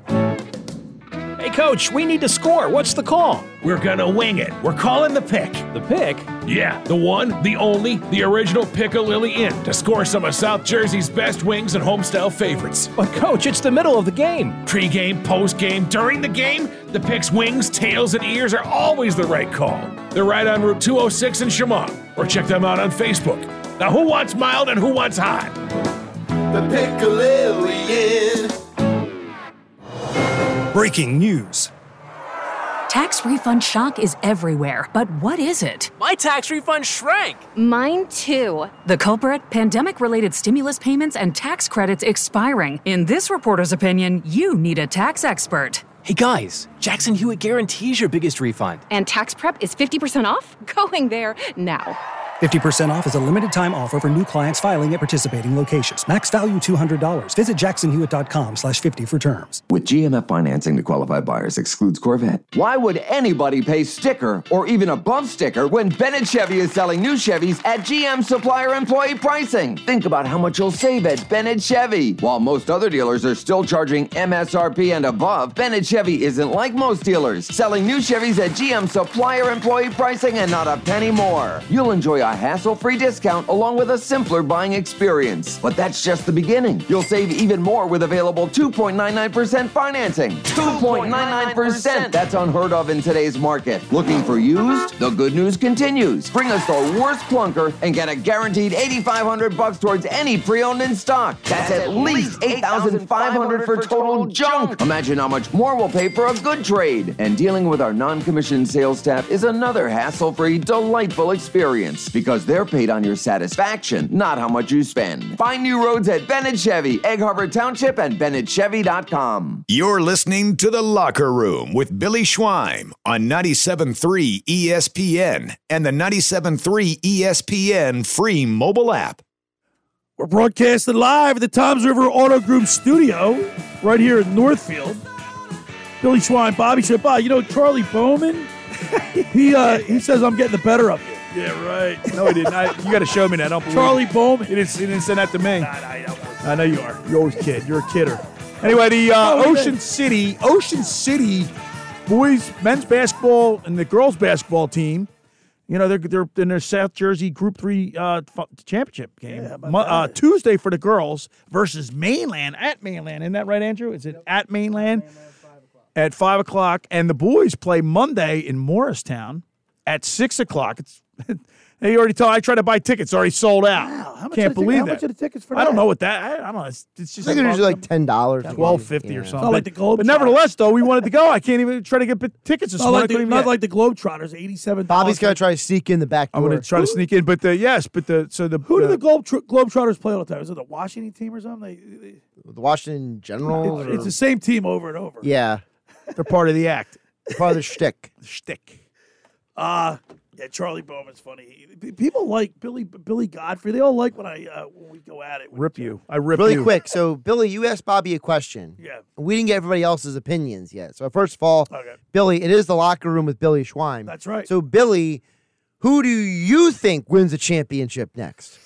Hey, coach, we need to score. What's the call?
We're gonna wing it. We're calling the pick.
The pick?
Yeah, the one, the only, the original Piccalilli Inn to score some of South Jersey's best wings and homestyle favorites.
But, coach, it's the middle of the game.
Pre-game, post-game, during the game, the pick's wings, tails, and ears are always the right call. They're right on Route 206 in Shamong, or check them out on Facebook. Now, who wants mild and who wants hot?
The Piccalilli Inn.
Breaking news.
Tax refund shock is everywhere, but what is it?
My tax refund shrank.
Mine too. The culprit pandemic related stimulus payments and tax credits expiring. In this reporter's opinion, you need a tax expert.
Hey guys, Jackson Hewitt guarantees your biggest refund.
And tax prep is 50% off? Going there now.
50% off is a limited time offer for new clients filing at participating locations. Max value $200. Visit jacksonhewitt.com slash 50 for terms.
With GMF financing to qualified buyers excludes Corvette.
Why would anybody pay sticker or even a bump sticker when Bennett Chevy is selling new Chevys at GM supplier employee pricing? Think about how much you'll save at Bennett Chevy. While most other dealers are still charging MSRP and above, Bennett Chevy isn't like most dealers, selling new Chevys at GM supplier employee pricing and not a penny more. You'll enjoy a hassle-free discount along with a simpler buying experience. But that's just the beginning. You'll save even more with available 2.99% financing. 2.99%. That's unheard of in today's market. Looking for used? The good news continues. Bring us the worst clunker and get a guaranteed 8500 bucks towards any pre-owned in stock. That's at least 8500 for total junk. Imagine how much more we'll pay for a good trade. And dealing with our non-commissioned sales staff is another hassle-free, delightful experience because they're paid on your satisfaction, not how much you spend. Find new roads at Bennett Chevy, Egg Harbor Township, and BennettChevy.com.
You're listening to The Locker Room with Billy Schwein on 97.3 ESPN and the 97.3 ESPN free mobile app.
We're broadcasting live at the Toms River Auto Group studio right here in Northfield. Billy Schwein, Bobby said, Bob, you know Charlie Bowman? he uh, he says I'm getting the better of you.
Yeah, right. No, he didn't. I, you got to show me that. I don't believe
Charlie
it.
Bowman.
He didn't, he didn't send that to me. I know you are.
You're always kid. You're a kidder.
Anyway, the uh,
Oh,
Ocean
man.
City, Ocean City boys, men's basketball and the girls basketball team. You know they're they're in their South Jersey Group Three uh, fu- championship game Mo- uh, Tuesday for the girls versus Mainland at Mainland. Isn't that right, Andrew? Is it at Mainland? At five o'clock, and the boys play Monday in Morristown at six o'clock. It's they already told I tried to buy tickets, already sold out.
How
Can't
much are the ticket-
believe
how
that.
much are the tickets for
I don't
that?
know what that. I, I don't know. It's, it's
I
just
think they're usually like ten dollars.
twelve fifty or
Yeah.
something.
Not like
But-
the Globetrotters.
But nevertheless, though, we wanted to go. I can't even try to get p- tickets this
Not
morning. I
like, the,
couldn't even
not
get-
like the Globetrotters, eighty-seven.
Bobby's gonna try to sneak in the back
I'm
door.
going to try to sneak in, but the yes, but the so the
Who do
the,
the Globe Globetrotters play all the time? Is it the Washington team or something? They- they-
the Washington Generals.
it's
or-
the same team over and over.
yeah,
they're part of the act,
part of the shtick.
Shtick.
Uh Yeah, Charlie Bowman's funny. P- People like Billy Billy Godfrey. They all like when I uh, when we go at it.
Rip you. I rip
really
you.
quick. So, Billy, you asked Bobby a question.
Yeah.
We didn't get everybody else's opinions yet. So, first of all,
Okay.
Billy, it is the locker room with Billy Schwein.
That's right.
So, Billy, who do you think wins the championship next?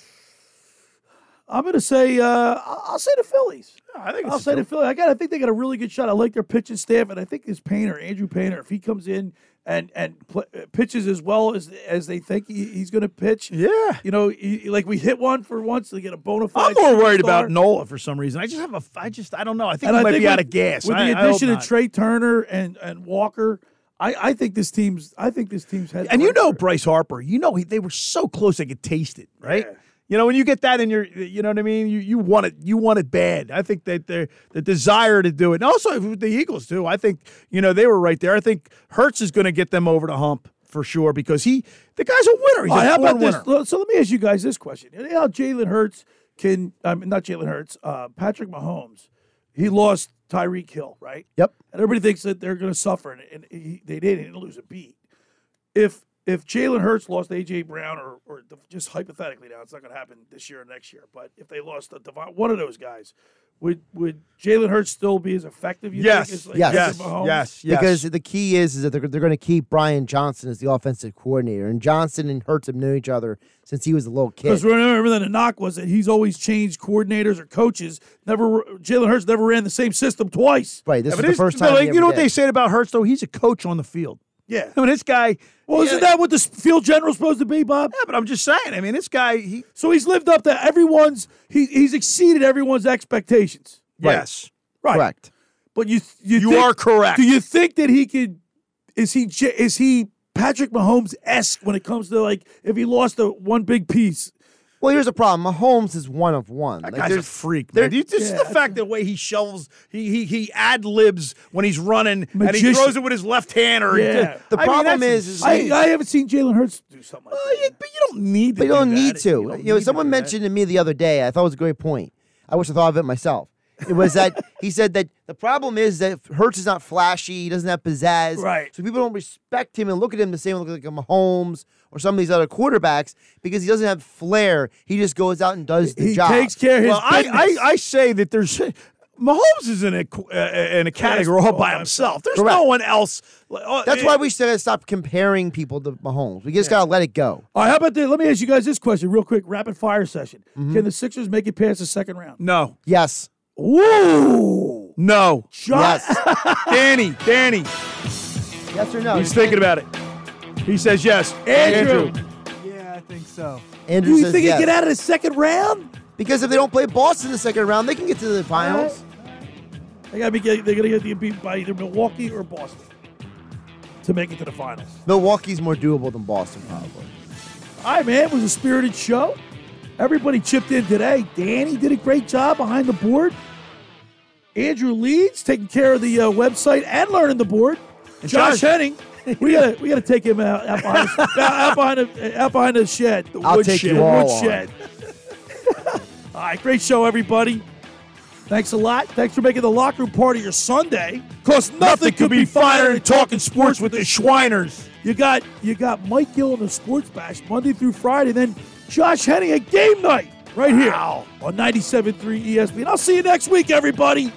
I'm gonna say uh, I- I'll say the Phillies.
I think
I'll say the Phillies. I got. I think they got a really good shot. I like their pitching staff, and I think this Painter, Andrew Painter, if he comes in and and pl- uh, pitches as well as as they think he, he's going to pitch,
yeah,
you know, he, like we hit one for once, they get a bona fide.
I'm more worried about
superstar.
Nola for some reason. I just have a, I just, I don't know. I think
And
he might
think
be
with-
out of gas.
with
I-
the
I hope
addition of
not.
Trey Turner and and Walker. I, I think this team's. I think this team's head.
And you know Bryce Harper. You know he, they were so close they could taste it, right? You know when you get that in your, you know what I mean. You you want it, you want it bad. I think that the the desire to do it, and also with the Eagles too. I think you know they were right there. I think Hertz is going to get them over the hump for sure because he the guy's a winner. He's
All
a
right, how about
born winner.
this? Look, So let me ask you guys this question: You know How Jalen Hurts can? I mean, not Jalen Hurts. Uh, Patrick Mahomes. He lost Tyreek Hill, right?
Yep.
And everybody thinks that they're going to suffer, and, and he, they didn't. He didn't lose a beat. If if Jalen Hurts lost AJ Brown, or or the, just hypothetically now, it's not going to happen this year or next year. But if they lost the Devon, one of those guys, would would Jalen Hurts still be as effective? You
Yes.
Think, as, like,
Yes.
Patrick Mahomes?
Because the key is, is that they're, they're going to keep Brian Johnson as the offensive coordinator. And Johnson and Hertz have known each other since he was a little kid.
Because remember that the knock was that he's always changed coordinators or coaches. Never Jalen Hurts never ran the same system twice.
Right. This
Yeah,
is
but
the
it's-
first
but,
time.
like,
he
you
ever
know what
did.
they said about Hurts though? He's a coach on the field.
Yeah.
I mean, this guy.
Well, isn't that what the s- field general's supposed to be, Bob?
Yeah, but I'm just saying. I mean, this guy. He,
So he's lived up to everyone's. He, he's exceeded everyone's expectations.
Yes.
Right.
Correct.
But you you
You
think-
are correct.
Do you think that he could? Is he J- is he Patrick Mahomes esque when it comes to like if he lost the one big piece?
Well, here's the problem. Mahomes is one of one. Like,
Guy's a
there's-
freak,
there-
man. You- Just
Yeah,
the fact the way he shovels, he he he ad libs when he's running, and he
Magician.
throws it with his left hand. Or he
Yeah.
did-
The
I mean,
problem
that's
is- is
I,
insane.
I haven't seen Jalen Hurts do something. Like
Well, yeah, but you don't need to.
But you don't
do
need
that.
to. You,
don't
know,
need to
someone
do that.
mentioned to me the other day. I thought it was a great point. I wish I thought of it myself. It was that he said that the problem is that Hertz is not flashy. He doesn't have pizzazz.
Right.
So people don't respect him and look at him the same way they look like a Mahomes or some of these other quarterbacks because he doesn't have flair. He just goes out and does the
He
job.
takes care of his
Well, I,
business.
I I say that there's. Mahomes is in a qu- uh, in a category all by himself. There's no
Correct.
one else.
oh,
uh,
eh.
That's why we should gotta stop comparing people to Mahomes. We just gotta let it go.
All right, how about this? Let me ask you guys this question real quick, rapid fire session. Can the Sixers make it past the second round?
Mm-hmm. No,
Yes.
Whoa!
no,
John,
Yes.
Danny, Danny.
yes or no?
He's thinking about it. He says yes.
Andrew,
Yeah, I think so.
do
Andrew
you
says
think
yes.
you get out of the second round?
Because if they don't play Boston the second round, they can get to the finals.
They gotta be. Getting, they're gonna get beat by either Milwaukee or Boston to make it to the finals.
Milwaukee's more doable than Boston, probably.
All right, man. It was a spirited show. Everybody chipped in today. Danny did a great job behind the board. Andrew Leeds taking care of the uh, website and learning the board. Josh,
Josh-
Henning, we gotta we gotta take him out out behind the, out behind the, out behind the shed. The
I'll
wood
take
shed,
you all
wood
on.
shed. all right, great show, everybody. Thanks a lot. Thanks for making the locker room part of your Sunday.
Cause nothing, could be finer than talking sports with the Schweiners.
You got you got Mike Gill in the Sports Bash Monday through Friday, then Josh E Henning at game night right here on 97.3 ESPN. I'll see you next week, everybody.